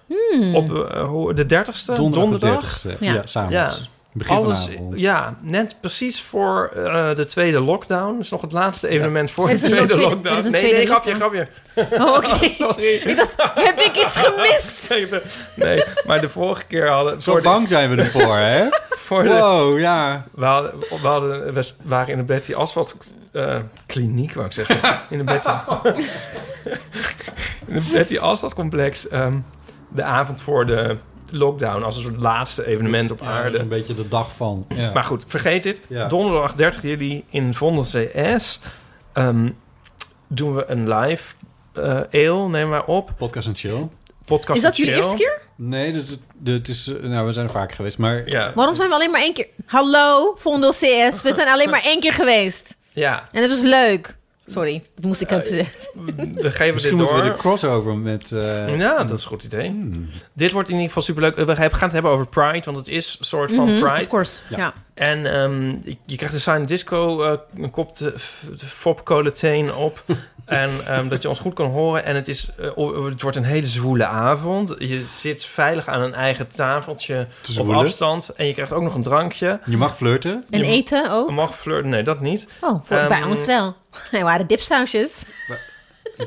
[SPEAKER 7] Hmm.
[SPEAKER 5] Op eh, hoe- de 30ste, donderdag.
[SPEAKER 6] Donderdag. de 30ste. Ja,
[SPEAKER 7] Ja.
[SPEAKER 6] s'avonds.
[SPEAKER 5] Ja.
[SPEAKER 6] Begin
[SPEAKER 5] Alles,
[SPEAKER 6] vanavond.
[SPEAKER 5] ja, net precies voor eh, de tweede lockdown. Dat is nog het laatste evenement voor
[SPEAKER 7] Er
[SPEAKER 5] de
[SPEAKER 7] is een
[SPEAKER 5] tweede
[SPEAKER 7] tweede- er
[SPEAKER 5] lockdown.
[SPEAKER 7] is een
[SPEAKER 5] Nee,
[SPEAKER 7] tweede
[SPEAKER 5] nee, grapje,
[SPEAKER 7] lockdown.
[SPEAKER 5] grapje.
[SPEAKER 7] Oh, oké.
[SPEAKER 5] Sorry.
[SPEAKER 7] Ik dacht, heb ik iets gemist?
[SPEAKER 5] Nee, maar de vorige keer hadden...
[SPEAKER 6] Zo
[SPEAKER 5] voor de-
[SPEAKER 6] bang zijn we ervoor, hè?
[SPEAKER 5] voor de-
[SPEAKER 6] Wow, ja.
[SPEAKER 5] We, hadden, we, hadden, we waren in de Betty Asphalt eh, kliniek, wou ik zeggen. In de Betty, in de Betty Asphalt complex. ehm, de avond voor de lockdown. Als een soort laatste evenement op
[SPEAKER 6] Ja, dat is
[SPEAKER 5] aarde.
[SPEAKER 6] een beetje de dag van. Ja.
[SPEAKER 5] Maar goed, vergeet dit.
[SPEAKER 6] Ja.
[SPEAKER 5] Donderdag 30 juli in Vondel CS. ehm, doen we een live eh ale, neem maar op.
[SPEAKER 6] Podcast en chill.
[SPEAKER 5] Podcast
[SPEAKER 7] Is dat
[SPEAKER 5] en
[SPEAKER 7] jullie
[SPEAKER 5] chill.
[SPEAKER 7] eerste keer?
[SPEAKER 6] Nee, dat is, dat is, eh, nou, we zijn er vaker geweest, maar
[SPEAKER 5] Ja,
[SPEAKER 7] Waarom zijn we alleen maar één keer? Hallo, Vondel CS. We zijn alleen maar één keer geweest.
[SPEAKER 5] ja.
[SPEAKER 7] En dat was leuk. Sorry, dat moest
[SPEAKER 5] Eh,
[SPEAKER 7] ik even zeggen.
[SPEAKER 5] we geven
[SPEAKER 6] misschien
[SPEAKER 5] dit
[SPEAKER 6] moeten
[SPEAKER 5] door.
[SPEAKER 6] we de crossover met... eh, hmm,
[SPEAKER 5] Ja, dat is een goed idee. Dit wordt in ieder geval superleuk. Eh, We gaan het hebben over Pride, want het is een soort van
[SPEAKER 7] Mhm. Of
[SPEAKER 5] Pride.
[SPEAKER 7] course, ja.
[SPEAKER 5] En ehm, je- je krijgt de Silent Disco eh, een kop te, f- de fopcoleteen op. en ehm, dat je ons goed kan horen. En het, is, eh, o- het wordt een hele zwoele avond. Je zit veilig aan een eigen tafeltje
[SPEAKER 6] Te
[SPEAKER 5] op
[SPEAKER 6] zwoelen.
[SPEAKER 5] afstand. En je krijgt ook nog een drankje.
[SPEAKER 6] Je mag flirten.
[SPEAKER 7] En
[SPEAKER 5] Je-
[SPEAKER 7] eten
[SPEAKER 5] Je
[SPEAKER 7] ook?
[SPEAKER 5] mag flirten. Nee, dat niet.
[SPEAKER 7] Oh, voor, bij
[SPEAKER 5] Ehm,
[SPEAKER 7] ons wel. Er waren dipsausjes.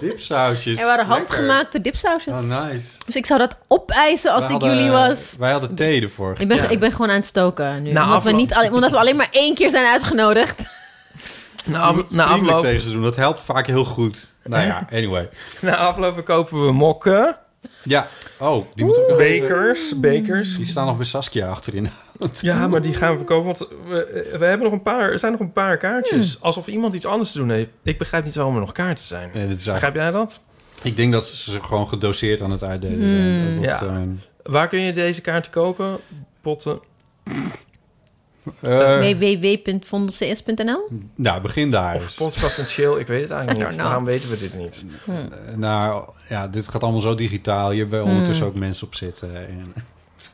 [SPEAKER 6] Dipsausjes.
[SPEAKER 7] Er waren
[SPEAKER 6] Lekker.
[SPEAKER 7] handgemaakte dipsausjes.
[SPEAKER 6] Oh, nice.
[SPEAKER 7] Dus ik zou dat opeisen als
[SPEAKER 6] Wij
[SPEAKER 7] ik
[SPEAKER 6] hadden-
[SPEAKER 7] jullie was.
[SPEAKER 6] Wij hadden thee ervoor.
[SPEAKER 7] Ik ben,
[SPEAKER 5] Ja.
[SPEAKER 7] ik ben gewoon aan het stoken nu.
[SPEAKER 5] Na
[SPEAKER 6] Nou,
[SPEAKER 7] omdat, we
[SPEAKER 5] afloop.
[SPEAKER 7] niet, alle- omdat we alleen maar één keer zijn uitgenodigd.
[SPEAKER 5] Na,
[SPEAKER 6] Je
[SPEAKER 5] af,
[SPEAKER 6] moet
[SPEAKER 5] na,
[SPEAKER 6] vriendelijk
[SPEAKER 5] afloop,
[SPEAKER 6] tegen ze doen, dat helpt vaak heel goed. Nou ja, anyway.
[SPEAKER 5] na afloop kopen we mokken.
[SPEAKER 6] Ja, oh, die moeten we ook nog even-
[SPEAKER 5] Bekers. Bekers.
[SPEAKER 6] Die staan nog bij Saskia achterin.
[SPEAKER 5] Ja, maar die gaan we verkopen, want we, we hebben nog een paar, er zijn nog een paar kaartjes. Alsof iemand iets anders te doen heeft. Ik begrijp niet waarom er nog kaarten zijn.
[SPEAKER 6] Nee, dit is eigenlijk-
[SPEAKER 5] Begrijp jij dat?
[SPEAKER 6] Ik denk dat ze ze gewoon gedoseerd aan het uitdelen zijn.
[SPEAKER 7] Hmm,
[SPEAKER 6] Dat was
[SPEAKER 5] Ja.
[SPEAKER 6] gewoon-
[SPEAKER 5] Waar kun je deze kaarten kopen? Potten.
[SPEAKER 6] Eh,
[SPEAKER 7] www.vondelcs.nl
[SPEAKER 6] nou, begin daar.
[SPEAKER 5] Of podcast en chill, ik weet het
[SPEAKER 7] I
[SPEAKER 5] eigenlijk
[SPEAKER 7] don't
[SPEAKER 5] niet.
[SPEAKER 7] know.
[SPEAKER 5] Waarom weten we dit niet?
[SPEAKER 6] Eh, Nou, ja, dit gaat allemaal zo digitaal. Je hebt
[SPEAKER 7] Hmm.
[SPEAKER 6] er ondertussen ook mensen op zitten. En,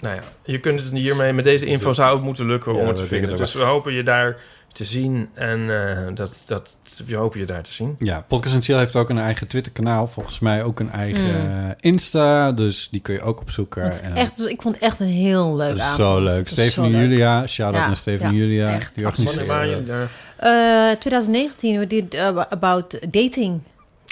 [SPEAKER 5] Nou ja, je kunt het hiermee, met deze info zou het moeten lukken
[SPEAKER 6] Ja,
[SPEAKER 5] om het
[SPEAKER 6] dat
[SPEAKER 5] te
[SPEAKER 6] denk ik
[SPEAKER 5] vinden.
[SPEAKER 6] ook
[SPEAKER 5] Dus we hopen je daar te zien en eh, dat, dat, we hopen je daar te zien.
[SPEAKER 6] ja, Podcast en Chill heeft ook een eigen Twitter-kanaal. Volgens mij ook een eigen eh, Insta. Dus die kun je ook opzoeken.
[SPEAKER 7] Hmm. Dat is
[SPEAKER 6] En-
[SPEAKER 7] echt, dus ik vond het echt een heel leuk
[SPEAKER 6] dat is
[SPEAKER 7] avond.
[SPEAKER 6] zo leuk.
[SPEAKER 7] Dat is
[SPEAKER 6] Steven
[SPEAKER 7] zo
[SPEAKER 6] en
[SPEAKER 7] leuk.
[SPEAKER 6] Julia. Shout-out
[SPEAKER 7] Ja,
[SPEAKER 6] naar Steven en
[SPEAKER 7] ja,
[SPEAKER 6] Julia.
[SPEAKER 7] echt.
[SPEAKER 6] Die
[SPEAKER 5] Wanneer waren jullie
[SPEAKER 6] organiseren.
[SPEAKER 5] daar?
[SPEAKER 7] Eh, 2019, we did eh, about dating.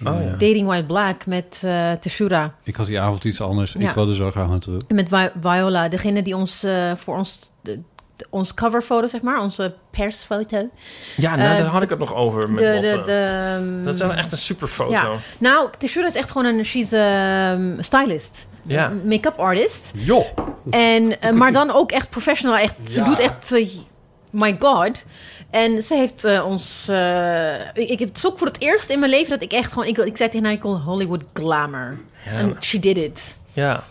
[SPEAKER 5] Oh ja.
[SPEAKER 7] Dating White Black met eh Teshura.
[SPEAKER 6] eh, Ik had die avond iets anders.
[SPEAKER 7] Ja.
[SPEAKER 6] Ik wilde zo graag naartoe.
[SPEAKER 7] En met Vi- Viola, degene die ons eh, voor ons... de- de- ons coverfoto, zeg maar, onze persfoto.
[SPEAKER 5] Ja, nou,
[SPEAKER 7] Eh,
[SPEAKER 5] daar had ik het nog over
[SPEAKER 7] De,
[SPEAKER 5] met
[SPEAKER 7] de,
[SPEAKER 5] Botten.
[SPEAKER 7] de, ehm,
[SPEAKER 5] dat is wel echt een superfoto.
[SPEAKER 7] Ja. Nou, Teshura is echt gewoon een... She's a ehm, stylist.
[SPEAKER 5] Ja.
[SPEAKER 7] Make-up artist.
[SPEAKER 6] Joh!
[SPEAKER 7] En, eh, maar dan ook echt professional. Echt, Ze
[SPEAKER 6] Ja.
[SPEAKER 7] doet echt... eh, my god. En ze heeft eh, ons... eh, ik, ik, het is ook voor het eerst in mijn leven dat ik echt gewoon... Ik, ik zei tegen haar, ik wil Hollywood glamour. En she did it.
[SPEAKER 5] ja.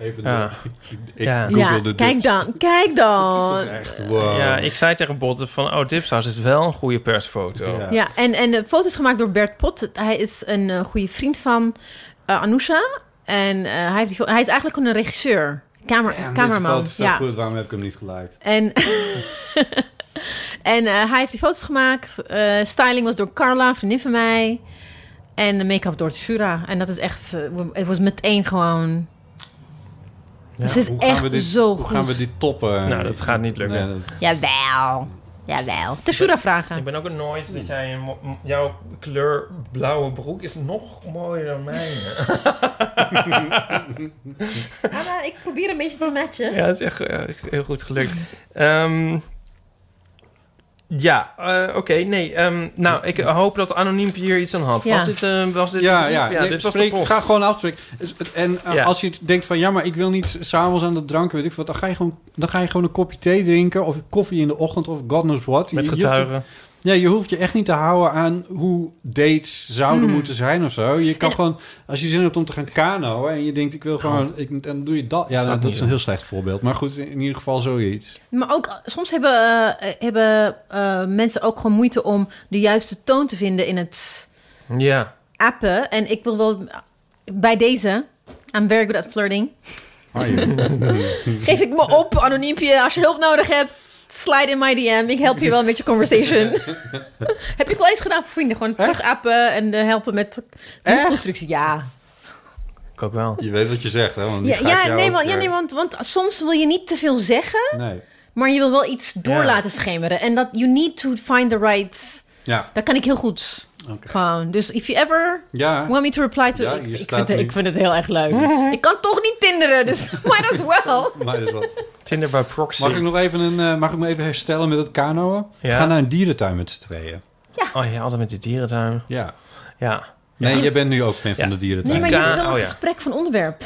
[SPEAKER 6] Even
[SPEAKER 5] Ja.
[SPEAKER 6] de- Ik
[SPEAKER 5] Ja.
[SPEAKER 6] googelde
[SPEAKER 7] ja,
[SPEAKER 6] dit.
[SPEAKER 7] kijk dan. Kijk dan.
[SPEAKER 6] Echt, wow.
[SPEAKER 5] Ja, ik zei tegen Botten van... Oh, Dipsaus is wel een goede persfoto.
[SPEAKER 6] Ja.
[SPEAKER 7] Ja, en, en de foto's gemaakt door Bert Pot. Hij is een eh, goede vriend van eh Anousha. En eh, hij, heeft, die fo- hij is eigenlijk gewoon een regisseur. Kamer,
[SPEAKER 6] Ja, deze
[SPEAKER 7] cameraman.
[SPEAKER 6] foto is zo
[SPEAKER 7] Ja.
[SPEAKER 6] goed. Waarom heb ik hem niet geliked?
[SPEAKER 7] En, en eh, hij heeft die foto's gemaakt. Eh, styling was door Carla, een vriendin van mij. En de make-up door Tsura. En dat is echt... eh, we- Het was meteen gewoon... het is
[SPEAKER 6] Hoe gaan
[SPEAKER 7] echt
[SPEAKER 6] we dit,
[SPEAKER 7] zo
[SPEAKER 6] Hoe
[SPEAKER 7] goed.
[SPEAKER 6] gaan we dit toppen?
[SPEAKER 5] Nou, dat gaat niet lukken.
[SPEAKER 6] Nee, dat-
[SPEAKER 7] Jawel. Jawel. Tsura vragen.
[SPEAKER 5] Ik ben ook annoyed dat jij... een mo- m- jouw kleur blauwe broek is nog mooier dan mijne.
[SPEAKER 7] ik probeer een beetje te matchen.
[SPEAKER 5] ja, dat is echt eh, heel goed gelukt. Ehm, ja, eh, oké. nee, ehm, nou, ik hoop dat Anoniem hier iets aan had.
[SPEAKER 7] Ja.
[SPEAKER 5] Was dit... eh, was dit
[SPEAKER 6] Ja, ja.
[SPEAKER 5] ja
[SPEAKER 6] Nee,
[SPEAKER 5] dit was de
[SPEAKER 6] spreek,
[SPEAKER 5] post.
[SPEAKER 6] ga gewoon afspreken. Is het- En eh,
[SPEAKER 5] Ja.
[SPEAKER 6] als je het denkt van ja, maar ik wil niet s'avonds aan de drank, weet ik wat, dan ga je gewoon, dan ga je gewoon een kopje thee drinken of koffie in de ochtend of god knows what.
[SPEAKER 5] Met
[SPEAKER 6] Je- je-
[SPEAKER 5] getuigen.
[SPEAKER 6] Ja, je hoeft je echt niet te houden aan hoe dates zouden moeten zijn of zo. Je kan
[SPEAKER 7] Hmm. En-
[SPEAKER 6] gewoon, als je zin hebt om te gaan kanoën en je denkt, ik wil gewoon, ik, en dan doe je dat. Ja,
[SPEAKER 5] Staat
[SPEAKER 6] dat,
[SPEAKER 5] niet
[SPEAKER 6] is
[SPEAKER 5] in.
[SPEAKER 6] een heel slecht voorbeeld. Maar goed, in ieder geval zoiets.
[SPEAKER 7] Maar ook eh, soms hebben, eh, hebben eh, mensen ook gewoon moeite om de juiste toon te vinden in het
[SPEAKER 5] Ja.
[SPEAKER 7] appen. En ik wil wel bij deze. I'm very good at flirting.
[SPEAKER 6] Ah, joh.
[SPEAKER 7] Geef ik me op, anoniempje. Als je hulp nodig hebt, slide in my DM. Ik help je wel met je conversation. Heb ik wel eens gedaan voor vrienden. Gewoon terug appen en eh, helpen met constructie. Ja,
[SPEAKER 5] Ik ook wel.
[SPEAKER 6] je weet wat je zegt, hè? Want die
[SPEAKER 7] ja,
[SPEAKER 6] gaat
[SPEAKER 7] ja,
[SPEAKER 6] jou
[SPEAKER 7] nee,
[SPEAKER 6] ook,
[SPEAKER 7] want, ja,
[SPEAKER 6] eh,
[SPEAKER 7] nee want, want soms wil je niet te veel zeggen,
[SPEAKER 6] nee.
[SPEAKER 7] maar je wil wel iets door
[SPEAKER 5] Ja.
[SPEAKER 7] laten schemeren. En dat you need to find the right...
[SPEAKER 6] Ja,
[SPEAKER 7] Dat kan ik heel goed.
[SPEAKER 6] Oké.
[SPEAKER 7] Gewoon. Dus if you ever
[SPEAKER 6] ja.
[SPEAKER 7] want me to reply to...
[SPEAKER 6] Ja,
[SPEAKER 7] ik,
[SPEAKER 6] je
[SPEAKER 7] ik,
[SPEAKER 6] staat
[SPEAKER 7] vind het,
[SPEAKER 6] nu-
[SPEAKER 7] ik vind het heel erg leuk. ik kan toch niet tinderen, dus might as well.
[SPEAKER 6] Maar dat is wel-
[SPEAKER 5] Tinder by proxy.
[SPEAKER 6] Mag ik nog even een, eh, mag ik me even herstellen met het kanoën?
[SPEAKER 5] Ja.
[SPEAKER 6] Ga naar een dierentuin met z'n tweeën.
[SPEAKER 5] Oh ja, altijd met die dierentuin.
[SPEAKER 6] Ja.
[SPEAKER 5] Ja.
[SPEAKER 6] Nee, jij bent nu ook fan van
[SPEAKER 5] Ja.
[SPEAKER 6] de dierentuin.
[SPEAKER 7] Nee, maar je
[SPEAKER 5] Ja,
[SPEAKER 7] hebt wel een
[SPEAKER 5] oh ja.
[SPEAKER 7] gesprek van onderwerp.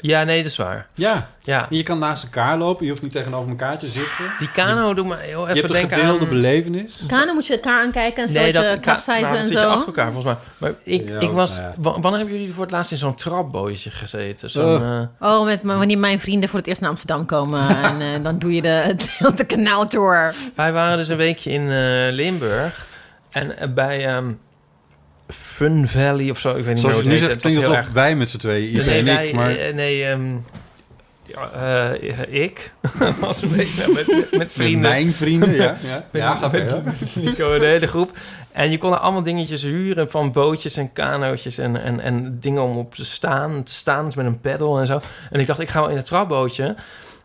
[SPEAKER 5] Ja, nee, dat is waar.
[SPEAKER 6] Ja,
[SPEAKER 5] Ja.
[SPEAKER 6] en je kan naast elkaar lopen. Je hoeft niet tegenover elkaar te zitten.
[SPEAKER 5] Die kano doet me heel even
[SPEAKER 6] Je hebt een
[SPEAKER 5] denken
[SPEAKER 6] gedeelde
[SPEAKER 5] aan...
[SPEAKER 6] belevenis.
[SPEAKER 7] Kano moet je elkaar aankijken en zoals je
[SPEAKER 5] ka-
[SPEAKER 7] kapseizen
[SPEAKER 5] nou, dan
[SPEAKER 7] en
[SPEAKER 5] zit je achter
[SPEAKER 7] zo.
[SPEAKER 5] elkaar volgens mij. Maar ik,
[SPEAKER 6] Ja,
[SPEAKER 5] ik was...
[SPEAKER 6] nou ja.
[SPEAKER 5] wa- Wanneer hebben jullie voor het laatst in zo'n trapbootje gezeten? Zo'n,
[SPEAKER 6] Oh.
[SPEAKER 5] eh,
[SPEAKER 7] Oh, met, maar wanneer mijn vrienden voor het eerst naar Amsterdam komen. en eh, dan doe je de, de kanaaltour.
[SPEAKER 5] wij waren dus een weekje in eh, Limburg. En eh, bij ehm, Fun Valley of zo. Ik weet niet meer
[SPEAKER 6] Zoals
[SPEAKER 5] hoe het
[SPEAKER 6] ik nu
[SPEAKER 5] heet.
[SPEAKER 6] zeg,
[SPEAKER 5] Het was
[SPEAKER 6] klinkt
[SPEAKER 5] heel
[SPEAKER 6] alsof
[SPEAKER 5] erg...
[SPEAKER 6] wij met z'n tweeën,
[SPEAKER 5] Nee,
[SPEAKER 6] iedereen en
[SPEAKER 5] wij,
[SPEAKER 6] ik, maar...
[SPEAKER 5] eh, nee ehm, ja, eh, ik was een beetje met, met, met
[SPEAKER 6] Met
[SPEAKER 5] vrienden.
[SPEAKER 6] mijn vrienden, ja. Ja,
[SPEAKER 5] Met-
[SPEAKER 6] ja, ga
[SPEAKER 5] met
[SPEAKER 6] verder.
[SPEAKER 5] Nico, de hele groep. En je kon er allemaal dingetjes huren van bootjes en kanootjes en, en, en dingen om op te staan. Staand met een peddel en zo. En ik dacht, ik ga wel in het trapbootje.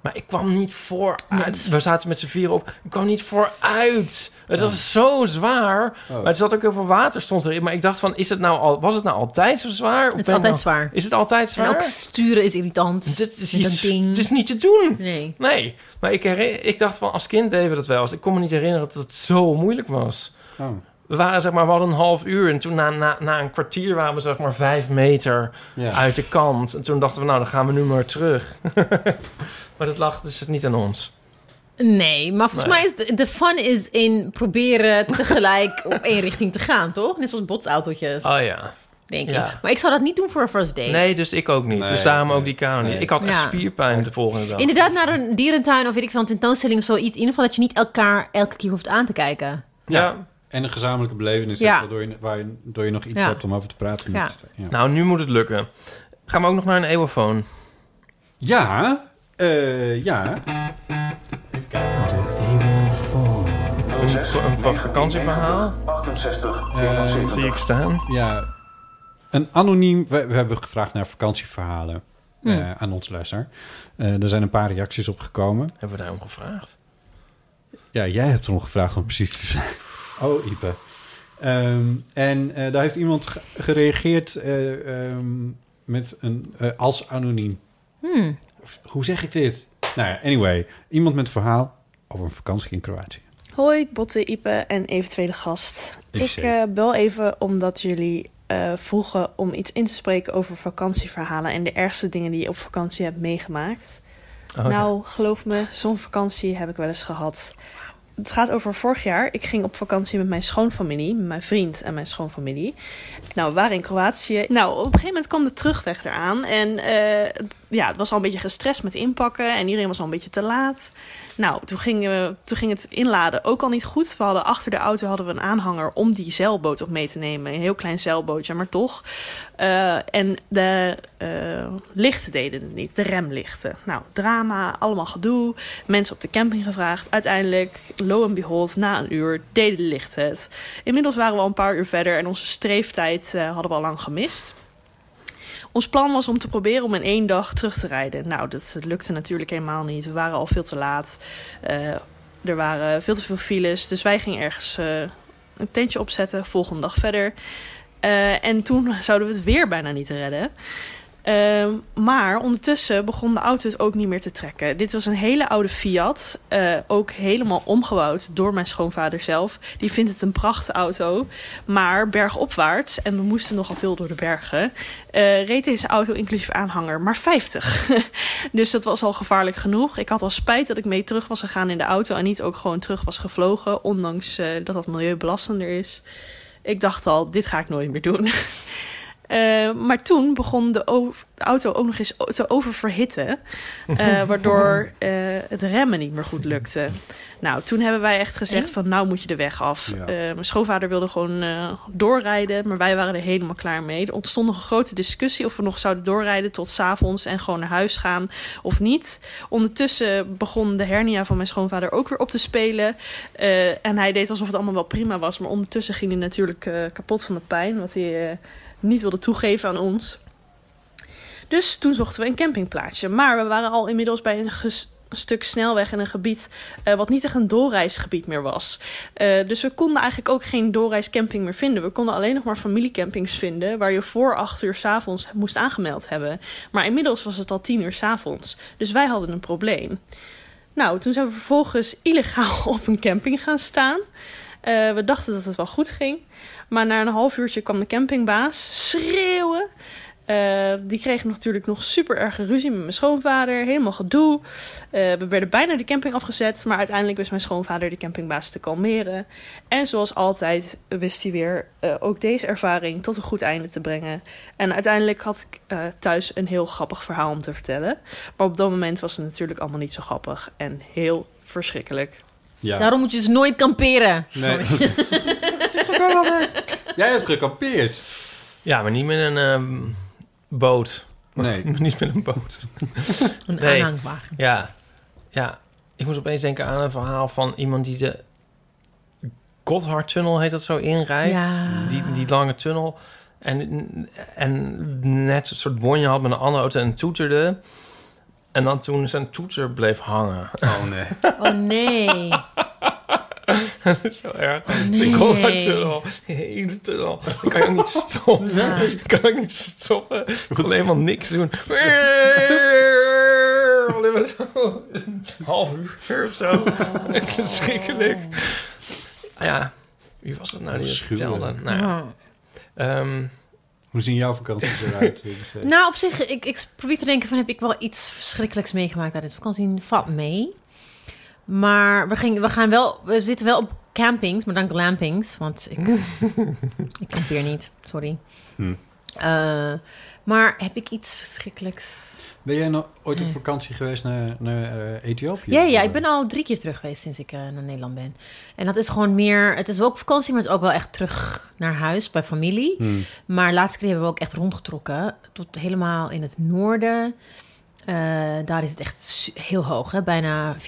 [SPEAKER 5] Maar ik kwam niet vooruit. We zaten met z'n vieren op. Ik kwam niet vooruit. Het was zo zwaar. Maar er zat ook heel veel water stond erin. Maar ik dacht van, is het nou al, was het nou altijd zo zwaar? Of
[SPEAKER 7] Het is
[SPEAKER 5] ben ik
[SPEAKER 7] altijd
[SPEAKER 5] nou-
[SPEAKER 7] zwaar.
[SPEAKER 5] Is het altijd
[SPEAKER 7] En
[SPEAKER 5] zwaar?
[SPEAKER 7] ook sturen is irritant.
[SPEAKER 5] Het is,
[SPEAKER 7] Met dat
[SPEAKER 5] iets-
[SPEAKER 7] ding.
[SPEAKER 5] het is niet te doen.
[SPEAKER 7] Nee.
[SPEAKER 5] Nee, maar ik, herinner, ik dacht van als kind deden we dat wel eens. Ik kon me niet herinneren dat het zo moeilijk was.
[SPEAKER 6] Oh,
[SPEAKER 5] We waren zeg maar, we hadden een half uur en toen na, na, na een kwartier waren we zeg maar vijf meter
[SPEAKER 6] ja.
[SPEAKER 5] uit de kant. En toen dachten we, nou dan gaan we nu maar terug. maar dat lag dus niet aan ons.
[SPEAKER 7] Nee, maar volgens
[SPEAKER 5] Nee.
[SPEAKER 7] mij is de, de fun is in proberen tegelijk op één richting te gaan, toch? Net zoals botsautootjes,
[SPEAKER 5] Oh ja.
[SPEAKER 7] denk
[SPEAKER 5] ja.
[SPEAKER 7] ik. Maar ik zou dat niet doen voor een first date.
[SPEAKER 5] Nee, dus ik ook niet.
[SPEAKER 6] Nee,
[SPEAKER 5] dus daarom
[SPEAKER 6] nee,
[SPEAKER 5] ook die kamer niet.
[SPEAKER 6] nee.
[SPEAKER 5] Ik had echt
[SPEAKER 7] Ja.
[SPEAKER 5] spierpijn de volgende dag.
[SPEAKER 7] Inderdaad, naar een dierentuin of weet ik veel, een tentoonstelling of zoiets. In ieder geval dat je niet elkaar elke keer hoeft aan te kijken.
[SPEAKER 5] Ja.
[SPEAKER 6] En een gezamenlijke belevenis,
[SPEAKER 7] Ja.
[SPEAKER 6] hebt, waardoor, je, waar je, waardoor je nog iets
[SPEAKER 7] Ja.
[SPEAKER 6] hebt om over te praten. Met
[SPEAKER 7] Ja.
[SPEAKER 6] z'n tweeën. ja.
[SPEAKER 5] Nou, nu moet het lukken. Gaan we ook nog naar een eeuwenfoon?
[SPEAKER 6] Ja, eh, ja.
[SPEAKER 5] Een, een, een vakantieverhaal?
[SPEAKER 8] 68,
[SPEAKER 5] Zie ik staan.
[SPEAKER 6] eh, Ja, een anoniem... We, we hebben gevraagd naar vakantieverhalen
[SPEAKER 5] Hmm.
[SPEAKER 6] eh, aan ons luisteraar. Eh, er zijn een paar reacties op gekomen.
[SPEAKER 5] Hebben we daarom gevraagd?
[SPEAKER 6] Ja, jij hebt erom gevraagd om precies te zijn. Oh, Ipe. Ehm, en eh, daar heeft iemand ge- gereageerd eh, ehm, met een eh, als anoniem.
[SPEAKER 7] Hmm.
[SPEAKER 6] Hoe zeg ik dit? Nou ja, anyway. Iemand met een verhaal over een vakantie in Kroatië.
[SPEAKER 9] Hoi, Botte, Ipe en eventuele gast.
[SPEAKER 6] Ik
[SPEAKER 9] Ik,
[SPEAKER 6] zie.
[SPEAKER 9] eh, bel even omdat jullie eh, vroegen om iets in te spreken over vakantieverhalen en de ergste dingen die je op vakantie hebt meegemaakt.
[SPEAKER 5] Oh, ja.
[SPEAKER 9] nou, geloof me, zo'n vakantie heb ik wel eens gehad. Het gaat over vorig jaar. Ik ging op vakantie met mijn schoonfamilie, met mijn vriend en mijn schoonfamilie. Nou, we waren in Kroatië. Nou, op een gegeven moment kwam de terugweg eraan. En eh, het- ja, het was al een beetje gestrest met inpakken. En iedereen was al een beetje te laat. Nou, toen ging, eh, toen ging het inladen ook al niet goed. We hadden achter de auto hadden we een aanhanger om die zeilboot op mee te nemen. Een heel klein zeilbootje, maar toch. Eh, en de eh, lichten deden het niet, de remlichten. Nou, drama, allemaal gedoe. Mensen op de camping gevraagd. Uiteindelijk, lo en behold, na een uur deden de lichten het. Inmiddels waren we al een paar uur verder en onze streeftijd eh, hadden we al lang gemist. Ons plan was om te proberen om in één dag terug te rijden. Nou, dat lukte natuurlijk helemaal niet. We waren al veel te laat. Eh, er waren veel te veel files. Dus wij gingen ergens eh, een tentje opzetten. Volgende dag verder. Eh, en toen zouden we het weer bijna niet redden. Ehm, maar ondertussen begon de auto het ook niet meer te trekken. Dit was een hele oude Fiat, eh, ook helemaal omgebouwd door mijn schoonvader zelf. Die vindt het een prachtauto, maar bergopwaarts, en we moesten nogal veel door de bergen, eh, reed deze auto inclusief aanhanger maar 50. dus dat was al gevaarlijk genoeg. Ik had al spijt dat ik mee terug was gegaan in de auto en niet ook gewoon terug was gevlogen, ondanks eh, dat dat milieubelastender is. Ik dacht al, dit ga ik nooit meer doen. Eh, maar toen begon de, o- de auto ook nog eens o- te oververhitten. eh, waardoor eh, het remmen niet meer goed lukte. Nou, toen hebben wij echt gezegd van nou moet je de weg af.
[SPEAKER 6] Ja.
[SPEAKER 9] Eh, mijn schoonvader wilde gewoon eh, doorrijden. Maar wij waren er helemaal klaar mee. Er ontstond nog een grote discussie of we nog zouden doorrijden tot 's avonds en gewoon naar huis gaan of niet. Ondertussen begon de hernia van mijn schoonvader ook weer op te spelen. Eh, en hij deed alsof het allemaal wel prima was. Maar ondertussen ging hij natuurlijk eh, kapot van de pijn. Wat hij... eh, niet wilde toegeven aan ons. Dus toen zochten we een campingplaatsje. Maar we waren al inmiddels bij een ges- stuk snelweg in een gebied eh, wat niet echt een doorreisgebied meer was. Eh, dus we konden eigenlijk ook geen doorreiscamping meer vinden. We konden alleen nog maar familiecampings vinden waar je voor acht uur 's avonds moest aangemeld hebben. Maar inmiddels was het al tien uur 's avonds. Dus wij hadden een probleem. Nou, toen zijn we vervolgens illegaal op een camping gaan staan. Eh, we dachten dat het wel goed ging. Maar na een half uurtje kwam de campingbaas schreeuwen. Eh, die kreeg natuurlijk nog super erge ruzie met mijn schoonvader. Helemaal gedoe. Eh, we werden bijna de camping afgezet. Maar uiteindelijk wist mijn schoonvader de campingbaas te kalmeren. En zoals altijd wist hij weer eh, ook deze ervaring tot een goed einde te brengen. En uiteindelijk had ik eh, thuis een heel grappig verhaal om te vertellen. Maar op dat moment was het natuurlijk allemaal niet zo grappig. En heel verschrikkelijk.
[SPEAKER 6] Ja.
[SPEAKER 7] Daarom moet je dus nooit kamperen.
[SPEAKER 6] Nee. Dat zeg ik ook altijd. Jij hebt gekampeerd.
[SPEAKER 5] Ja, maar niet met een ehm, boot.
[SPEAKER 6] Nee.
[SPEAKER 5] niet met een boot.
[SPEAKER 7] Een
[SPEAKER 5] Nee.
[SPEAKER 7] aanhangwagen.
[SPEAKER 5] Ja. ja, ik moest opeens denken aan een verhaal van iemand die de Gotthardtunnel, heet dat zo, inrijdt.
[SPEAKER 7] Ja.
[SPEAKER 5] Die, die lange tunnel. En, en net een soort bonje had met een andere auto en toeterde. En dan toen zijn toeter bleef hangen.
[SPEAKER 6] Oh nee.
[SPEAKER 7] Oh nee.
[SPEAKER 5] dat is zo erg.
[SPEAKER 7] nee.
[SPEAKER 5] De Gotthardtunnel, de hele tunnel. Dan kan je ook niet stoppen.
[SPEAKER 7] Ja.
[SPEAKER 5] Je kan ook niet stoppen. Ik kon helemaal niks doen. Alleen maar zo. Een half uur of zo. Het is verschrikkelijk. Ah Ja, wie was dat nou die dat
[SPEAKER 6] Afschuwelijk.
[SPEAKER 5] vertelde? Nou ja.
[SPEAKER 7] Oh.
[SPEAKER 5] ehm,
[SPEAKER 6] Hoe zien jouw vakanties eruit? Dus, eh,
[SPEAKER 7] Nou, op zich, ik, ik probeer te denken van... heb ik wel iets verschrikkelijks meegemaakt tijdens vakantie? Valt mee. Maar we, gingen, we, gaan wel, we zitten wel op campings, maar dan glampings. Want ik, ik kampeer niet, sorry.
[SPEAKER 6] Hmm.
[SPEAKER 7] Eh, maar heb ik iets verschrikkelijks?
[SPEAKER 6] Ben jij nou ooit op vakantie geweest naar, naar eh, Ethiopië?
[SPEAKER 7] Hmm. Ja, ja, ik ben al drie keer terug geweest sinds ik eh, naar Nederland ben. En dat is gewoon meer... Het is wel ook vakantie, maar het is ook wel echt terug naar huis bij familie.
[SPEAKER 6] Hmm.
[SPEAKER 7] Maar laatste keer hebben we ook echt rondgetrokken. Tot helemaal in het noorden. Eh, daar is het echt su- heel hoog. Hè? Bijna 4.500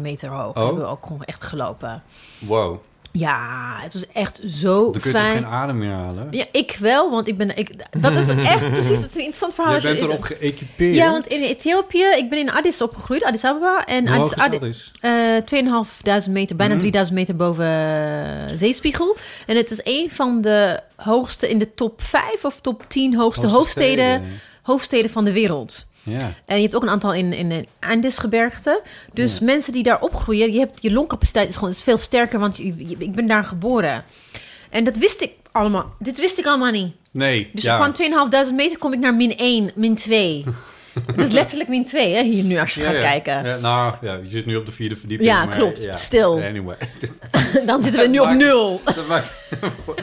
[SPEAKER 7] meter hoog.
[SPEAKER 6] Oh.
[SPEAKER 7] Hebben we ook gewoon echt gelopen.
[SPEAKER 6] Wow.
[SPEAKER 7] Ja, het was echt zo
[SPEAKER 6] Dan kun je toch
[SPEAKER 7] fijn.
[SPEAKER 6] geen adem meer halen?
[SPEAKER 7] Ja, ik wel, want ik ben... Ik, dat is echt precies... Dat is een interessant verhaal.
[SPEAKER 6] Jij
[SPEAKER 7] als je-
[SPEAKER 6] bent erop geëquipeerd.
[SPEAKER 7] eh, ja, want in Ethiopië, ik ben in Addis opgegroeid, Addis Ababa. En
[SPEAKER 6] Hoe hoog
[SPEAKER 7] Addis,
[SPEAKER 6] is dat
[SPEAKER 7] Addis,
[SPEAKER 6] is?
[SPEAKER 7] eh 2.500 meter, bijna
[SPEAKER 6] Hmm.
[SPEAKER 7] 3000 meter boven eh, zeespiegel. En het is een van de hoogste in de top 5 of top 10 hoogste,
[SPEAKER 6] Hoogste
[SPEAKER 7] hoofdsteden,
[SPEAKER 6] steden.
[SPEAKER 7] hoofdsteden van de wereld.
[SPEAKER 6] Ja.
[SPEAKER 7] En je hebt ook een aantal in, in, in Andesgebergte. Dus mensen die daar opgroeien, je, hebt, je longcapaciteit is gewoon is veel sterker, want je- je- ik ben daar geboren. En dat wist ik allemaal. Dit wist ik allemaal niet.
[SPEAKER 6] Nee.
[SPEAKER 7] Dus
[SPEAKER 6] ja.
[SPEAKER 7] van 2.500 meter kom ik naar min 1, min 2. Het is letterlijk min 2 hè, hier nu als je
[SPEAKER 6] Ja,
[SPEAKER 7] gaat
[SPEAKER 6] ja.
[SPEAKER 7] kijken.
[SPEAKER 6] Ja, nou, ja, je zit nu op de vierde verdieping.
[SPEAKER 7] Ja,
[SPEAKER 6] maar,
[SPEAKER 7] klopt. Stil.
[SPEAKER 6] Anyway.
[SPEAKER 7] Dan zitten we nu op
[SPEAKER 6] Maakt-
[SPEAKER 7] nul.
[SPEAKER 6] Dat maakt op,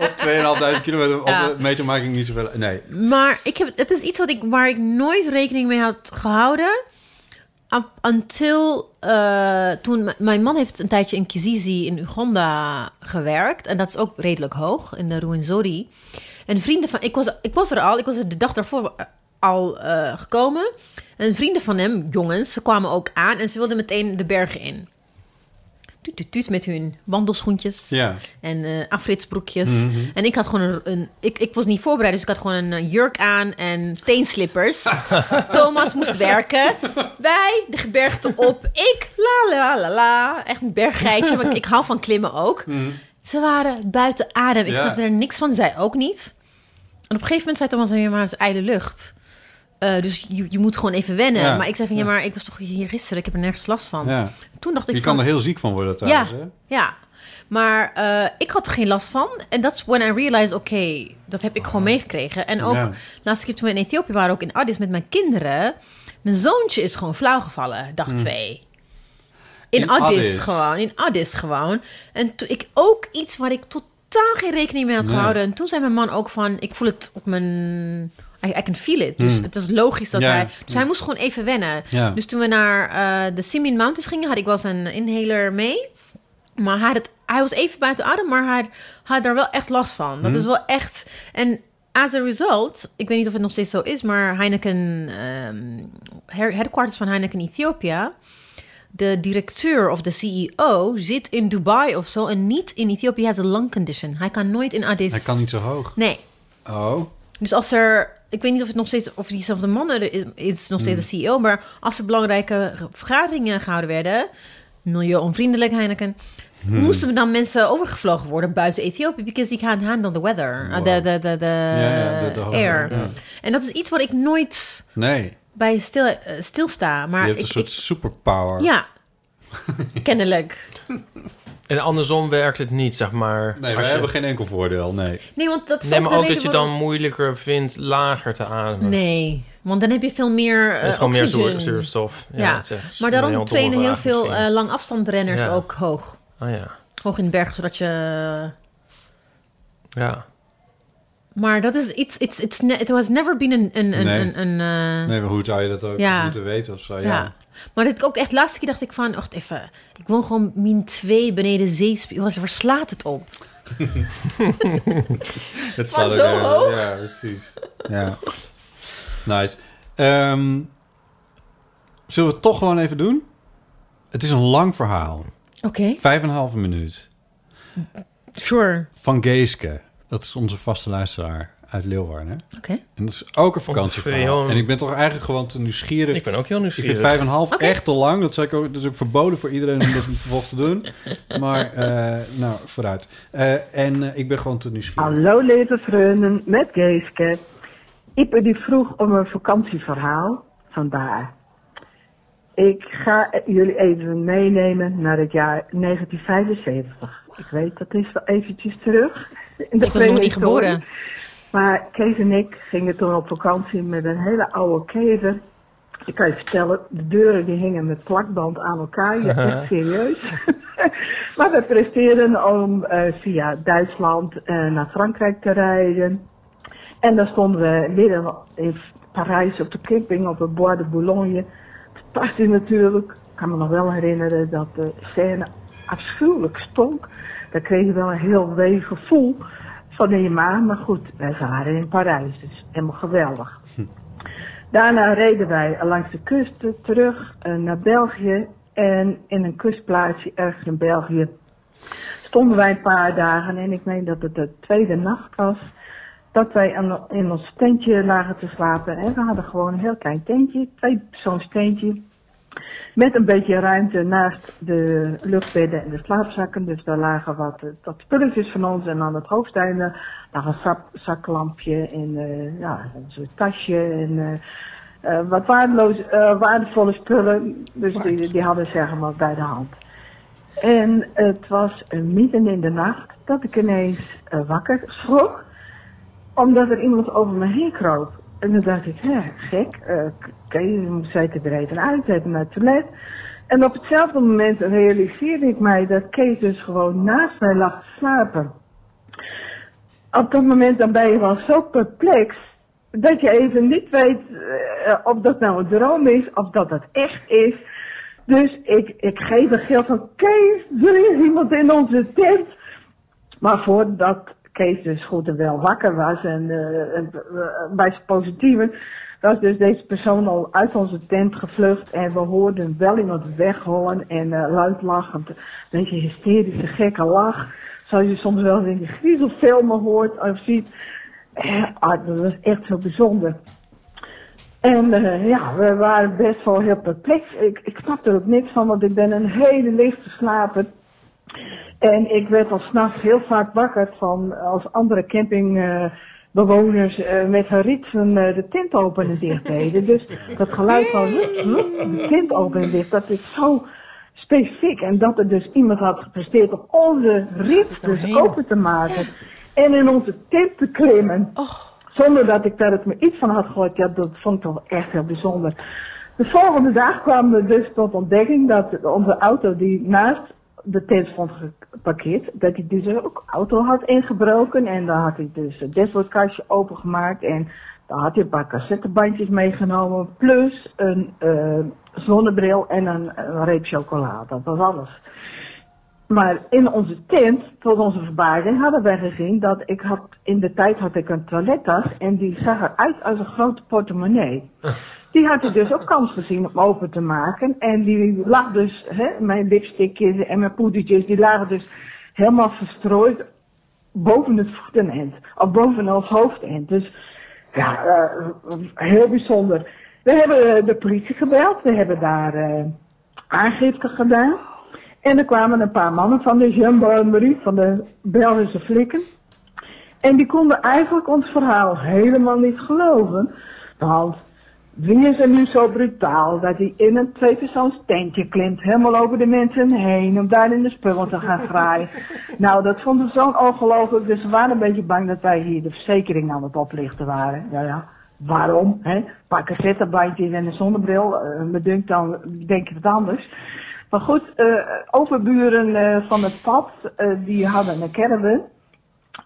[SPEAKER 6] op 2.500 kilometer op
[SPEAKER 7] Ja.
[SPEAKER 6] de meter maak ik niet zoveel... Nee.
[SPEAKER 7] Maar ik heb, het is iets wat ik, waar ik nooit rekening mee had gehouden. Up Until eh, toen m- mijn man heeft een tijdje in Kizizi in Uganda gewerkt. En dat is ook redelijk hoog, in de Ruwenzori. En vrienden van... Ik was, ik was er al, ik was er de dag daarvoor al eh, gekomen. En vrienden van hem, jongens, ze kwamen ook aan. En ze wilden meteen de bergen in. Tuut, tuut, tuut met hun wandelschoentjes
[SPEAKER 6] Ja.
[SPEAKER 7] en eh afritsbroekjes.
[SPEAKER 6] Mhm.
[SPEAKER 7] En ik had gewoon een... een- ik, ik was niet voorbereid, dus ik had gewoon een eh, jurk aan en teenslippers. Thomas moest werken. Wij de gebergte op. Ik, la la la la. Echt een berggeitje, maar ik, ik hou van klimmen ook. Ze waren buiten adem. Ik
[SPEAKER 6] Mhm. Ja.
[SPEAKER 7] snapte er niks van, zij ook niet. En op een gegeven moment zei Thomas, "Ja, maar het is ijle lucht. Eh, dus je, je moet gewoon even wennen.
[SPEAKER 6] Ja.
[SPEAKER 7] Maar ik zei van, ja,
[SPEAKER 6] Ja.
[SPEAKER 7] maar ik was toch hier gisteren. Ik heb er nergens last van.
[SPEAKER 6] Ja.
[SPEAKER 7] Toen dacht ik
[SPEAKER 6] Je
[SPEAKER 7] van...
[SPEAKER 6] kan er heel ziek van worden trouwens. Hè?
[SPEAKER 7] Ja, maar eh, ik had er geen last van. En dat is when I realized, oké, dat heb ik gewoon meegekregen. En ook,
[SPEAKER 6] Ja.
[SPEAKER 7] laatst keer toen we in Ethiopië waren, ook in Addis met mijn kinderen. Mijn zoontje is gewoon flauw gevallen, dag twee. In,
[SPEAKER 6] Mm. In
[SPEAKER 7] Addis,
[SPEAKER 6] Addis.
[SPEAKER 7] gewoon, in Addis gewoon. En toen ik ook iets waar ik totaal geen rekening mee had
[SPEAKER 6] Nee.
[SPEAKER 7] gehouden. En toen zei mijn man ook van, ik voel het op mijn... I, I can feel it. Dus het is logisch dat
[SPEAKER 6] Mm. Ja.
[SPEAKER 7] hij... Dus hij moest gewoon even wennen.
[SPEAKER 6] Ja.
[SPEAKER 7] Dus toen we naar eh, de Simin Mountains gingen, had ik wel zijn inhaler mee. Maar hij, had het, hij was even buiten adem, maar hij had daar wel echt last van.
[SPEAKER 6] Mhm.
[SPEAKER 7] Dat is wel echt. En as a result, ik weet niet of het nog steeds zo is, maar Heineken, ehm, her- headquarters van Heineken Ethiopië, de directeur of de CEO zit in Dubai of zo en niet in Ethiopië. Hij has a lung condition. Hij kan nooit in Addis.
[SPEAKER 6] Hij kan niet zo hoog.
[SPEAKER 7] Nee.
[SPEAKER 6] Oh,
[SPEAKER 7] Dus als er, ik weet niet of het nog steeds, of diezelfde man er is, is nog steeds de CEO, maar als er belangrijke vergaderingen gehouden werden, milieu-onvriendelijk Heineken, moesten dan mensen overgevlogen worden buiten Ethiopië, because they can't handle the weather, uh, de, de, de, de
[SPEAKER 6] ja, de- de hoogte,
[SPEAKER 7] air.
[SPEAKER 6] ja.
[SPEAKER 7] En dat is iets wat ik nooit
[SPEAKER 6] nee.
[SPEAKER 7] bij stil, eh, stilsta,
[SPEAKER 6] Je
[SPEAKER 7] maar
[SPEAKER 6] hebt een
[SPEAKER 7] ik,
[SPEAKER 6] soort
[SPEAKER 7] ik-
[SPEAKER 6] superpower.
[SPEAKER 7] ja, kennelijk.
[SPEAKER 5] En andersom werkt het niet, zeg maar.
[SPEAKER 6] Nee,
[SPEAKER 5] Als
[SPEAKER 6] wij
[SPEAKER 5] je-
[SPEAKER 6] hebben geen enkel voordeel, nee.
[SPEAKER 7] Nee, want dat is
[SPEAKER 5] Nee,
[SPEAKER 7] ook
[SPEAKER 5] maar
[SPEAKER 7] de
[SPEAKER 5] ook dat
[SPEAKER 7] reden
[SPEAKER 5] je dan
[SPEAKER 7] waarom-
[SPEAKER 5] moeilijker vindt lager te ademen.
[SPEAKER 7] Nee, want dan heb je veel meer eh
[SPEAKER 5] dat is gewoon meer
[SPEAKER 7] oxygen.
[SPEAKER 5] zuur- zuurstof. Ja,
[SPEAKER 7] Ja,
[SPEAKER 5] dat is
[SPEAKER 7] maar
[SPEAKER 5] een
[SPEAKER 7] daarom
[SPEAKER 5] heel
[SPEAKER 7] trainen
[SPEAKER 5] domme
[SPEAKER 7] heel
[SPEAKER 5] vraag
[SPEAKER 7] veel
[SPEAKER 5] misschien.
[SPEAKER 7] eh langafstandrenners
[SPEAKER 5] Ja.
[SPEAKER 7] ook hoog.
[SPEAKER 5] Ah ja.
[SPEAKER 7] Hoog in de berg, zodat je... eh,
[SPEAKER 5] ja.
[SPEAKER 7] Maar dat is iets... It's, it's ne- it has never been een... een, een,
[SPEAKER 6] Nee.
[SPEAKER 7] een, een, eh,
[SPEAKER 6] Nee, maar hoe zou je dat ook
[SPEAKER 7] Ja.
[SPEAKER 6] moeten weten of zo? Ja.
[SPEAKER 7] ja. Maar dat ik ook echt... de laatste keer dacht ik van... Wacht even. Ik woon gewoon min 2 beneden zeespiegel. Waar slaat het op?
[SPEAKER 6] Het
[SPEAKER 7] Van
[SPEAKER 6] zal
[SPEAKER 7] zo
[SPEAKER 6] ook- eh,
[SPEAKER 7] hoog?
[SPEAKER 6] Ja, precies. Ja. Nice. Ehm, zullen we het toch gewoon even doen? Het is een lang verhaal.
[SPEAKER 7] Oké.
[SPEAKER 6] Vijf en een halve minuut.
[SPEAKER 7] Sure.
[SPEAKER 6] Van Geeske. Dat is onze vaste luisteraar uit Leeuwarden.
[SPEAKER 7] Oké.
[SPEAKER 6] En dat is ook een vakantieverhaal.
[SPEAKER 5] vriend.
[SPEAKER 6] En ik ben toch eigenlijk gewoon te nieuwsgierig.
[SPEAKER 5] Ik ben ook heel
[SPEAKER 6] Ik vind
[SPEAKER 5] nieuwsgierig.
[SPEAKER 6] vijf en een half
[SPEAKER 7] Oké.
[SPEAKER 6] echt te lang. Dat, zou ik ook, dat is ook verboden voor iedereen om dat vervolgens te doen. Maar, eh, nou, vooruit. Eh, en eh, ik ben gewoon te nieuwsgierig.
[SPEAKER 8] Hallo lieve vrienden, met Geeske. Ipe die vroeg om een vakantieverhaal, vandaar. Ik ga jullie even meenemen naar het jaar 1975. Ik weet, dat is wel eventjes terug. In de
[SPEAKER 7] Ik was nog niet
[SPEAKER 8] prehistorie.
[SPEAKER 7] geboren.
[SPEAKER 8] Maar Kees en ik gingen toen op vakantie met een hele oude kever. Ik kan je vertellen, de deuren die hingen met plakband aan elkaar. Ja, echt serieus. maar we presteerden om eh, via Duitsland eh, naar Frankrijk te rijden. En dan stonden we midden in Parijs op de camping op het Bois de Boulogne. Fantastisch natuurlijk. Ik kan me nog wel herinneren dat de scène afschuwelijk stonk. Daar kreeg je wel een heel wee gevoel van in je maag. Maar goed, wij waren in Parijs, dus helemaal geweldig. Daarna reden wij langs de kusten terug eh, naar België. En in een kustplaatsje ergens in België stonden wij een paar dagen. En ik meen dat het de tweede nacht was dat wij aan- in ons tentje lagen te slapen. En we hadden gewoon een heel klein tentje, twee persoons tentje. Met een beetje ruimte naast de luchtbedden en de slaapzakken. Dus daar lagen wat, eh, wat spulletjes van ons. En aan het hoofdeinde lag een zak- zaklampje en eh, ja, een soort tasje en eh, eh, wat waardeloos, eh, waardevolle spullen. Dus die, die hadden zeg maar bij de hand. En het was eh, midden in de nacht dat ik ineens eh, wakker schrok. Omdat er iemand over me heen kroop. En toen dacht ik, hè, gek. eh, k- Oké, je moet zij te breed en uit, even naar het toilet. En op hetzelfde moment realiseerde ik mij dat Kees dus gewoon naast mij lag te slapen. Op dat moment dan ben je wel zo perplex dat je even niet weet eh, of dat nou een droom is of dat dat echt is. Dus ik, ik geef een gil van Kees, er is iemand in onze tent. Maar voordat Kees dus goed en wel wakker was en, eh, en eh, bij zijn positieve, was dus deze persoon al uit onze tent gevlucht en we hoorden wel iemand weghollen en eh luid lachend, een beetje hysterische gekke lach, zoals je soms wel eens in die griezelfilmen hoort of ziet. Eh, ah, dat was echt zo bijzonder. En eh, ja, we waren best wel heel perplex. Ik, ik snap er ook niks van, want ik ben een hele lichte slaper. En ik werd al s'nachts heel vaak wakker van als andere camping eh, bewoners eh, met hun ritsen eh, de tent open en dicht deden. Dus dat geluid van rup, rup, de tent open en dicht, dat is zo specifiek. En dat er dus iemand had gepresteerd om onze rit dus open te maken en in onze tent te klimmen. Zonder dat ik daar het me iets van had gehoord. Ja, dat vond ik toch echt heel bijzonder. De volgende dag kwamen we dus tot ontdekking dat onze auto die naast de tent stond geparkeerd, dat hij dus ook auto had ingebroken. En dan had hij dus het dashboardkastje opengemaakt en dan had hij een paar cassettebandjes meegenomen. Plus een eh, zonnebril en een, een reep chocolade. Dat was alles. Maar in onze tent, tot onze verbazing, hadden wij gezien dat ik had, in de tijd had ik een toilettas en die zag eruit als een grote portemonnee. Die had ik dus ook kans gezien om open te maken. En die lag dus, hè, mijn lipstickjes en mijn poedertjes, die lagen dus helemaal verstrooid boven het voetenend. Of boven ons hoofdend. Dus ja, eh, heel bijzonder. We hebben eh, de politie gebeld. We hebben daar eh, aangifte gedaan. En er kwamen een paar mannen van de gendarmerie, van de Belgische flikken. En die konden eigenlijk ons verhaal helemaal niet geloven. Want wie is er nu zo brutaal dat hij in een tweepersoons tentje klimt, helemaal over de mensen heen, om daar in de spullen te gaan graaien? Nou, dat vonden ze zo'n ongelooflijk, dus ze waren een beetje bang dat wij hier de verzekering aan het oplichten waren. Ja, ja. Waarom? Hè? Een paar cassettebandjes en een zonnebril, eh, me dunkt dan, denk ik het anders. Maar goed, eh, overburen eh, van het pad, eh, die hadden een caravan.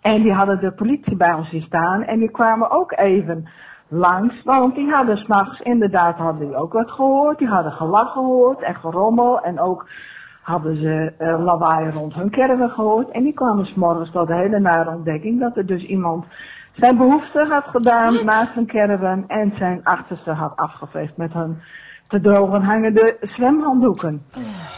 [SPEAKER 8] En die hadden de politie bij ons hier staan. En die kwamen ook even langs. Want die hadden s'nachts inderdaad hadden die ook wat gehoord. Die hadden gelach gehoord en gerommel. En ook hadden ze eh, lawaai rond hun caravan gehoord. En die kwamen s'morgens tot de hele nare ontdekking dat er dus iemand zijn behoefte had gedaan naast zijn caravan. En zijn achterste had afgeveegd met hun te drogen hangende zwemhanddoeken.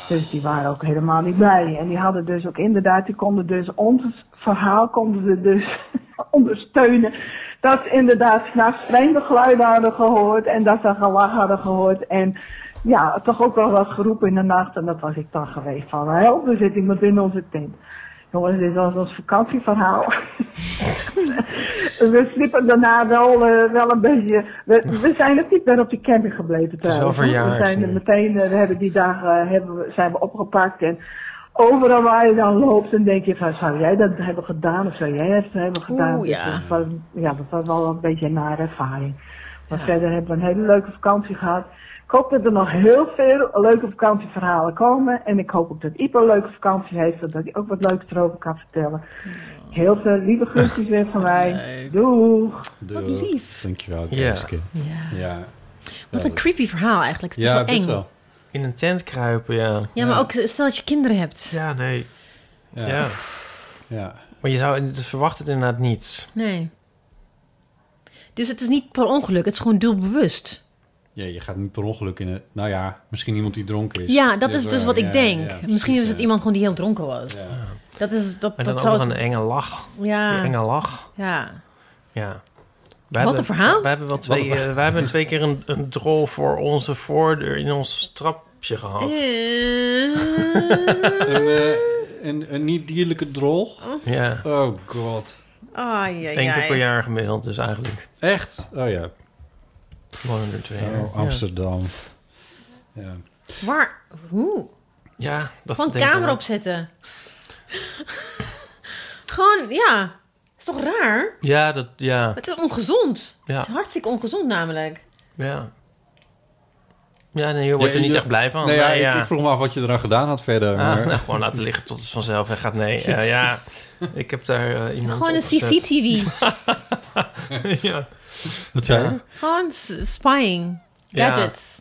[SPEAKER 8] Dus die waren ook helemaal niet blij. En die hadden dus ook inderdaad, die konden dus ons verhaal konden ze dus ondersteunen. Dat ze inderdaad s'nachts vreemde geluiden hadden gehoord en dat ze gelach hadden gehoord. En ja, toch ook wel wat geroepen in de nacht. En dat was ik dan geweest van, help, er zit iemand in onze tent. Jongens, dit was ons vakantieverhaal. we sliepen daarna wel, eh, wel een beetje... We, we zijn het niet meer op die camping gebleven
[SPEAKER 5] is
[SPEAKER 8] trouwens.
[SPEAKER 5] wel
[SPEAKER 8] hoor. We
[SPEAKER 5] verjaard
[SPEAKER 8] zijn er
[SPEAKER 5] nu.
[SPEAKER 8] meteen, eh, we hebben die dag eh, hebben, we- zijn we opgepakt en... Overal waar je dan loopt, dan denk je van, zou jij dat hebben gedaan of zou jij dat hebben gedaan?
[SPEAKER 7] Oeh, ja.
[SPEAKER 8] Dus dat was, ja, dat was wel een beetje een nare ervaring. Maar verder hebben we een hele leuke vakantie gehad. Ik hoop dat er nog heel veel leuke vakantieverhalen komen. En ik hoop ook dat Ipo een leuke vakantie heeft, zodat hij ook wat leuks erover kan vertellen. Heel veel lieve groetjes weer van mij. Doeg!
[SPEAKER 6] Wat
[SPEAKER 7] lief.
[SPEAKER 6] Dankjewel,
[SPEAKER 5] Ja.
[SPEAKER 6] Keeske.
[SPEAKER 7] Ja.
[SPEAKER 6] Ja,
[SPEAKER 7] Wat een creepy verhaal eigenlijk. Het is best
[SPEAKER 6] ja
[SPEAKER 7] wel
[SPEAKER 6] best
[SPEAKER 7] eng.
[SPEAKER 6] wel.
[SPEAKER 5] In een tent kruipen, ja.
[SPEAKER 7] Ja, maar ook stel dat je kinderen hebt.
[SPEAKER 5] Ja, nee.
[SPEAKER 6] Ja.
[SPEAKER 5] Ja.
[SPEAKER 6] Ja. Ja.
[SPEAKER 5] Maar je zou je verwacht het inderdaad niet.
[SPEAKER 7] Nee. Dus het is niet per ongeluk, het is gewoon doelbewust.
[SPEAKER 6] je gaat niet per ongeluk in een... Nou ja, misschien iemand die dronken is.
[SPEAKER 7] Ja, dat
[SPEAKER 6] Ja,
[SPEAKER 7] is dus
[SPEAKER 6] ja,
[SPEAKER 7] wat ik
[SPEAKER 6] ja,
[SPEAKER 7] denk.
[SPEAKER 6] ja,
[SPEAKER 7] Misschien
[SPEAKER 6] precies,
[SPEAKER 7] was het
[SPEAKER 6] ja.
[SPEAKER 7] iemand gewoon die heel dronken was. Dat is dat,
[SPEAKER 5] En dan
[SPEAKER 7] dat
[SPEAKER 5] ook
[SPEAKER 7] zou
[SPEAKER 5] nog
[SPEAKER 7] het-
[SPEAKER 5] een enge lach. Die
[SPEAKER 7] ja,
[SPEAKER 5] enge lach.
[SPEAKER 7] ja.
[SPEAKER 5] Ja.
[SPEAKER 7] Wat
[SPEAKER 5] hebben-
[SPEAKER 7] een verhaal.
[SPEAKER 5] Wij hebben, wel twee,
[SPEAKER 6] een verhaal.
[SPEAKER 5] eh, wij hebben twee keer een, een drol voor onze voordeur in ons trapje gehad.
[SPEAKER 7] Eh,
[SPEAKER 6] Een, eh, een, een niet-dierlijke drol.
[SPEAKER 5] Ja.
[SPEAKER 6] Oh god.
[SPEAKER 7] ai, ai,
[SPEAKER 5] Eén keer
[SPEAKER 7] ai.
[SPEAKER 5] per jaar gemiddeld, dus eigenlijk.
[SPEAKER 6] Echt? Oh ja.
[SPEAKER 5] Gewoon er twee.
[SPEAKER 6] Oh,
[SPEAKER 5] Ja.
[SPEAKER 6] Amsterdam. Ja.
[SPEAKER 7] Waar? Hoe?
[SPEAKER 5] Ja, dat
[SPEAKER 7] Gewoon
[SPEAKER 5] denk ik
[SPEAKER 7] camera
[SPEAKER 5] ook.
[SPEAKER 7] opzetten. gewoon, ja. Is toch raar?
[SPEAKER 5] Ja, dat, ja,
[SPEAKER 7] Het is ongezond.
[SPEAKER 5] Ja.
[SPEAKER 7] Het is hartstikke ongezond namelijk.
[SPEAKER 5] ja. Ja, nee, je wordt er niet echt blij van.
[SPEAKER 6] Nee, Nou ja,
[SPEAKER 5] Nee,
[SPEAKER 6] ik- Ik, vroeg me af wat je eraan gedaan had verder.
[SPEAKER 5] Oh, nou Ah,
[SPEAKER 6] maar,
[SPEAKER 5] nou, gewoon laten liggen tot het vanzelf en gaat nee. eh, ja, ik heb daar eh, iemand
[SPEAKER 7] Gewoon een
[SPEAKER 5] opgezet.
[SPEAKER 7] CCTV.
[SPEAKER 5] ja.
[SPEAKER 6] Wat zei je?
[SPEAKER 7] Gewoon s- spying.
[SPEAKER 5] Ja.
[SPEAKER 7] Gadgets.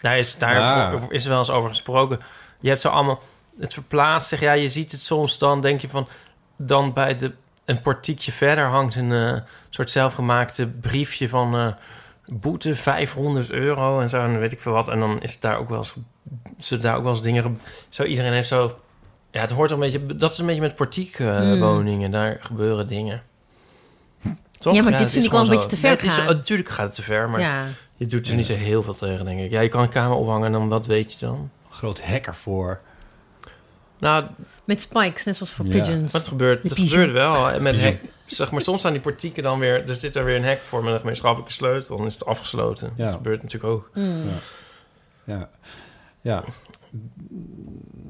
[SPEAKER 5] Daar is, daar
[SPEAKER 6] Ja.
[SPEAKER 5] is wel eens over gesproken. Je hebt zo allemaal het verplaatst zich. Ja, je ziet het soms dan, denk je van... Dan bij de, een portiekje verder hangt een eh, soort zelfgemaakte briefje van... eh, boete 500 euro en zo en weet ik veel wat. En dan is het daar ook wel eens, ze daar ook wel eens dingen... ge- Zo, iedereen heeft zo... Ja, het hoort een beetje... Dat is een beetje met
[SPEAKER 7] Hmm.
[SPEAKER 5] portiekwoningen. woningen Daar gebeuren dingen. Toch?
[SPEAKER 7] Ja, maar dit
[SPEAKER 5] het
[SPEAKER 7] vind
[SPEAKER 5] is
[SPEAKER 7] ik wel een
[SPEAKER 5] gewoon
[SPEAKER 7] beetje
[SPEAKER 5] zo.
[SPEAKER 7] te ver
[SPEAKER 5] Nee, het is-
[SPEAKER 7] gaan.
[SPEAKER 5] Natuurlijk gaat het te ver, maar...
[SPEAKER 7] Ja.
[SPEAKER 5] Je doet er niet zo heel veel tegen, denk ik. Ja, je kan een kamer ophangen en dan wat weet je dan?
[SPEAKER 6] Groot hacker voor.
[SPEAKER 5] Nou,
[SPEAKER 7] Met spikes, net zoals voor
[SPEAKER 6] Ja.
[SPEAKER 7] pigeons.
[SPEAKER 5] wat gebeurt?
[SPEAKER 7] De
[SPEAKER 5] Dat
[SPEAKER 7] pigeon.
[SPEAKER 5] gebeurt wel. En met
[SPEAKER 6] Pigeon.
[SPEAKER 5] hek, zeg maar, soms staan die portieken dan weer... Er zit er weer een hek voor met een gemeenschappelijke sleutel. Dan is het afgesloten.
[SPEAKER 6] Ja.
[SPEAKER 5] Dat gebeurt natuurlijk ook.
[SPEAKER 7] Mm.
[SPEAKER 6] Ja. Ja.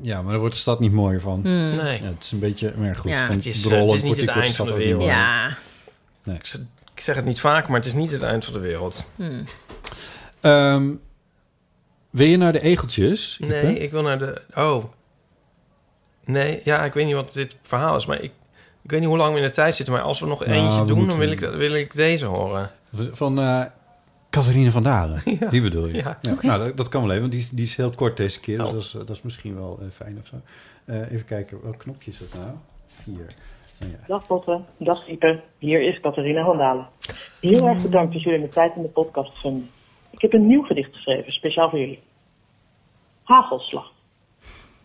[SPEAKER 6] ja, maar dan wordt de stad niet mooier van.
[SPEAKER 7] Mm.
[SPEAKER 5] Nee.
[SPEAKER 6] Ja, het is een beetje... Maar goed,
[SPEAKER 7] Ja.
[SPEAKER 6] van
[SPEAKER 5] Het is,
[SPEAKER 6] drollen
[SPEAKER 5] eh, het is niet
[SPEAKER 6] wordt die
[SPEAKER 5] het eind van
[SPEAKER 6] stad
[SPEAKER 5] de
[SPEAKER 6] ook niet
[SPEAKER 5] wereld.
[SPEAKER 6] mooier.
[SPEAKER 7] Ja.
[SPEAKER 5] Ik zeg- Ik zeg het niet vaak, maar het is niet het eind van de wereld.
[SPEAKER 7] Mm.
[SPEAKER 6] Ehm, wil je naar de egeltjes? Ipe?
[SPEAKER 5] Nee, ik wil naar de... Oh. Nee, ja, ik weet niet wat dit verhaal is, maar ik... Ik weet niet hoe lang we in de tijd zitten, maar als we nog
[SPEAKER 6] Nou,
[SPEAKER 5] eentje doen,
[SPEAKER 6] we
[SPEAKER 5] dan
[SPEAKER 6] moeten-
[SPEAKER 5] wil ik, wil ik deze horen.
[SPEAKER 6] Van eh Catharine van Dalen. Die bedoel je?
[SPEAKER 5] Ja.
[SPEAKER 7] Oké.
[SPEAKER 6] Nou, dat, dat kan wel even, want die, is- die is heel kort deze keer. Dus
[SPEAKER 5] Oh.
[SPEAKER 6] dat is, dat is misschien wel eh, fijn of zo. Eh, even kijken, welk knopje is dat nou? Vier. Nou ja.
[SPEAKER 9] Dag Botten, dag Ipe. Hier is Catharina van Dalen. Heel erg bedankt dat jullie mijn tijd in de podcast gunden. Ik heb een nieuw gedicht geschreven, speciaal voor jullie. Hagelslag.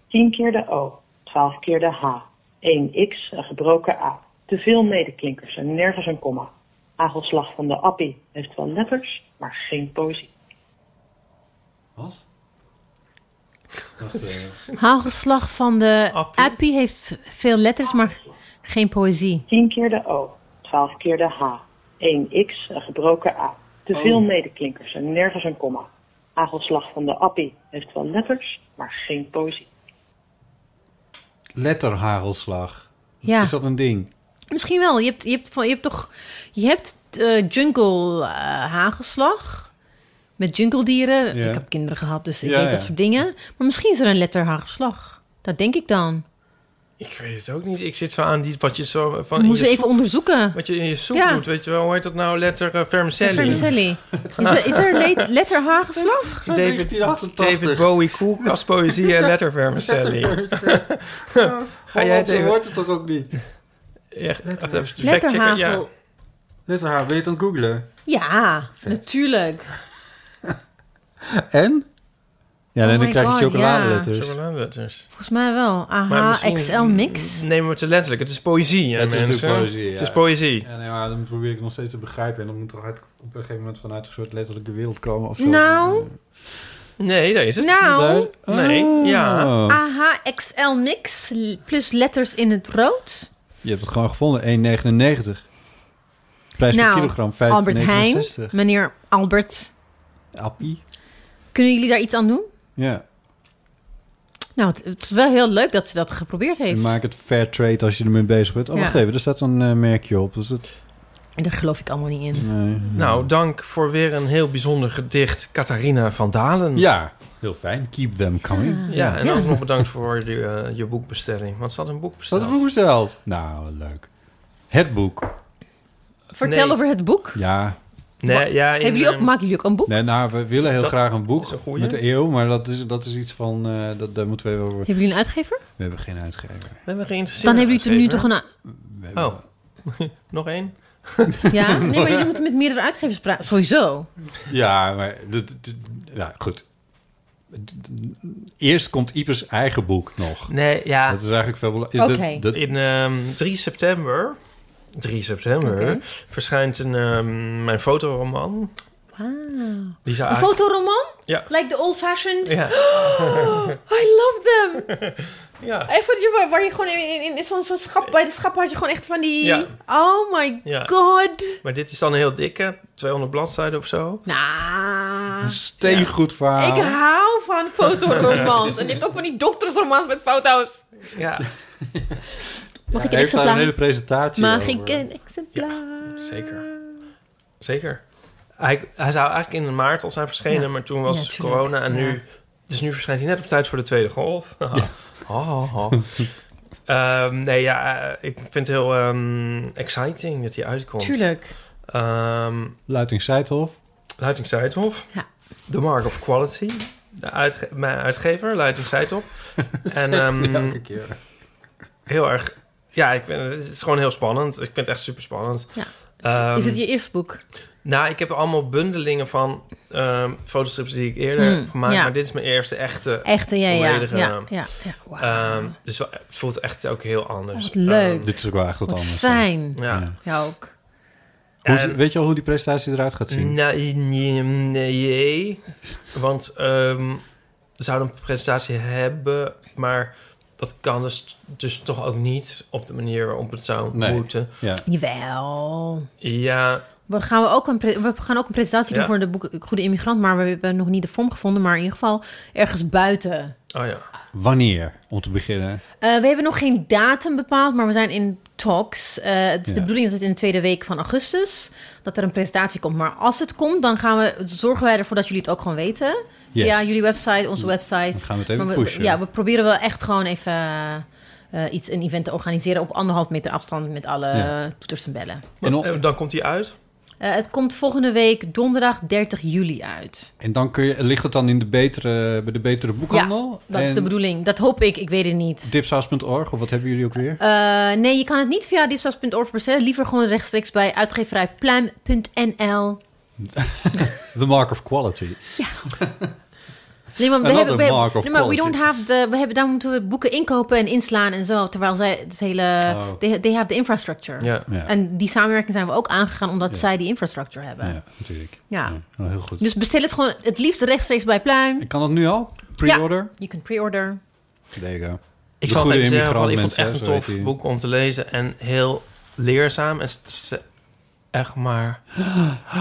[SPEAKER 9] Tien keer de O, twaalf keer de H, één X, een gebroken A. Te veel medeklinkers en nergens een komma. Hagelslag van de appie heeft wel letters, maar geen poëzie.
[SPEAKER 6] Wat?
[SPEAKER 7] Hagelslag van de
[SPEAKER 5] Appie.
[SPEAKER 7] appie. heeft veel letters, maar geen poëzie.
[SPEAKER 9] Tien keer de O, twaalf keer de H, één X, een gebroken A. Te veel medeklinkers en nergens een komma. Hagelslag van de appie heeft wel letters, maar geen poëzie.
[SPEAKER 6] Letterhagelslag.
[SPEAKER 7] Ja,
[SPEAKER 6] Is dat een ding?
[SPEAKER 7] misschien wel. Je hebt, je hebt, van, je hebt toch... Je hebt eh, jungle eh, hagelslag. Met jungledieren.
[SPEAKER 6] Ja.
[SPEAKER 7] Ik heb kinderen gehad, dus ik
[SPEAKER 6] Ja,
[SPEAKER 7] weet
[SPEAKER 6] ja.
[SPEAKER 7] dat soort dingen. Maar misschien is er een letter hagelslag. Dat denk ik dan.
[SPEAKER 5] Ik weet het ook niet. Ik zit zo aan die, wat je zo van
[SPEAKER 7] We
[SPEAKER 5] in
[SPEAKER 7] moeten
[SPEAKER 5] je
[SPEAKER 7] even
[SPEAKER 5] soep-
[SPEAKER 7] onderzoeken.
[SPEAKER 5] wat je in je soep
[SPEAKER 7] Ja.
[SPEAKER 5] doet, weet je wel, hoe heet dat nou? Letter eh, vermicelli.
[SPEAKER 7] Vermicelli. Is er, is er le- letter hagelslag?
[SPEAKER 5] David, David Bowie koek als poëzie en letter vermicelli. Ga jij het even...
[SPEAKER 6] Oh, hoort het toch ook niet?
[SPEAKER 5] Echt,
[SPEAKER 6] Letter-
[SPEAKER 5] even fact checken. Ja.
[SPEAKER 7] Letterhagel.
[SPEAKER 6] Letterhaar, weet aan het googlen?
[SPEAKER 7] Ja, natuurlijk.
[SPEAKER 6] En? Ja,
[SPEAKER 7] Oh
[SPEAKER 6] en dan
[SPEAKER 7] my
[SPEAKER 6] krijg je
[SPEAKER 7] God,
[SPEAKER 6] chocoladeletters.
[SPEAKER 5] Chocoladeletters.
[SPEAKER 7] Volgens mij wel.
[SPEAKER 5] dus- Maar
[SPEAKER 7] AH,
[SPEAKER 5] misschien-
[SPEAKER 7] XL mix.
[SPEAKER 5] Neem het te letterlijk. Het is poëzie, hè,
[SPEAKER 6] Het is
[SPEAKER 5] mensen.
[SPEAKER 6] natuurlijk poëzie, ja.
[SPEAKER 5] Het is poëzie.
[SPEAKER 6] Ja, nee, maar dan probeer ik nog steeds te begrijpen. En dan moet toch uit, op een gegeven moment vanuit een soort letterlijke wereld komen of zo. Eh,
[SPEAKER 7] Nou.
[SPEAKER 5] Nee, daar is het.
[SPEAKER 7] Nou,
[SPEAKER 6] Oh.
[SPEAKER 5] Nee, ja.
[SPEAKER 7] AH, XL mix l- plus letters in het rood.
[SPEAKER 6] Je hebt het gewoon gevonden, 1,99. Prijs
[SPEAKER 7] Nou,
[SPEAKER 6] per kilogram, 5,69.
[SPEAKER 7] Albert Heijn, meneer Albert.
[SPEAKER 6] Appie.
[SPEAKER 7] Kunnen jullie daar iets aan doen?
[SPEAKER 6] Ja,
[SPEAKER 7] Nou, het, het is wel heel leuk dat ze dat geprobeerd
[SPEAKER 6] en
[SPEAKER 7] heeft.
[SPEAKER 6] maak het fair trade als je ermee bezig bent. Oh,
[SPEAKER 7] Ja.
[SPEAKER 6] wacht even, er staat een eh, merkje op. Dus dat,
[SPEAKER 7] En Daar geloof ik allemaal niet in.
[SPEAKER 6] nee.
[SPEAKER 5] Nou, dank voor weer een heel bijzonder gedicht, Catharina van Dalen.
[SPEAKER 6] Ja, heel fijn. Keep them coming.
[SPEAKER 5] Ja, en
[SPEAKER 7] Ja.
[SPEAKER 5] ook nog bedankt voor je, eh, je boekbestelling. Want ze had een boek
[SPEAKER 6] Dat
[SPEAKER 5] besteld.
[SPEAKER 6] heb ik besteld. Nou, leuk. Het boek.
[SPEAKER 7] Vertel
[SPEAKER 5] Nee.
[SPEAKER 7] over het boek.
[SPEAKER 6] Ja,
[SPEAKER 5] Nee, ja, in,
[SPEAKER 7] Hebben jullie ook,
[SPEAKER 5] ehm,
[SPEAKER 7] maken jullie ook een boek?
[SPEAKER 6] nee, nou, we willen heel
[SPEAKER 5] Dat
[SPEAKER 6] graag een
[SPEAKER 5] is
[SPEAKER 6] boek
[SPEAKER 5] een goeie.
[SPEAKER 6] met de eeuw, maar dat is, dat is iets van, eh, dat, daar moeten we even over.
[SPEAKER 7] Hebben jullie een uitgever?
[SPEAKER 6] We hebben geen uitgever.
[SPEAKER 5] We hebben geïnteresseerd.
[SPEAKER 7] Dan hebben jullie er nu toch een... a-
[SPEAKER 6] We hebben-
[SPEAKER 5] Oh. Nog één?
[SPEAKER 7] Ja, nee, maar jullie moeten met meerdere uitgevers praten.
[SPEAKER 5] Ah.
[SPEAKER 7] Sowieso.
[SPEAKER 6] Ja, maar dat, dat- ja, goed. Eerst komt Ipers eigen boek nog.
[SPEAKER 5] Nee, ja.
[SPEAKER 6] Dat is eigenlijk veel belangrijker.
[SPEAKER 7] Oké.
[SPEAKER 6] Dat,
[SPEAKER 5] In ehm, 3 september... 3 september
[SPEAKER 7] Oké.
[SPEAKER 5] verschijnt een, ehm, mijn fotoroman.
[SPEAKER 7] Wauw.
[SPEAKER 5] Die zou
[SPEAKER 7] Een
[SPEAKER 5] eigenlijk...
[SPEAKER 7] fotoroman?
[SPEAKER 5] Ja.
[SPEAKER 7] Like the old-fashioned?
[SPEAKER 5] Ja,
[SPEAKER 7] I love them!
[SPEAKER 5] ja.
[SPEAKER 7] Even dat je, waar, waar je gewoon in, in, in, zo'n zo'n schap, bij de schap had je gewoon echt van die...
[SPEAKER 5] Ja.
[SPEAKER 7] Oh my
[SPEAKER 5] Ja.
[SPEAKER 7] god!
[SPEAKER 5] Maar dit is dan een heel dikke, 200 bladzijden of zo.
[SPEAKER 7] Nou,
[SPEAKER 6] steengoed verhaal.
[SPEAKER 7] ik hou van fotoromans. en je hebt ook van die doktersromans met foto's.
[SPEAKER 5] Ja,
[SPEAKER 7] Mag ik
[SPEAKER 6] Hij
[SPEAKER 7] een
[SPEAKER 6] heeft daar een hele
[SPEAKER 7] exemplaar?
[SPEAKER 6] presentatie
[SPEAKER 7] Mag
[SPEAKER 6] over.
[SPEAKER 7] ik een exemplaar?
[SPEAKER 5] zeker. Zeker. Hij, hij zou eigenlijk in maart al zijn verschenen,
[SPEAKER 7] Ja.
[SPEAKER 5] maar toen was
[SPEAKER 7] Ja, tuurlijk.
[SPEAKER 5] corona en
[SPEAKER 7] Ja.
[SPEAKER 5] nu... Dus nu verschijnt hij net op tijd voor de tweede golf. Oh, oh. Ehm, nee, ja, eh, ik vind het heel ehm, exciting dat hij uitkomt.
[SPEAKER 7] Tuurlijk.
[SPEAKER 5] Ehm,
[SPEAKER 6] Luiting Seidhof.
[SPEAKER 5] Luiting Seidhof.
[SPEAKER 7] Ja.
[SPEAKER 5] The Mark of Quality. De uitge- mijn uitgever, Luiting Seidhof. en ehm,
[SPEAKER 6] keer.
[SPEAKER 5] heel erg... Ja, ik vind, het is gewoon heel spannend. Ik vind het echt super spannend.
[SPEAKER 7] Ja.
[SPEAKER 5] Ehm,
[SPEAKER 7] Is het je eerste boek?
[SPEAKER 5] Nou, ik heb allemaal bundelingen van ehm fotostrips die ik eerder
[SPEAKER 7] Mm,
[SPEAKER 5] heb gemaakt.
[SPEAKER 7] ja. Eh.
[SPEAKER 5] Maar dit is mijn eerste echte.
[SPEAKER 7] Echte, ja, ja.
[SPEAKER 5] Volledige,
[SPEAKER 7] ja,
[SPEAKER 6] ehm,
[SPEAKER 7] ja, ja.
[SPEAKER 6] eh,
[SPEAKER 7] Wauw.
[SPEAKER 5] Ehm, dus wel- het voelt echt ook heel anders.
[SPEAKER 7] Oh, Wat leuk.
[SPEAKER 6] Dit is ook wel echt wat,
[SPEAKER 7] Wat
[SPEAKER 6] anders.
[SPEAKER 7] fijn.
[SPEAKER 5] Ehm, ja.
[SPEAKER 6] Ja.
[SPEAKER 7] Ja, ook.
[SPEAKER 6] Hoe,
[SPEAKER 5] En-
[SPEAKER 6] weet je al hoe die presentatie eruit gaat zien?
[SPEAKER 5] Nee, nee, nee. Want ehm, we zouden een presentatie hebben, maar dat kan dus, dus toch ook niet op de manier waarop het zou
[SPEAKER 6] Nee.
[SPEAKER 5] moeten.
[SPEAKER 6] Ja.
[SPEAKER 7] Jawel.
[SPEAKER 5] Ja,
[SPEAKER 7] We gaan, ook een pre- we gaan ook een presentatie doen
[SPEAKER 5] Ja.
[SPEAKER 7] voor de boek Goede Immigrant, maar we hebben nog niet de vorm gevonden, maar in ieder geval ergens buiten.
[SPEAKER 5] oh ja.
[SPEAKER 6] Wanneer, om te beginnen?
[SPEAKER 7] Eh, we hebben nog geen datum bepaald, maar we zijn in talks. Eh, het is
[SPEAKER 6] Ja.
[SPEAKER 7] de bedoeling dat het in de tweede week van augustus, dat er een presentatie komt. Maar als het komt, dan gaan we, zorgen wij ervoor dat jullie het ook gewoon weten.
[SPEAKER 6] Yes.
[SPEAKER 7] Ja, jullie website, onze website.
[SPEAKER 6] Dan gaan we het even
[SPEAKER 7] Maar we-
[SPEAKER 6] pushen.
[SPEAKER 7] Ja, we proberen wel echt gewoon even eh, iets, een event te organiseren op anderhalf meter afstand met alle
[SPEAKER 6] Ja.
[SPEAKER 7] eh, toeters en bellen.
[SPEAKER 6] En, o-
[SPEAKER 5] En dan komt hij uit.
[SPEAKER 7] Eh, het komt volgende week donderdag 30 juli uit.
[SPEAKER 6] en dan kun je, ligt het dan in de betere, bij de betere boekhandel?
[SPEAKER 7] Dat is
[SPEAKER 6] En
[SPEAKER 7] de bedoeling. Dat hoop ik. Ik weet het niet.
[SPEAKER 6] Dipsaus.org, of wat hebben jullie ook weer?
[SPEAKER 7] Eh, nee, je kan het niet via dipsas.org bestellen. Liever gewoon rechtstreeks bij uitgeverijpluim.nl.
[SPEAKER 6] The Mark of Quality.
[SPEAKER 7] Nee, maar we,
[SPEAKER 6] Another
[SPEAKER 7] hebben, we,
[SPEAKER 6] mark of
[SPEAKER 7] hebben- nee, maar we
[SPEAKER 6] quality.
[SPEAKER 7] don't have the, we hebben, daar moeten we boeken inkopen en inslaan en zo. Terwijl zij het hele,
[SPEAKER 6] Oh.
[SPEAKER 7] they, they have the infrastructure.
[SPEAKER 5] Ja.
[SPEAKER 6] Ja,
[SPEAKER 7] En die samenwerking zijn we ook aangegaan omdat
[SPEAKER 6] Ja.
[SPEAKER 7] zij die infrastructure hebben.
[SPEAKER 6] ja natuurlijk.
[SPEAKER 7] Ja.
[SPEAKER 6] nou, heel goed.
[SPEAKER 7] Dus bestel het gewoon het liefst rechtstreeks bij Pluim.
[SPEAKER 6] Ik kan dat nu al? Pre-order?
[SPEAKER 7] You can pre-order.
[SPEAKER 6] There you go.
[SPEAKER 5] Ik
[SPEAKER 6] De
[SPEAKER 5] zal
[SPEAKER 6] goede
[SPEAKER 5] even zeggen, van,
[SPEAKER 6] immigrant
[SPEAKER 5] ik vond het
[SPEAKER 6] mensen,
[SPEAKER 5] echt een
[SPEAKER 6] zo heet
[SPEAKER 5] tof
[SPEAKER 6] hij.
[SPEAKER 5] boek om te lezen. En heel leerzaam. En s- s- echt maar...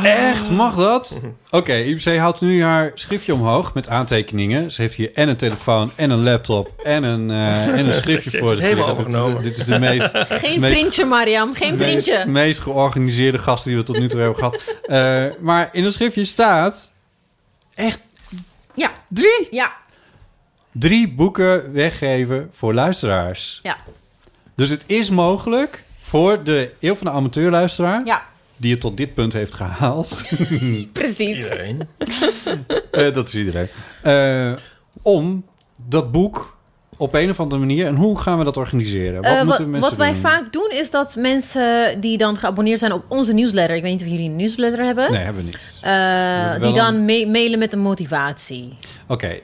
[SPEAKER 6] Echt? Mag dat?
[SPEAKER 5] Mhm.
[SPEAKER 6] Oké, IBC houdt nu haar schriftje omhoog met aantekeningen. Ze heeft hier en een telefoon en een laptop en een, eh, en een schriftje voor.
[SPEAKER 5] Het is
[SPEAKER 6] zich
[SPEAKER 5] helemaal
[SPEAKER 6] liggen. Dit-
[SPEAKER 5] overgenomen.
[SPEAKER 6] Dit is de meest,
[SPEAKER 7] Geen
[SPEAKER 6] meest-
[SPEAKER 7] printje, Mariam. Geen
[SPEAKER 6] meest,
[SPEAKER 7] printje.
[SPEAKER 6] meest georganiseerde gasten die we tot nu toe hebben gehad. Eh, maar in het schriftje staat echt
[SPEAKER 7] Ja,
[SPEAKER 6] drie,
[SPEAKER 7] ja,
[SPEAKER 6] drie boeken weggeven voor luisteraars.
[SPEAKER 7] ja,
[SPEAKER 6] Dus het is mogelijk voor de eeuw van de amateurluisteraar...
[SPEAKER 7] ja.
[SPEAKER 6] die het tot dit punt heeft gehaald...
[SPEAKER 7] Precies.
[SPEAKER 5] Iedereen.
[SPEAKER 6] Eh, dat is iedereen. Eh, om dat boek op een of andere manier... en hoe gaan we dat organiseren? Wat
[SPEAKER 7] Eh,
[SPEAKER 6] moeten
[SPEAKER 7] wat,
[SPEAKER 6] mensen
[SPEAKER 7] wat wij
[SPEAKER 6] doen?
[SPEAKER 7] vaak doen is dat mensen die dan geabonneerd zijn op onze newsletter, ik weet niet of jullie een newsletter hebben,
[SPEAKER 6] Nee, hebben we niet.
[SPEAKER 7] eh,
[SPEAKER 6] Wel
[SPEAKER 7] die
[SPEAKER 6] een-
[SPEAKER 7] dan mee- mailen met een motivatie.
[SPEAKER 6] Oké,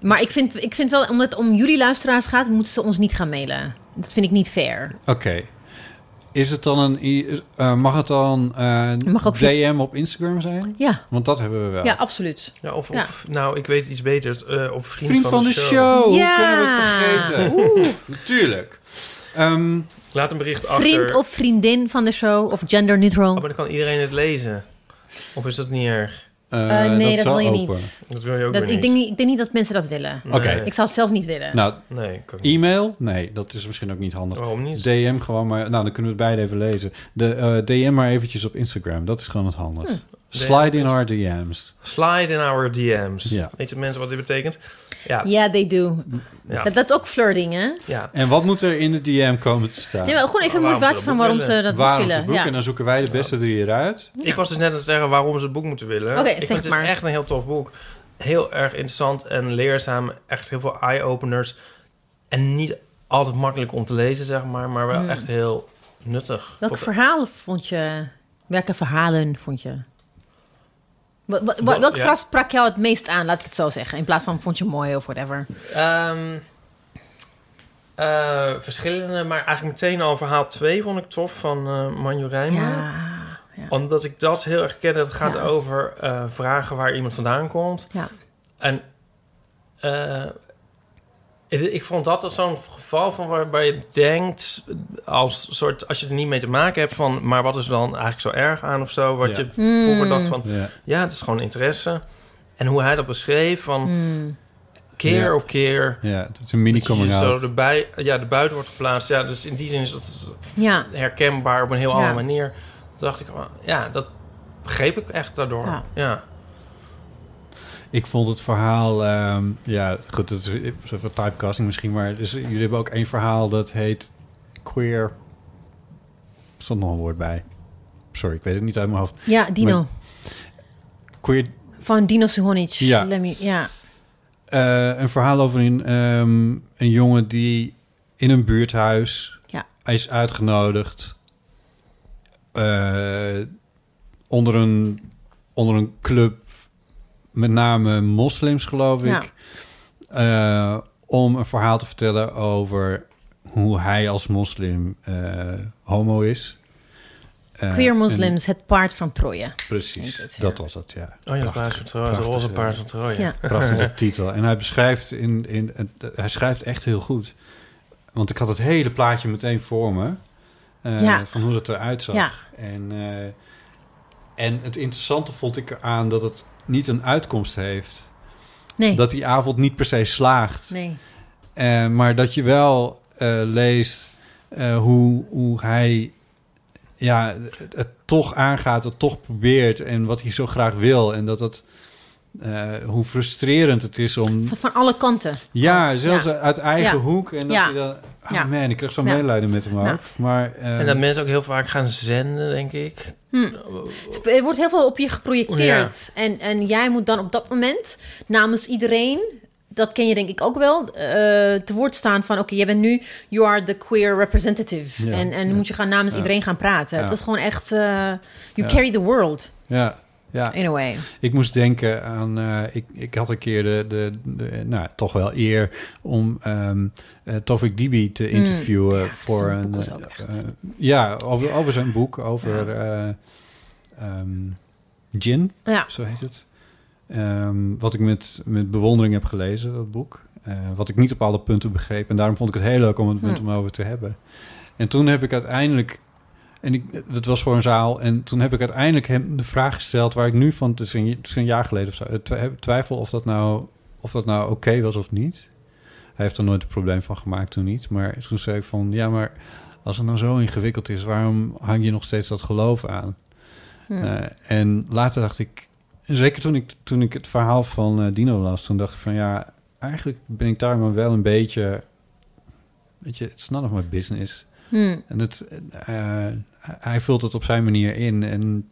[SPEAKER 7] Maar ik vind, ik vind wel, omdat het om jullie luisteraars gaat, moeten ze ons niet gaan mailen. Dat vind ik niet fair.
[SPEAKER 6] oké. Is het dan een... i- eh, mag het dan eh,
[SPEAKER 7] Mag ook via-
[SPEAKER 6] DM op Instagram zijn?
[SPEAKER 7] Ja,
[SPEAKER 6] Want dat hebben we wel.
[SPEAKER 7] ja, absoluut.
[SPEAKER 5] Ja, of op,
[SPEAKER 7] Ja.
[SPEAKER 5] nou, ik weet iets beters. eh, op Vriend,
[SPEAKER 6] Vriend van de show.
[SPEAKER 7] Ja.
[SPEAKER 6] Hoe kunnen we het vergeten?
[SPEAKER 7] Oeh,
[SPEAKER 6] Natuurlijk. Ehm,
[SPEAKER 5] Laat een bericht
[SPEAKER 7] vriend
[SPEAKER 5] achter.
[SPEAKER 7] of vriendin van de show of gender neutral.
[SPEAKER 5] Oh, maar dan kan iedereen het lezen. Of is dat niet erg?
[SPEAKER 6] eh,
[SPEAKER 7] Eh, nee, dat,
[SPEAKER 6] is wel
[SPEAKER 7] wil je
[SPEAKER 6] open.
[SPEAKER 7] niet.
[SPEAKER 5] Dat wil je ook
[SPEAKER 7] Dat,
[SPEAKER 5] weer
[SPEAKER 7] ik,
[SPEAKER 5] niet.
[SPEAKER 7] denk niet. ik denk niet dat mensen dat willen.
[SPEAKER 5] Nee.
[SPEAKER 6] Oké.
[SPEAKER 7] Ik zou het zelf niet willen.
[SPEAKER 6] Nou,
[SPEAKER 5] Nee, ik ook niet.
[SPEAKER 6] e-mail? Nee, dat is misschien ook niet handig.
[SPEAKER 5] Waarom niet?
[SPEAKER 6] DM gewoon maar... Nou, dan kunnen we het beide even lezen. De, eh, DM maar eventjes op Instagram. Dat is gewoon het handigst. Slide in our DM's.
[SPEAKER 5] Slide in our DM's.
[SPEAKER 6] Ja.
[SPEAKER 5] Weten mensen wat dit betekent? Ja.
[SPEAKER 7] Ja, they do.
[SPEAKER 5] Ja.
[SPEAKER 7] Dat, dat is ook flirting, hè?
[SPEAKER 5] ja.
[SPEAKER 6] En wat moet er in de DM komen te staan?
[SPEAKER 7] Nee, maar gewoon even
[SPEAKER 5] Waarom ze
[SPEAKER 7] motivatie
[SPEAKER 5] dat
[SPEAKER 7] van
[SPEAKER 5] boek
[SPEAKER 7] waarom
[SPEAKER 5] willen.
[SPEAKER 7] ze dat
[SPEAKER 6] Waarom
[SPEAKER 7] willen.
[SPEAKER 6] het boek?
[SPEAKER 7] ja.
[SPEAKER 6] En dan zoeken wij de beste drie eruit.
[SPEAKER 5] Ik was dus net aan het zeggen waarom ze het boek moeten willen.
[SPEAKER 7] Oké,
[SPEAKER 5] ik
[SPEAKER 7] zeg
[SPEAKER 5] vind het
[SPEAKER 7] maar.
[SPEAKER 5] is echt een heel tof boek. Heel erg interessant en leerzaam. Echt heel veel eye-openers. En niet altijd makkelijk om te lezen, zeg maar. Maar
[SPEAKER 7] Hmm.
[SPEAKER 5] wel echt heel nuttig.
[SPEAKER 7] Welke
[SPEAKER 5] Tot-
[SPEAKER 7] verhalen vond je? Welke verhalen vond je? Wa- wa- wa-
[SPEAKER 5] Wel-
[SPEAKER 7] welk
[SPEAKER 5] ja.
[SPEAKER 7] verhaal sprak jou het meest aan, laat ik het zo zeggen? In plaats van vond je mooi of whatever.
[SPEAKER 5] Ehm, eh, verschillende, maar eigenlijk meteen al verhaal 2 vond ik tof van eh Manjo Rijmer.
[SPEAKER 7] Ja,
[SPEAKER 5] Omdat ik dat heel erg ken. Het gaat
[SPEAKER 7] Ja.
[SPEAKER 5] over eh, vragen waar iemand vandaan komt.
[SPEAKER 7] ja.
[SPEAKER 5] En eh, ik, ik vond dat zo'n geval van waarbij je denkt, als soort, als je er niet mee te maken hebt van, maar wat is er dan eigenlijk zo erg aan of zo? Wat
[SPEAKER 6] Ja.
[SPEAKER 5] je vroeger
[SPEAKER 7] Mm.
[SPEAKER 5] dacht van,
[SPEAKER 6] Ja.
[SPEAKER 5] ja, het is gewoon interesse. En hoe hij dat beschreef van
[SPEAKER 7] Mm.
[SPEAKER 5] keer
[SPEAKER 6] Ja.
[SPEAKER 5] op keer.
[SPEAKER 6] Ja, het is een mini
[SPEAKER 5] dat je
[SPEAKER 6] coming
[SPEAKER 5] zo
[SPEAKER 6] out.
[SPEAKER 5] erbij, ja, de buiten wordt geplaatst. Ja, dus in die zin is dat
[SPEAKER 7] ja.
[SPEAKER 5] herkenbaar op een heel andere
[SPEAKER 7] Ja.
[SPEAKER 5] manier. Toen dacht ik, oh, ja, dat begreep ik echt daardoor.
[SPEAKER 7] Ja.
[SPEAKER 5] Ja.
[SPEAKER 6] Ik vond het verhaal, ehm, ja, goed, dat is een soort van typecasting misschien, maar dus, jullie hebben ook één verhaal dat heet queer. Er stond nog een woord bij. Sorry, ik weet het niet uit mijn hoofd.
[SPEAKER 7] ja, Dino.
[SPEAKER 6] Queer,
[SPEAKER 7] Van Dino Suhonic.
[SPEAKER 6] Ja.
[SPEAKER 7] Lemmy, ja.
[SPEAKER 6] eh, een verhaal over een, ehm, een jongen die in een buurthuis
[SPEAKER 7] Ja.
[SPEAKER 6] is uitgenodigd eh, onder, een, onder een club, met name moslims geloof ik.
[SPEAKER 7] Ja.
[SPEAKER 6] eh, om een verhaal te vertellen over hoe hij als moslim eh, homo is. Eh,
[SPEAKER 7] Queer
[SPEAKER 6] en-
[SPEAKER 7] Muslims, het paard van Troje.
[SPEAKER 6] precies,
[SPEAKER 7] Heet het, ja.
[SPEAKER 6] dat was het, ja.
[SPEAKER 5] Oh ja, de paars van Troje, de roze
[SPEAKER 6] prachtig,
[SPEAKER 5] paars van Troje.
[SPEAKER 7] Ja.
[SPEAKER 6] Prachtige titel. En hij beschrijft in, in, het- hij schrijft echt heel goed. Want ik had het hele plaatje meteen voor me. eh,
[SPEAKER 7] Ja.
[SPEAKER 6] Van hoe dat eruit zag.
[SPEAKER 7] Ja.
[SPEAKER 6] En, eh, en het interessante vond ik eraan dat het niet een uitkomst heeft.
[SPEAKER 7] Nee.
[SPEAKER 6] Dat die avond niet per se slaagt.
[SPEAKER 7] Nee.
[SPEAKER 6] Eh, maar dat je wel eh, leest eh, hoe, hoe hij ja, het, het toch aangaat, het toch probeert en wat hij zo graag wil. En dat het, eh, hoe frustrerend het is om.
[SPEAKER 7] Van, van alle kanten.
[SPEAKER 6] Ja, zelfs
[SPEAKER 7] Ja.
[SPEAKER 6] uit eigen
[SPEAKER 7] Ja.
[SPEAKER 6] hoek. En dat
[SPEAKER 7] Ja.
[SPEAKER 6] hij dan. ah,
[SPEAKER 7] Ja.
[SPEAKER 6] man, ik kreeg zo'n
[SPEAKER 7] Ja.
[SPEAKER 6] medelijden met hem ook.
[SPEAKER 7] Ja.
[SPEAKER 6] Maar, eh,
[SPEAKER 10] En dat mensen ook heel vaak gaan zenden, denk ik.
[SPEAKER 7] Hm. Het- Er wordt heel veel op je geprojecteerd. En, en jij moet dan op dat moment namens iedereen, dat ken je denk ik ook wel, eh, te woord staan van: oké, jij bent nu, you are the queer representative.
[SPEAKER 6] Ja,
[SPEAKER 7] en en dan moet je gaan namens
[SPEAKER 6] Ja.
[SPEAKER 7] iedereen gaan praten.
[SPEAKER 6] Ja.
[SPEAKER 7] Het is gewoon echt, eh, you
[SPEAKER 6] Ja.
[SPEAKER 7] carry the world
[SPEAKER 6] ja, ja.
[SPEAKER 7] in a way.
[SPEAKER 6] Ik moest denken aan. eh, ik, ik had een keer de, de, de- nou, toch wel eer om ehm eh, Tofik Dibi te
[SPEAKER 7] Mm,
[SPEAKER 6] interviewen
[SPEAKER 7] ja,
[SPEAKER 6] voor
[SPEAKER 7] zijn
[SPEAKER 6] een.
[SPEAKER 7] boek was
[SPEAKER 6] eh,
[SPEAKER 7] ook echt.
[SPEAKER 6] eh, ja, over, over zijn boek, over eh, ehm, Gin,
[SPEAKER 7] Ja.
[SPEAKER 6] zo heet het. Ehm, wat ik met, met bewondering heb gelezen, dat boek. Eh, wat ik niet op alle punten begreep. En daarom vond ik het heel leuk om het met
[SPEAKER 7] Hm.
[SPEAKER 6] hem over te hebben. En toen heb ik uiteindelijk. En ik, dat was voor een zaal. En toen heb ik uiteindelijk hem de vraag gesteld waar ik nu van. Het is een, het is een jaar geleden of zo. eh, twi- Twijfel of dat nou, of dat nou oké was of niet. Hij heeft er nooit een probleem van gemaakt toen niet. Maar toen zei ik van ja, maar als het nou zo ingewikkeld is, waarom hang je nog steeds dat geloof aan?
[SPEAKER 7] Hm.
[SPEAKER 6] Eh, en later dacht ik, en zeker toen ik, toen ik het verhaal van eh, Dino las, toen dacht ik van ja, eigenlijk ben ik daar maar wel een beetje, weet je, it's none of my business.
[SPEAKER 7] Hm.
[SPEAKER 6] En het, eh, hij vult het op zijn manier in. En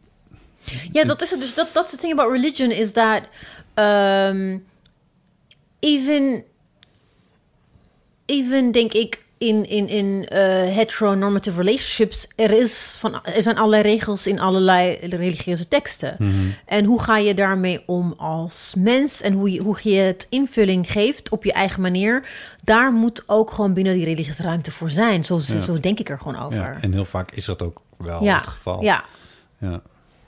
[SPEAKER 7] Ja, dat is het. Dus dat that's the thing about religion is that um, even even denk ik in in in eh, heteronormative relationships er is van er zijn allerlei regels in allerlei religieuze teksten.
[SPEAKER 6] Mhm.
[SPEAKER 7] En hoe ga je daarmee om als mens en hoe je, hoe je het invulling geeft op je eigen manier, daar moet ook gewoon binnen die religieuze ruimte voor zijn. Zo,
[SPEAKER 6] Ja.
[SPEAKER 7] zo denk ik er gewoon over.
[SPEAKER 6] ja, en heel vaak is dat ook wel
[SPEAKER 7] Ja,
[SPEAKER 6] het geval.
[SPEAKER 7] ja.
[SPEAKER 6] Ja.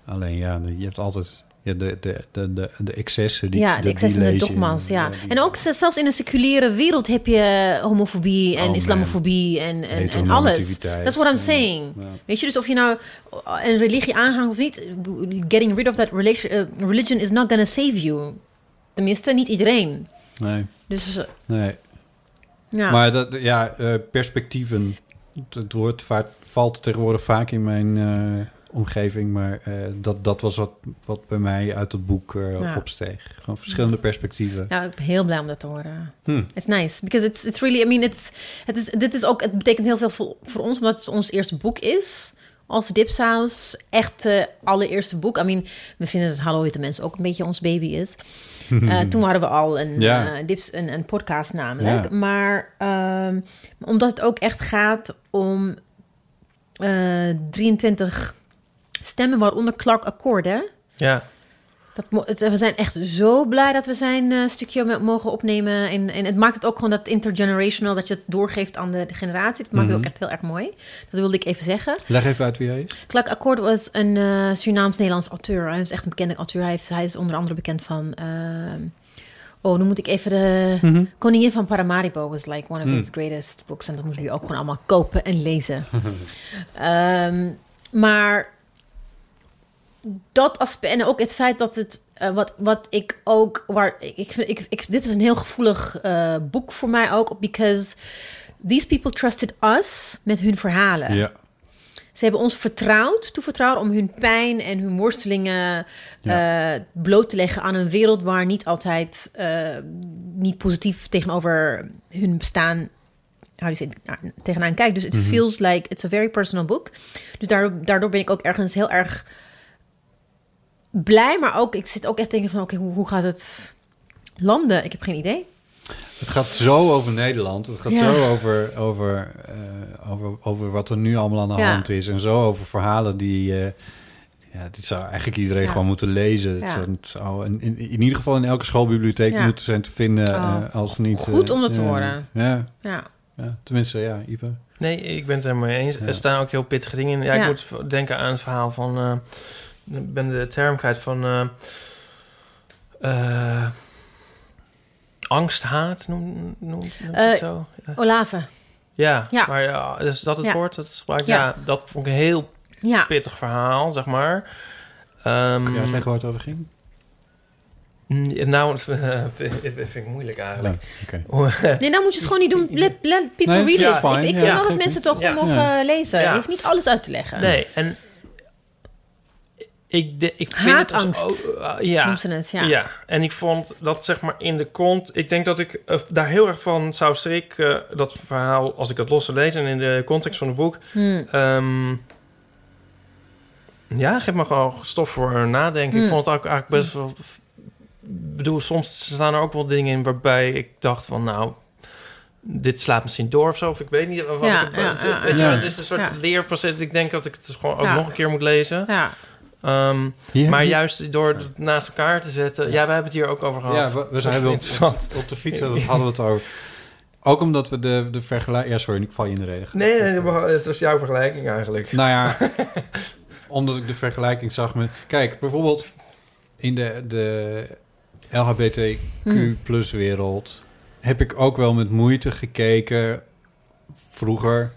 [SPEAKER 6] Alleen ja, de- je hebt altijd ja, de, de, de, de, de excessen die
[SPEAKER 7] ja,
[SPEAKER 6] dat-
[SPEAKER 7] de
[SPEAKER 6] die
[SPEAKER 7] excessen en de
[SPEAKER 6] lees je.
[SPEAKER 7] dogma's, ja.
[SPEAKER 6] die-
[SPEAKER 7] En ook z- zelfs in een seculiere wereld heb je eh, homofobie
[SPEAKER 6] Oh,
[SPEAKER 7] en
[SPEAKER 6] man.
[SPEAKER 7] islamofobie en, en, en alles.
[SPEAKER 6] Heteronormativiteit.
[SPEAKER 7] Dat is what I'm
[SPEAKER 6] Ja,
[SPEAKER 7] saying.
[SPEAKER 6] ja.
[SPEAKER 7] Weet je, dus of je nou uh, een religie aanhangt of niet, getting rid of that relation, eh, religion is not gonna save you. Tenminste, niet iedereen.
[SPEAKER 6] Nee,
[SPEAKER 7] Dus eh,
[SPEAKER 6] nee.
[SPEAKER 7] ja.
[SPEAKER 6] Maar dat, ja, eh, perspectieven. Het, het woord vaart, valt tegenwoordig vaak in mijn eh, omgeving. Maar eh, dat, dat was wat, wat bij mij uit het boek eh,
[SPEAKER 7] Ja.
[SPEAKER 6] opsteeg. Gewoon verschillende perspectieven.
[SPEAKER 7] Nou, ik ben heel blij om dat te horen.
[SPEAKER 6] Hm.
[SPEAKER 7] It's nice. Because it's, it's really, I mean, it's, het, is, dit is ook, het betekent heel veel voor, voor ons, omdat het ons eerste boek is. Als Dipsaus, echt eh, allereerste boek. I mean, we vinden dat Hallo Witte Mensen ook een beetje ons baby is. Eh, toen hadden we al een,
[SPEAKER 6] Ja.
[SPEAKER 7] eh, dips, een, een podcast namelijk.
[SPEAKER 6] Ja.
[SPEAKER 7] Maar ehm, omdat het ook echt gaat om eh, 23 stemmen, waaronder Clark Akkoord, hè?
[SPEAKER 10] Ja.
[SPEAKER 7] Dat, mo- het- we zijn echt zo blij dat we zijn eh, stukje me- mogen opnemen. En, en het maakt het ook gewoon dat intergenerational, dat je het doorgeeft aan de generatie. Dat maakt
[SPEAKER 6] Mhm.
[SPEAKER 7] het ook echt heel erg mooi. Dat wilde ik even zeggen.
[SPEAKER 6] Leg even uit wie hij is.
[SPEAKER 7] Clark Akkoord was een eh, Surinaams-Nederlands auteur. Hij is echt een bekende auteur. Hij, heeft, hij is onder andere bekend van... ehm, oh, nu moet ik even de... Koningin van Paramaribo was like one of his greatest books. En dat moeten jullie ook gewoon allemaal kopen en lezen. Ehm, maar dat aspect en ook het feit dat het eh, wat, wat ik ook waar ik, ik vind ik, ik dit is een heel gevoelig eh, boek voor mij ook because these people trusted us met hun verhalen.
[SPEAKER 6] Ja.
[SPEAKER 7] Ze hebben ons vertrouwd, toevertrouwd om hun pijn en hun worstelingen eh, bloot te leggen aan een wereld waar niet altijd eh, niet positief tegenover hun bestaan how do you say it, nou, tegenaan kijkt. Dus it feels like it's a very personal book. Dus daardoor, daardoor ben ik ook ergens heel erg blij, maar ook ik zit ook echt te denken van oké, hoe, hoe gaat het landen? Ik heb geen idee.
[SPEAKER 6] Het gaat zo over Nederland. Het gaat
[SPEAKER 7] Ja.
[SPEAKER 6] zo over, over, eh, over, over wat er nu allemaal aan de
[SPEAKER 7] Ja.
[SPEAKER 6] hand is. En zo over verhalen die... eh, ja, dit zou eigenlijk iedereen
[SPEAKER 7] Ja.
[SPEAKER 6] gewoon moeten lezen. Het
[SPEAKER 7] Ja.
[SPEAKER 6] zou, het zou in, in, in ieder geval in elke schoolbibliotheek
[SPEAKER 7] Ja.
[SPEAKER 6] moeten zijn te vinden.
[SPEAKER 7] Oh.
[SPEAKER 6] eh, als niet,
[SPEAKER 7] Goed
[SPEAKER 6] eh,
[SPEAKER 7] om dat te
[SPEAKER 6] ja.
[SPEAKER 7] horen.
[SPEAKER 6] Ja,
[SPEAKER 7] Ja.
[SPEAKER 6] ja, tenminste, ja, Ipe.
[SPEAKER 10] Nee, ik ben het er mee eens.
[SPEAKER 6] Ja.
[SPEAKER 10] Er staan ook heel pittige dingen in. Ja, Ik
[SPEAKER 7] Ja.
[SPEAKER 10] moet denken aan het verhaal van... eh, ik ben de term kwijt van... eh eh, angsthaat, noem, noem, noemt het
[SPEAKER 7] Eh,
[SPEAKER 10] zo? Ja.
[SPEAKER 7] Olave.
[SPEAKER 10] Ja,
[SPEAKER 7] Ja.
[SPEAKER 10] maar ja, dus dat het
[SPEAKER 7] Ja.
[SPEAKER 10] woord dat gebruikt.
[SPEAKER 7] Ja.
[SPEAKER 10] Ja. dat vond ik een heel
[SPEAKER 7] Ja.
[SPEAKER 10] pittig verhaal, zeg maar. Ehm,
[SPEAKER 6] Kun je uitleggen waar het over ging?
[SPEAKER 10] Mm, Nou, dat vind ik moeilijk eigenlijk.
[SPEAKER 6] Oké.
[SPEAKER 7] Nee, dan moet je het gewoon niet doen. Let, let people
[SPEAKER 10] Nee, ja,
[SPEAKER 7] read it.
[SPEAKER 10] fine.
[SPEAKER 7] Ik, ik
[SPEAKER 10] Ja,
[SPEAKER 7] vind wel dat
[SPEAKER 10] geeft
[SPEAKER 7] mensen
[SPEAKER 10] niet.
[SPEAKER 7] toch gewoon
[SPEAKER 10] Ja.
[SPEAKER 7] mogen
[SPEAKER 10] Ja.
[SPEAKER 7] lezen.
[SPEAKER 10] Ja.
[SPEAKER 7] Je hoeft niet alles uit te leggen.
[SPEAKER 10] Nee, en ik, de, ik vind het als
[SPEAKER 7] Haatangst
[SPEAKER 10] ook- eh, ja.
[SPEAKER 7] noemt ze het, ja.
[SPEAKER 10] en ik vond dat zeg maar in de kont... Ik denk dat ik eh, daar heel erg van zou schrikken, eh, dat verhaal... als ik dat los zou lezen en in de context van het boek.
[SPEAKER 7] Hmm.
[SPEAKER 10] Ehm, ja, geef me gewoon stof voor nadenken.
[SPEAKER 7] Hmm.
[SPEAKER 10] Ik vond het ook eigenlijk best wel... Ik bedoel, soms staan er ook wel dingen in waarbij ik dacht van... nou, dit slaat misschien door of zo. Of ik weet niet wat
[SPEAKER 7] Ja,
[SPEAKER 10] ik...
[SPEAKER 7] ja,
[SPEAKER 10] het,
[SPEAKER 7] ja,
[SPEAKER 10] het-
[SPEAKER 7] ja.
[SPEAKER 10] het is een soort
[SPEAKER 7] Ja.
[SPEAKER 10] leerproces. Ik denk dat ik het dus gewoon ook
[SPEAKER 7] Ja.
[SPEAKER 10] nog een keer moet lezen.
[SPEAKER 7] Ja.
[SPEAKER 10] Ehm, maar
[SPEAKER 6] je-
[SPEAKER 10] juist door het naast elkaar te zetten... Ja, we hebben het hier ook over gehad.
[SPEAKER 6] Ja, we, we zijn wel op, op, op de fiets hadden we hadden we het over. Ook omdat we de, de vergelijking... Ja, sorry, ik val je in de reden.
[SPEAKER 10] Nee, nee, het was jouw vergelijking eigenlijk.
[SPEAKER 6] Nou ja, omdat ik de vergelijking zag met... Kijk, bijvoorbeeld in de, de
[SPEAKER 11] Hmm.
[SPEAKER 6] LHBTQ plus wereld... heb ik ook wel met moeite gekeken vroeger...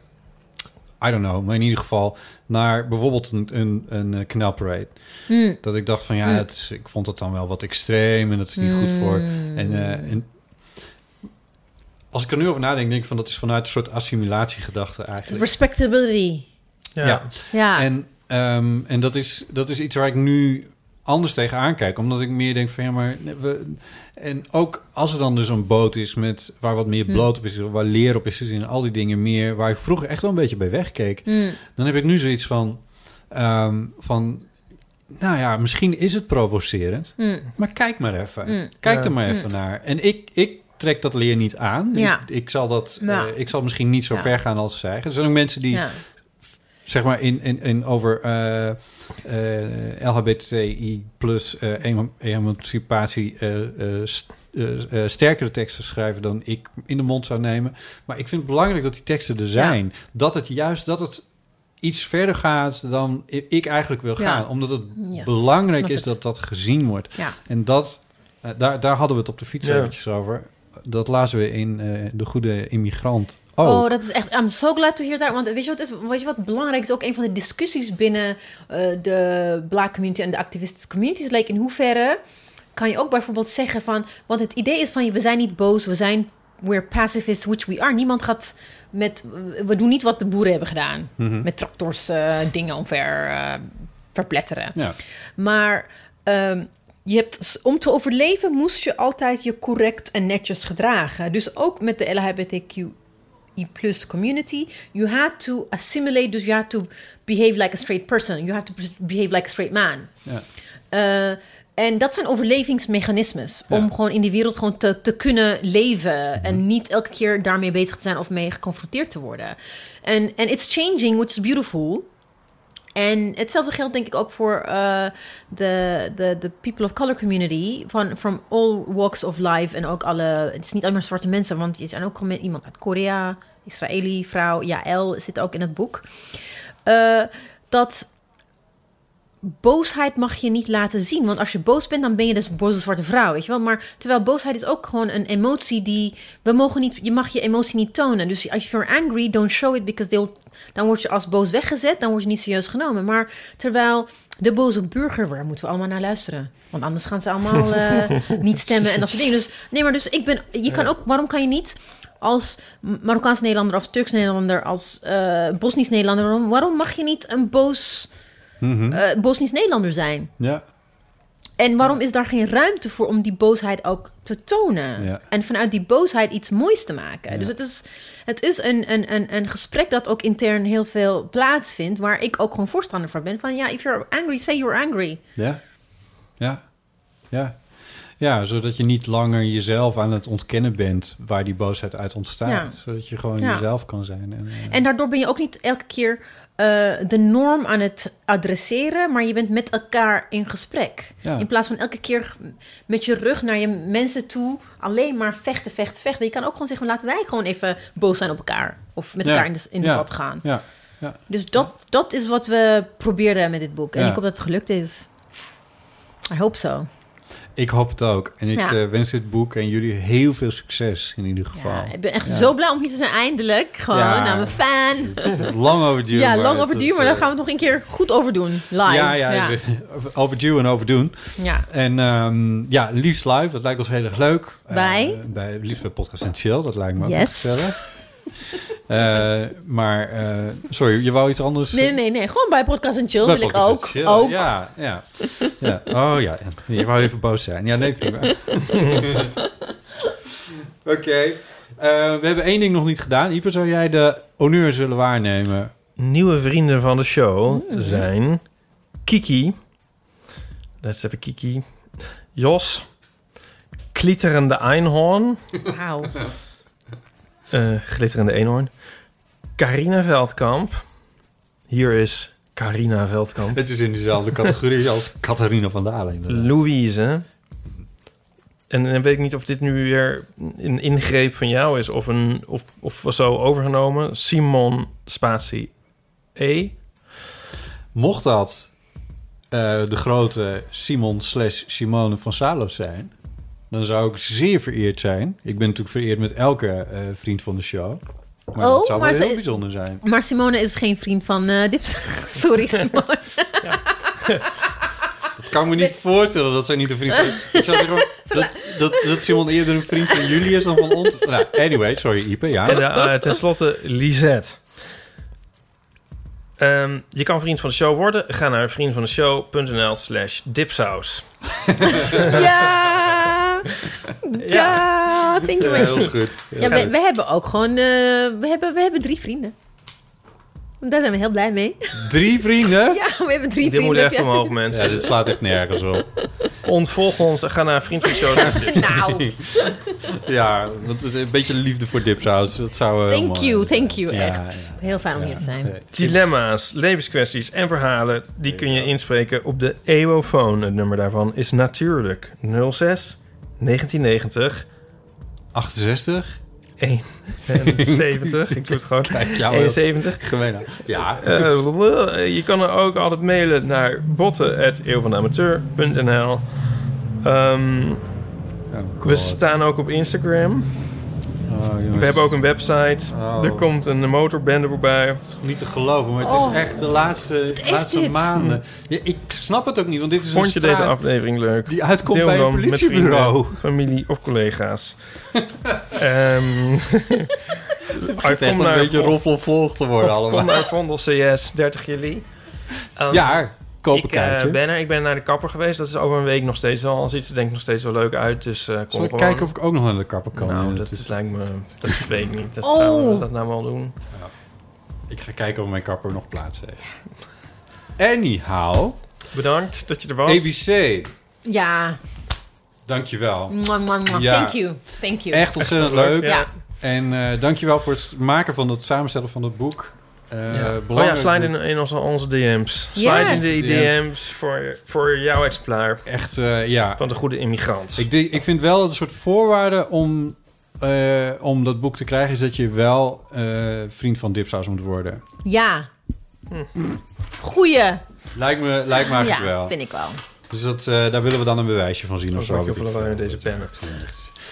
[SPEAKER 6] I don't know, maar in ieder geval naar bijvoorbeeld een, een, een eh, knelparade.
[SPEAKER 11] Hmm.
[SPEAKER 6] Dat ik dacht van ja,
[SPEAKER 11] Hmm.
[SPEAKER 6] het is- ik vond het dan wel wat extreem en dat is niet goed voor.
[SPEAKER 11] Hmm.
[SPEAKER 6] En, eh, en als ik er nu over nadenk, denk ik van dat is vanuit een soort assimilatiegedachte eigenlijk.
[SPEAKER 7] Respectability.
[SPEAKER 6] Ja.
[SPEAKER 7] Ja.
[SPEAKER 6] En, ehm, en dat, is, dat is iets waar ik nu anders tegen aankijk. Omdat ik meer denk van ja, maar... We, en ook als er dan dus een boot is met, waar wat meer
[SPEAKER 11] Hm.
[SPEAKER 6] bloot op is... waar leer op is en al die dingen meer... waar ik vroeger echt wel een beetje bij wegkeek...
[SPEAKER 11] Hm.
[SPEAKER 6] dan heb ik nu zoiets van... ehm, van nou ja, misschien is het provocerend...
[SPEAKER 11] Hm.
[SPEAKER 6] maar kijk maar even.
[SPEAKER 11] Hm.
[SPEAKER 6] Kijk
[SPEAKER 11] Ja.
[SPEAKER 6] er maar even
[SPEAKER 11] Hm.
[SPEAKER 6] naar. En ik... ik trek dat leer niet aan.
[SPEAKER 11] Ja.
[SPEAKER 6] Ik, ik zal dat,
[SPEAKER 11] Ja.
[SPEAKER 6] eh, ik zal misschien niet zo
[SPEAKER 11] Ja.
[SPEAKER 6] ver gaan als zij. Er zijn ook mensen die
[SPEAKER 11] Ja.
[SPEAKER 6] zeg maar in, in, in over eh eh, LHBTI plus eh, emo- emancipatie eh, eh, st- eh, eh, sterkere teksten schrijven dan ik in de mond zou nemen. Maar ik vind het belangrijk dat die teksten er zijn. Dat het juist dat het iets verder gaat dan i- ik eigenlijk wil
[SPEAKER 11] Ja.
[SPEAKER 6] gaan. Omdat het
[SPEAKER 11] Yes,
[SPEAKER 6] belangrijk
[SPEAKER 11] snap het.
[SPEAKER 6] is dat dat gezien wordt.
[SPEAKER 11] Ja.
[SPEAKER 6] En dat, eh, daar, daar hadden we het op de fiets
[SPEAKER 11] Ja.
[SPEAKER 6] eventjes over. Dat lazen we in eh, De Goede Immigrant.
[SPEAKER 7] Oh.
[SPEAKER 6] ook.
[SPEAKER 7] dat is echt. I'm so glad to hear that. Want weet je wat, is, weet je wat belangrijk is? Ook een van de discussies binnen eh, de black community en de activistische communities. Like in hoeverre kan je ook bijvoorbeeld zeggen van. Want het idee is van we zijn niet boos, we zijn. We're pacifists, which we are. Niemand gaat met. We doen niet wat de boeren hebben gedaan.
[SPEAKER 11] Mhm.
[SPEAKER 7] Met tractors eh, dingen omver eh, verpletteren.
[SPEAKER 11] Ja.
[SPEAKER 7] Maar ehm, je hebt, om te overleven moest je altijd je correct en netjes gedragen. Dus ook met de LHBTQI plus community. You had to assimilate, dus you had to behave like a straight person. You had to behave like a straight man.
[SPEAKER 6] Ja.
[SPEAKER 7] Eh, en dat zijn overlevingsmechanismes.
[SPEAKER 11] Ja.
[SPEAKER 7] Om gewoon in die wereld gewoon te, te kunnen leven. En niet elke keer daarmee bezig te zijn of mee geconfronteerd te worden. En en it's changing, which is beautiful. En hetzelfde geldt denk ik ook voor eh, de de de people of color community. Van from all walks of life. En ook alle. Het is niet alleen maar zwarte mensen, want je zijn ook gewoon met iemand uit Korea, Israëli, vrouw. Jaël zit ook in het boek. Eh, dat boosheid mag je niet laten zien. Want als je boos bent, dan ben je dus een boze zwarte vrouw, weet je wel. Maar terwijl boosheid is ook gewoon een emotie die... We mogen niet, je mag je emotie niet tonen. Dus als je you're angry, don't show it, because they'll, dan word je als boos weggezet. Dan word je niet serieus genomen. Maar terwijl de boze burger, waar moeten we allemaal naar luisteren? Want anders gaan ze allemaal eh, niet stemmen en dat soort dingen. Dus nee, maar dus ik ben... Je kan
[SPEAKER 11] Ja.
[SPEAKER 7] ook... Waarom kan je niet als Marokkaans Nederlander of Turks Nederlander... als eh, Bosnisch Nederlander... Waarom, waarom mag je niet een boos...
[SPEAKER 6] Mhm.
[SPEAKER 7] eh, Bosnisch Nederlander zijn.
[SPEAKER 6] ja.
[SPEAKER 7] En waarom is daar geen ruimte voor om die boosheid ook te tonen?
[SPEAKER 6] Ja.
[SPEAKER 7] En vanuit die boosheid iets moois te maken. Dus het is, het is een, een, een, een gesprek dat ook intern heel veel plaatsvindt. Waar ik ook gewoon voorstander van ben. Van ja, if you're angry, say you're angry.
[SPEAKER 6] Ja. Ja. Ja. Ja, zodat je niet langer jezelf aan het ontkennen bent waar die boosheid uit ontstaat.
[SPEAKER 7] Ja.
[SPEAKER 6] Zodat je gewoon
[SPEAKER 7] Ja.
[SPEAKER 6] jezelf kan zijn. En, eh,
[SPEAKER 7] En daardoor ben je ook niet elke keer eh, de norm aan het adresseren, maar je bent met elkaar in gesprek.
[SPEAKER 11] Ja.
[SPEAKER 7] In plaats van elke keer met je rug naar je mensen toe alleen maar vechten, vechten, vechten. Je kan ook gewoon zeggen, laten wij gewoon even boos zijn op elkaar. Of met
[SPEAKER 6] ja.
[SPEAKER 7] elkaar in, de, in
[SPEAKER 6] Ja.
[SPEAKER 7] debat gaan.
[SPEAKER 6] Ja. Ja.
[SPEAKER 7] Dus dat, dat is wat we probeerden met dit boek. En
[SPEAKER 6] Ja.
[SPEAKER 7] ik hoop dat het gelukt is. I hope so.
[SPEAKER 6] Ik hoop het ook. En ik
[SPEAKER 7] Ja.
[SPEAKER 6] eh, wens dit boek en jullie heel veel succes in ieder geval.
[SPEAKER 7] Ik ben echt
[SPEAKER 6] Ja.
[SPEAKER 7] zo blij om hier te zijn, eindelijk. Gewoon,
[SPEAKER 6] Ja.
[SPEAKER 7] nou, mijn fan.
[SPEAKER 6] Het is lang overdue,
[SPEAKER 7] Ja,
[SPEAKER 6] maar
[SPEAKER 7] lang
[SPEAKER 6] het
[SPEAKER 7] overdue,
[SPEAKER 6] is,
[SPEAKER 7] maar
[SPEAKER 6] eh,
[SPEAKER 7] daar gaan we het nog een keer goed over doen. Live.
[SPEAKER 6] Ja, ja,
[SPEAKER 7] ja.
[SPEAKER 6] dus, eh, overdue en overdoen.
[SPEAKER 7] Ja.
[SPEAKER 6] En ehm, ja, liefst live, dat lijkt ons heel erg leuk. Eh,
[SPEAKER 7] Bij?
[SPEAKER 6] bij liefst bij Podcast en Chill, dat lijkt me ook
[SPEAKER 7] Yes.
[SPEAKER 6] nog gezellig. Eh, maar, eh, sorry, je wou iets anders?
[SPEAKER 7] Nee, nee, nee. Gewoon bij Podcast en Chill
[SPEAKER 6] Bij
[SPEAKER 7] wil ik
[SPEAKER 6] Podcast en
[SPEAKER 7] ook.
[SPEAKER 6] Chill,
[SPEAKER 7] ook.
[SPEAKER 6] Ja, ja, ja. Oh ja, je wou even boos zijn. Ja, nee, prima. Oké. Eh, we hebben één ding nog niet gedaan. Ieper, zou jij de honneur zullen waarnemen?
[SPEAKER 5] Nieuwe vrienden van de show zijn Kiki. Let's even Kiki. Jos. Klitterende Einhorn.
[SPEAKER 7] Wauw.
[SPEAKER 5] eh, glitterende eenhoorn. Carina Veldkamp. Hier is Carina Veldkamp.
[SPEAKER 6] Het is in dezelfde categorie als Catharina van Dalen. inderdaad.
[SPEAKER 5] Louise. En dan weet ik niet of dit nu weer een ingreep van jou is of, een, of, of zo overgenomen. Simon Spatie E.
[SPEAKER 6] Mocht dat eh, de grote Simon slash Simone van Salo zijn... dan zou ik zeer vereerd zijn. Ik ben natuurlijk vereerd met elke eh, vriend van de show. Maar
[SPEAKER 7] Oh,
[SPEAKER 6] dat zou
[SPEAKER 7] maar
[SPEAKER 6] wel heel
[SPEAKER 7] ze-
[SPEAKER 6] bijzonder zijn.
[SPEAKER 7] Maar Simone is geen vriend van eh Dips. Sorry, Simone.
[SPEAKER 6] Dat kan ik me niet voorstellen dat zij niet een vriend zijn. Ik zou zeggen dat, dat, dat Simon eerder een vriend van jullie is dan van ons. Nou, anyway, sorry Ipe, ja.
[SPEAKER 5] En eh, eh, tenslotte Lisette. Ehm, je kan vriend van de show worden. Ga naar vriendvandeshow.nl slash dipsaus.
[SPEAKER 7] Ja! Ja, thank you.
[SPEAKER 5] Ja, heel goed.
[SPEAKER 7] Ja, we, we hebben ook gewoon... eh, we, hebben, we hebben drie vrienden. Daar zijn we heel blij mee.
[SPEAKER 6] Drie vrienden?
[SPEAKER 7] Ja, we hebben drie
[SPEAKER 5] Dit
[SPEAKER 7] vrienden.
[SPEAKER 5] moet echt
[SPEAKER 7] Ja.
[SPEAKER 5] omhoog, mensen.
[SPEAKER 6] Ja, dit slaat echt nergens op.
[SPEAKER 5] Ontvolg ons en ga naar vriend van de show. slash dipsaus.
[SPEAKER 7] Nou,
[SPEAKER 6] Ja, dat is een beetje liefde voor dipsaus. Dat zou eh,
[SPEAKER 7] Thank
[SPEAKER 6] mooi
[SPEAKER 7] you,
[SPEAKER 6] zijn.
[SPEAKER 7] thank you.
[SPEAKER 6] Ja,
[SPEAKER 7] echt. Heel fijn om hier te zijn.
[SPEAKER 5] Dilemma's, levenskwesties en verhalen, die kun je inspreken op de EOFoon. Het nummer daarvan is natuurlijk 06 1990
[SPEAKER 6] 68
[SPEAKER 5] 71. Ik doe het gewoon.
[SPEAKER 6] Kijk, jou wel.
[SPEAKER 5] 71.
[SPEAKER 6] Gemeen. Ja.
[SPEAKER 5] Eh, je kan er ook altijd mailen naar botten.eeuwvanamateur.nl Ehm
[SPEAKER 6] Oh,
[SPEAKER 5] We staan ook op Instagram. We hebben ook een website.
[SPEAKER 6] Oh.
[SPEAKER 5] Er komt een motorbende voorbij. Het
[SPEAKER 6] is niet te geloven, maar het is
[SPEAKER 5] Oh.
[SPEAKER 6] echt de laatste,
[SPEAKER 5] is
[SPEAKER 6] laatste
[SPEAKER 5] dit?
[SPEAKER 6] maanden. Ja, ik snap het ook niet, want dit is een
[SPEAKER 5] Vond je deze
[SPEAKER 6] straat-
[SPEAKER 5] aflevering leuk?
[SPEAKER 6] Die uitkomt
[SPEAKER 5] Deel
[SPEAKER 6] bij
[SPEAKER 5] dan
[SPEAKER 6] een
[SPEAKER 5] met
[SPEAKER 6] politiebureau.
[SPEAKER 5] vrienden, familie of collega's. Ehm
[SPEAKER 6] echt een beetje roffelvolg te worden allemaal.
[SPEAKER 5] Kom naar Vondel CS 30 juli. Ehm,
[SPEAKER 6] Ja, koop een
[SPEAKER 5] ik, eh,
[SPEAKER 6] kaartje.
[SPEAKER 5] ben er. Ik ben naar de kapper geweest. Dat is over een week nog steeds wel. Al ziet het denk ik nog steeds wel leuk uit. Dus eh kom
[SPEAKER 6] Zal ik
[SPEAKER 5] gewoon.
[SPEAKER 6] kijken of ik ook nog naar de kapper kan?
[SPEAKER 5] Nou,
[SPEAKER 6] Eh,
[SPEAKER 5] dat
[SPEAKER 6] het is-
[SPEAKER 5] lijkt me... Dat weet ik niet. Dat
[SPEAKER 6] Oh.
[SPEAKER 5] zouden we dat nou wel doen.
[SPEAKER 6] Ik ga kijken of mijn kapper nog plaats heeft. Anyhow.
[SPEAKER 5] Bedankt dat je er was.
[SPEAKER 6] ABC,
[SPEAKER 7] Ja.
[SPEAKER 6] dankjewel.
[SPEAKER 7] Mwah, mwah, mwah.
[SPEAKER 6] Ja.
[SPEAKER 7] Thank you. Thank you.
[SPEAKER 6] Echt ontzettend leuk.
[SPEAKER 5] Oh
[SPEAKER 7] Ja.
[SPEAKER 6] En eh dankjewel voor het maken van het samenstellen van het boek. Eh
[SPEAKER 5] Ja. Oh ja,
[SPEAKER 6] belangrijk
[SPEAKER 5] slide in,
[SPEAKER 6] boek.
[SPEAKER 5] in onze, onze DM's. Slide
[SPEAKER 6] Yes.
[SPEAKER 5] in de
[SPEAKER 6] DM's.
[SPEAKER 5] DM's voor, voor jouw exemplaar.
[SPEAKER 6] Echt, eh, ja.
[SPEAKER 5] Van de goede immigrant.
[SPEAKER 6] Ik, denk- ik vind wel dat een soort voorwaarde om, eh, om dat boek te krijgen... is dat je wel eh, vriend van Dipsaus moet worden.
[SPEAKER 7] Ja.
[SPEAKER 6] Hm.
[SPEAKER 7] Goeie.
[SPEAKER 6] Lijkt me, lijkt me eigenlijk
[SPEAKER 7] ja,
[SPEAKER 6] wel.
[SPEAKER 7] vind ik wel.
[SPEAKER 6] Dus dat, eh, daar willen we dan een bewijsje van zien of zo.
[SPEAKER 5] maak je
[SPEAKER 6] weet ik
[SPEAKER 5] overal
[SPEAKER 6] veel.
[SPEAKER 5] in deze pen.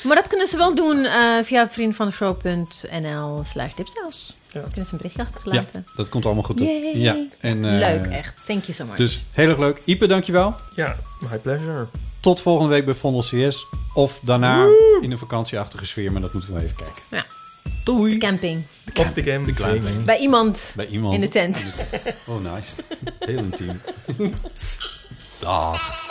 [SPEAKER 7] Maar dat kunnen ze wel doen eh, via vriendvandeshow.nl slash dipsaus.
[SPEAKER 5] Dan
[SPEAKER 7] kunnen ze een berichtje
[SPEAKER 6] Ja,
[SPEAKER 7] achterlaten.
[SPEAKER 6] dat komt allemaal goed.
[SPEAKER 7] Yay.
[SPEAKER 6] Ja, en, eh,
[SPEAKER 7] Leuk, echt. Thank you so much.
[SPEAKER 6] Dus heel erg leuk. Ipe, dankjewel.
[SPEAKER 5] Ja, my pleasure.
[SPEAKER 6] Tot volgende week bij Vondel CS. Of daarna in een vakantieachtige sfeer, maar dat moeten we even kijken.
[SPEAKER 7] Ja.
[SPEAKER 6] Doei.
[SPEAKER 7] De camping.
[SPEAKER 5] Op de game.
[SPEAKER 6] Klein.
[SPEAKER 7] Bij iemand.
[SPEAKER 6] Bij iemand.
[SPEAKER 7] In de tent.
[SPEAKER 6] Oh, nice. Heel intiem. Dag.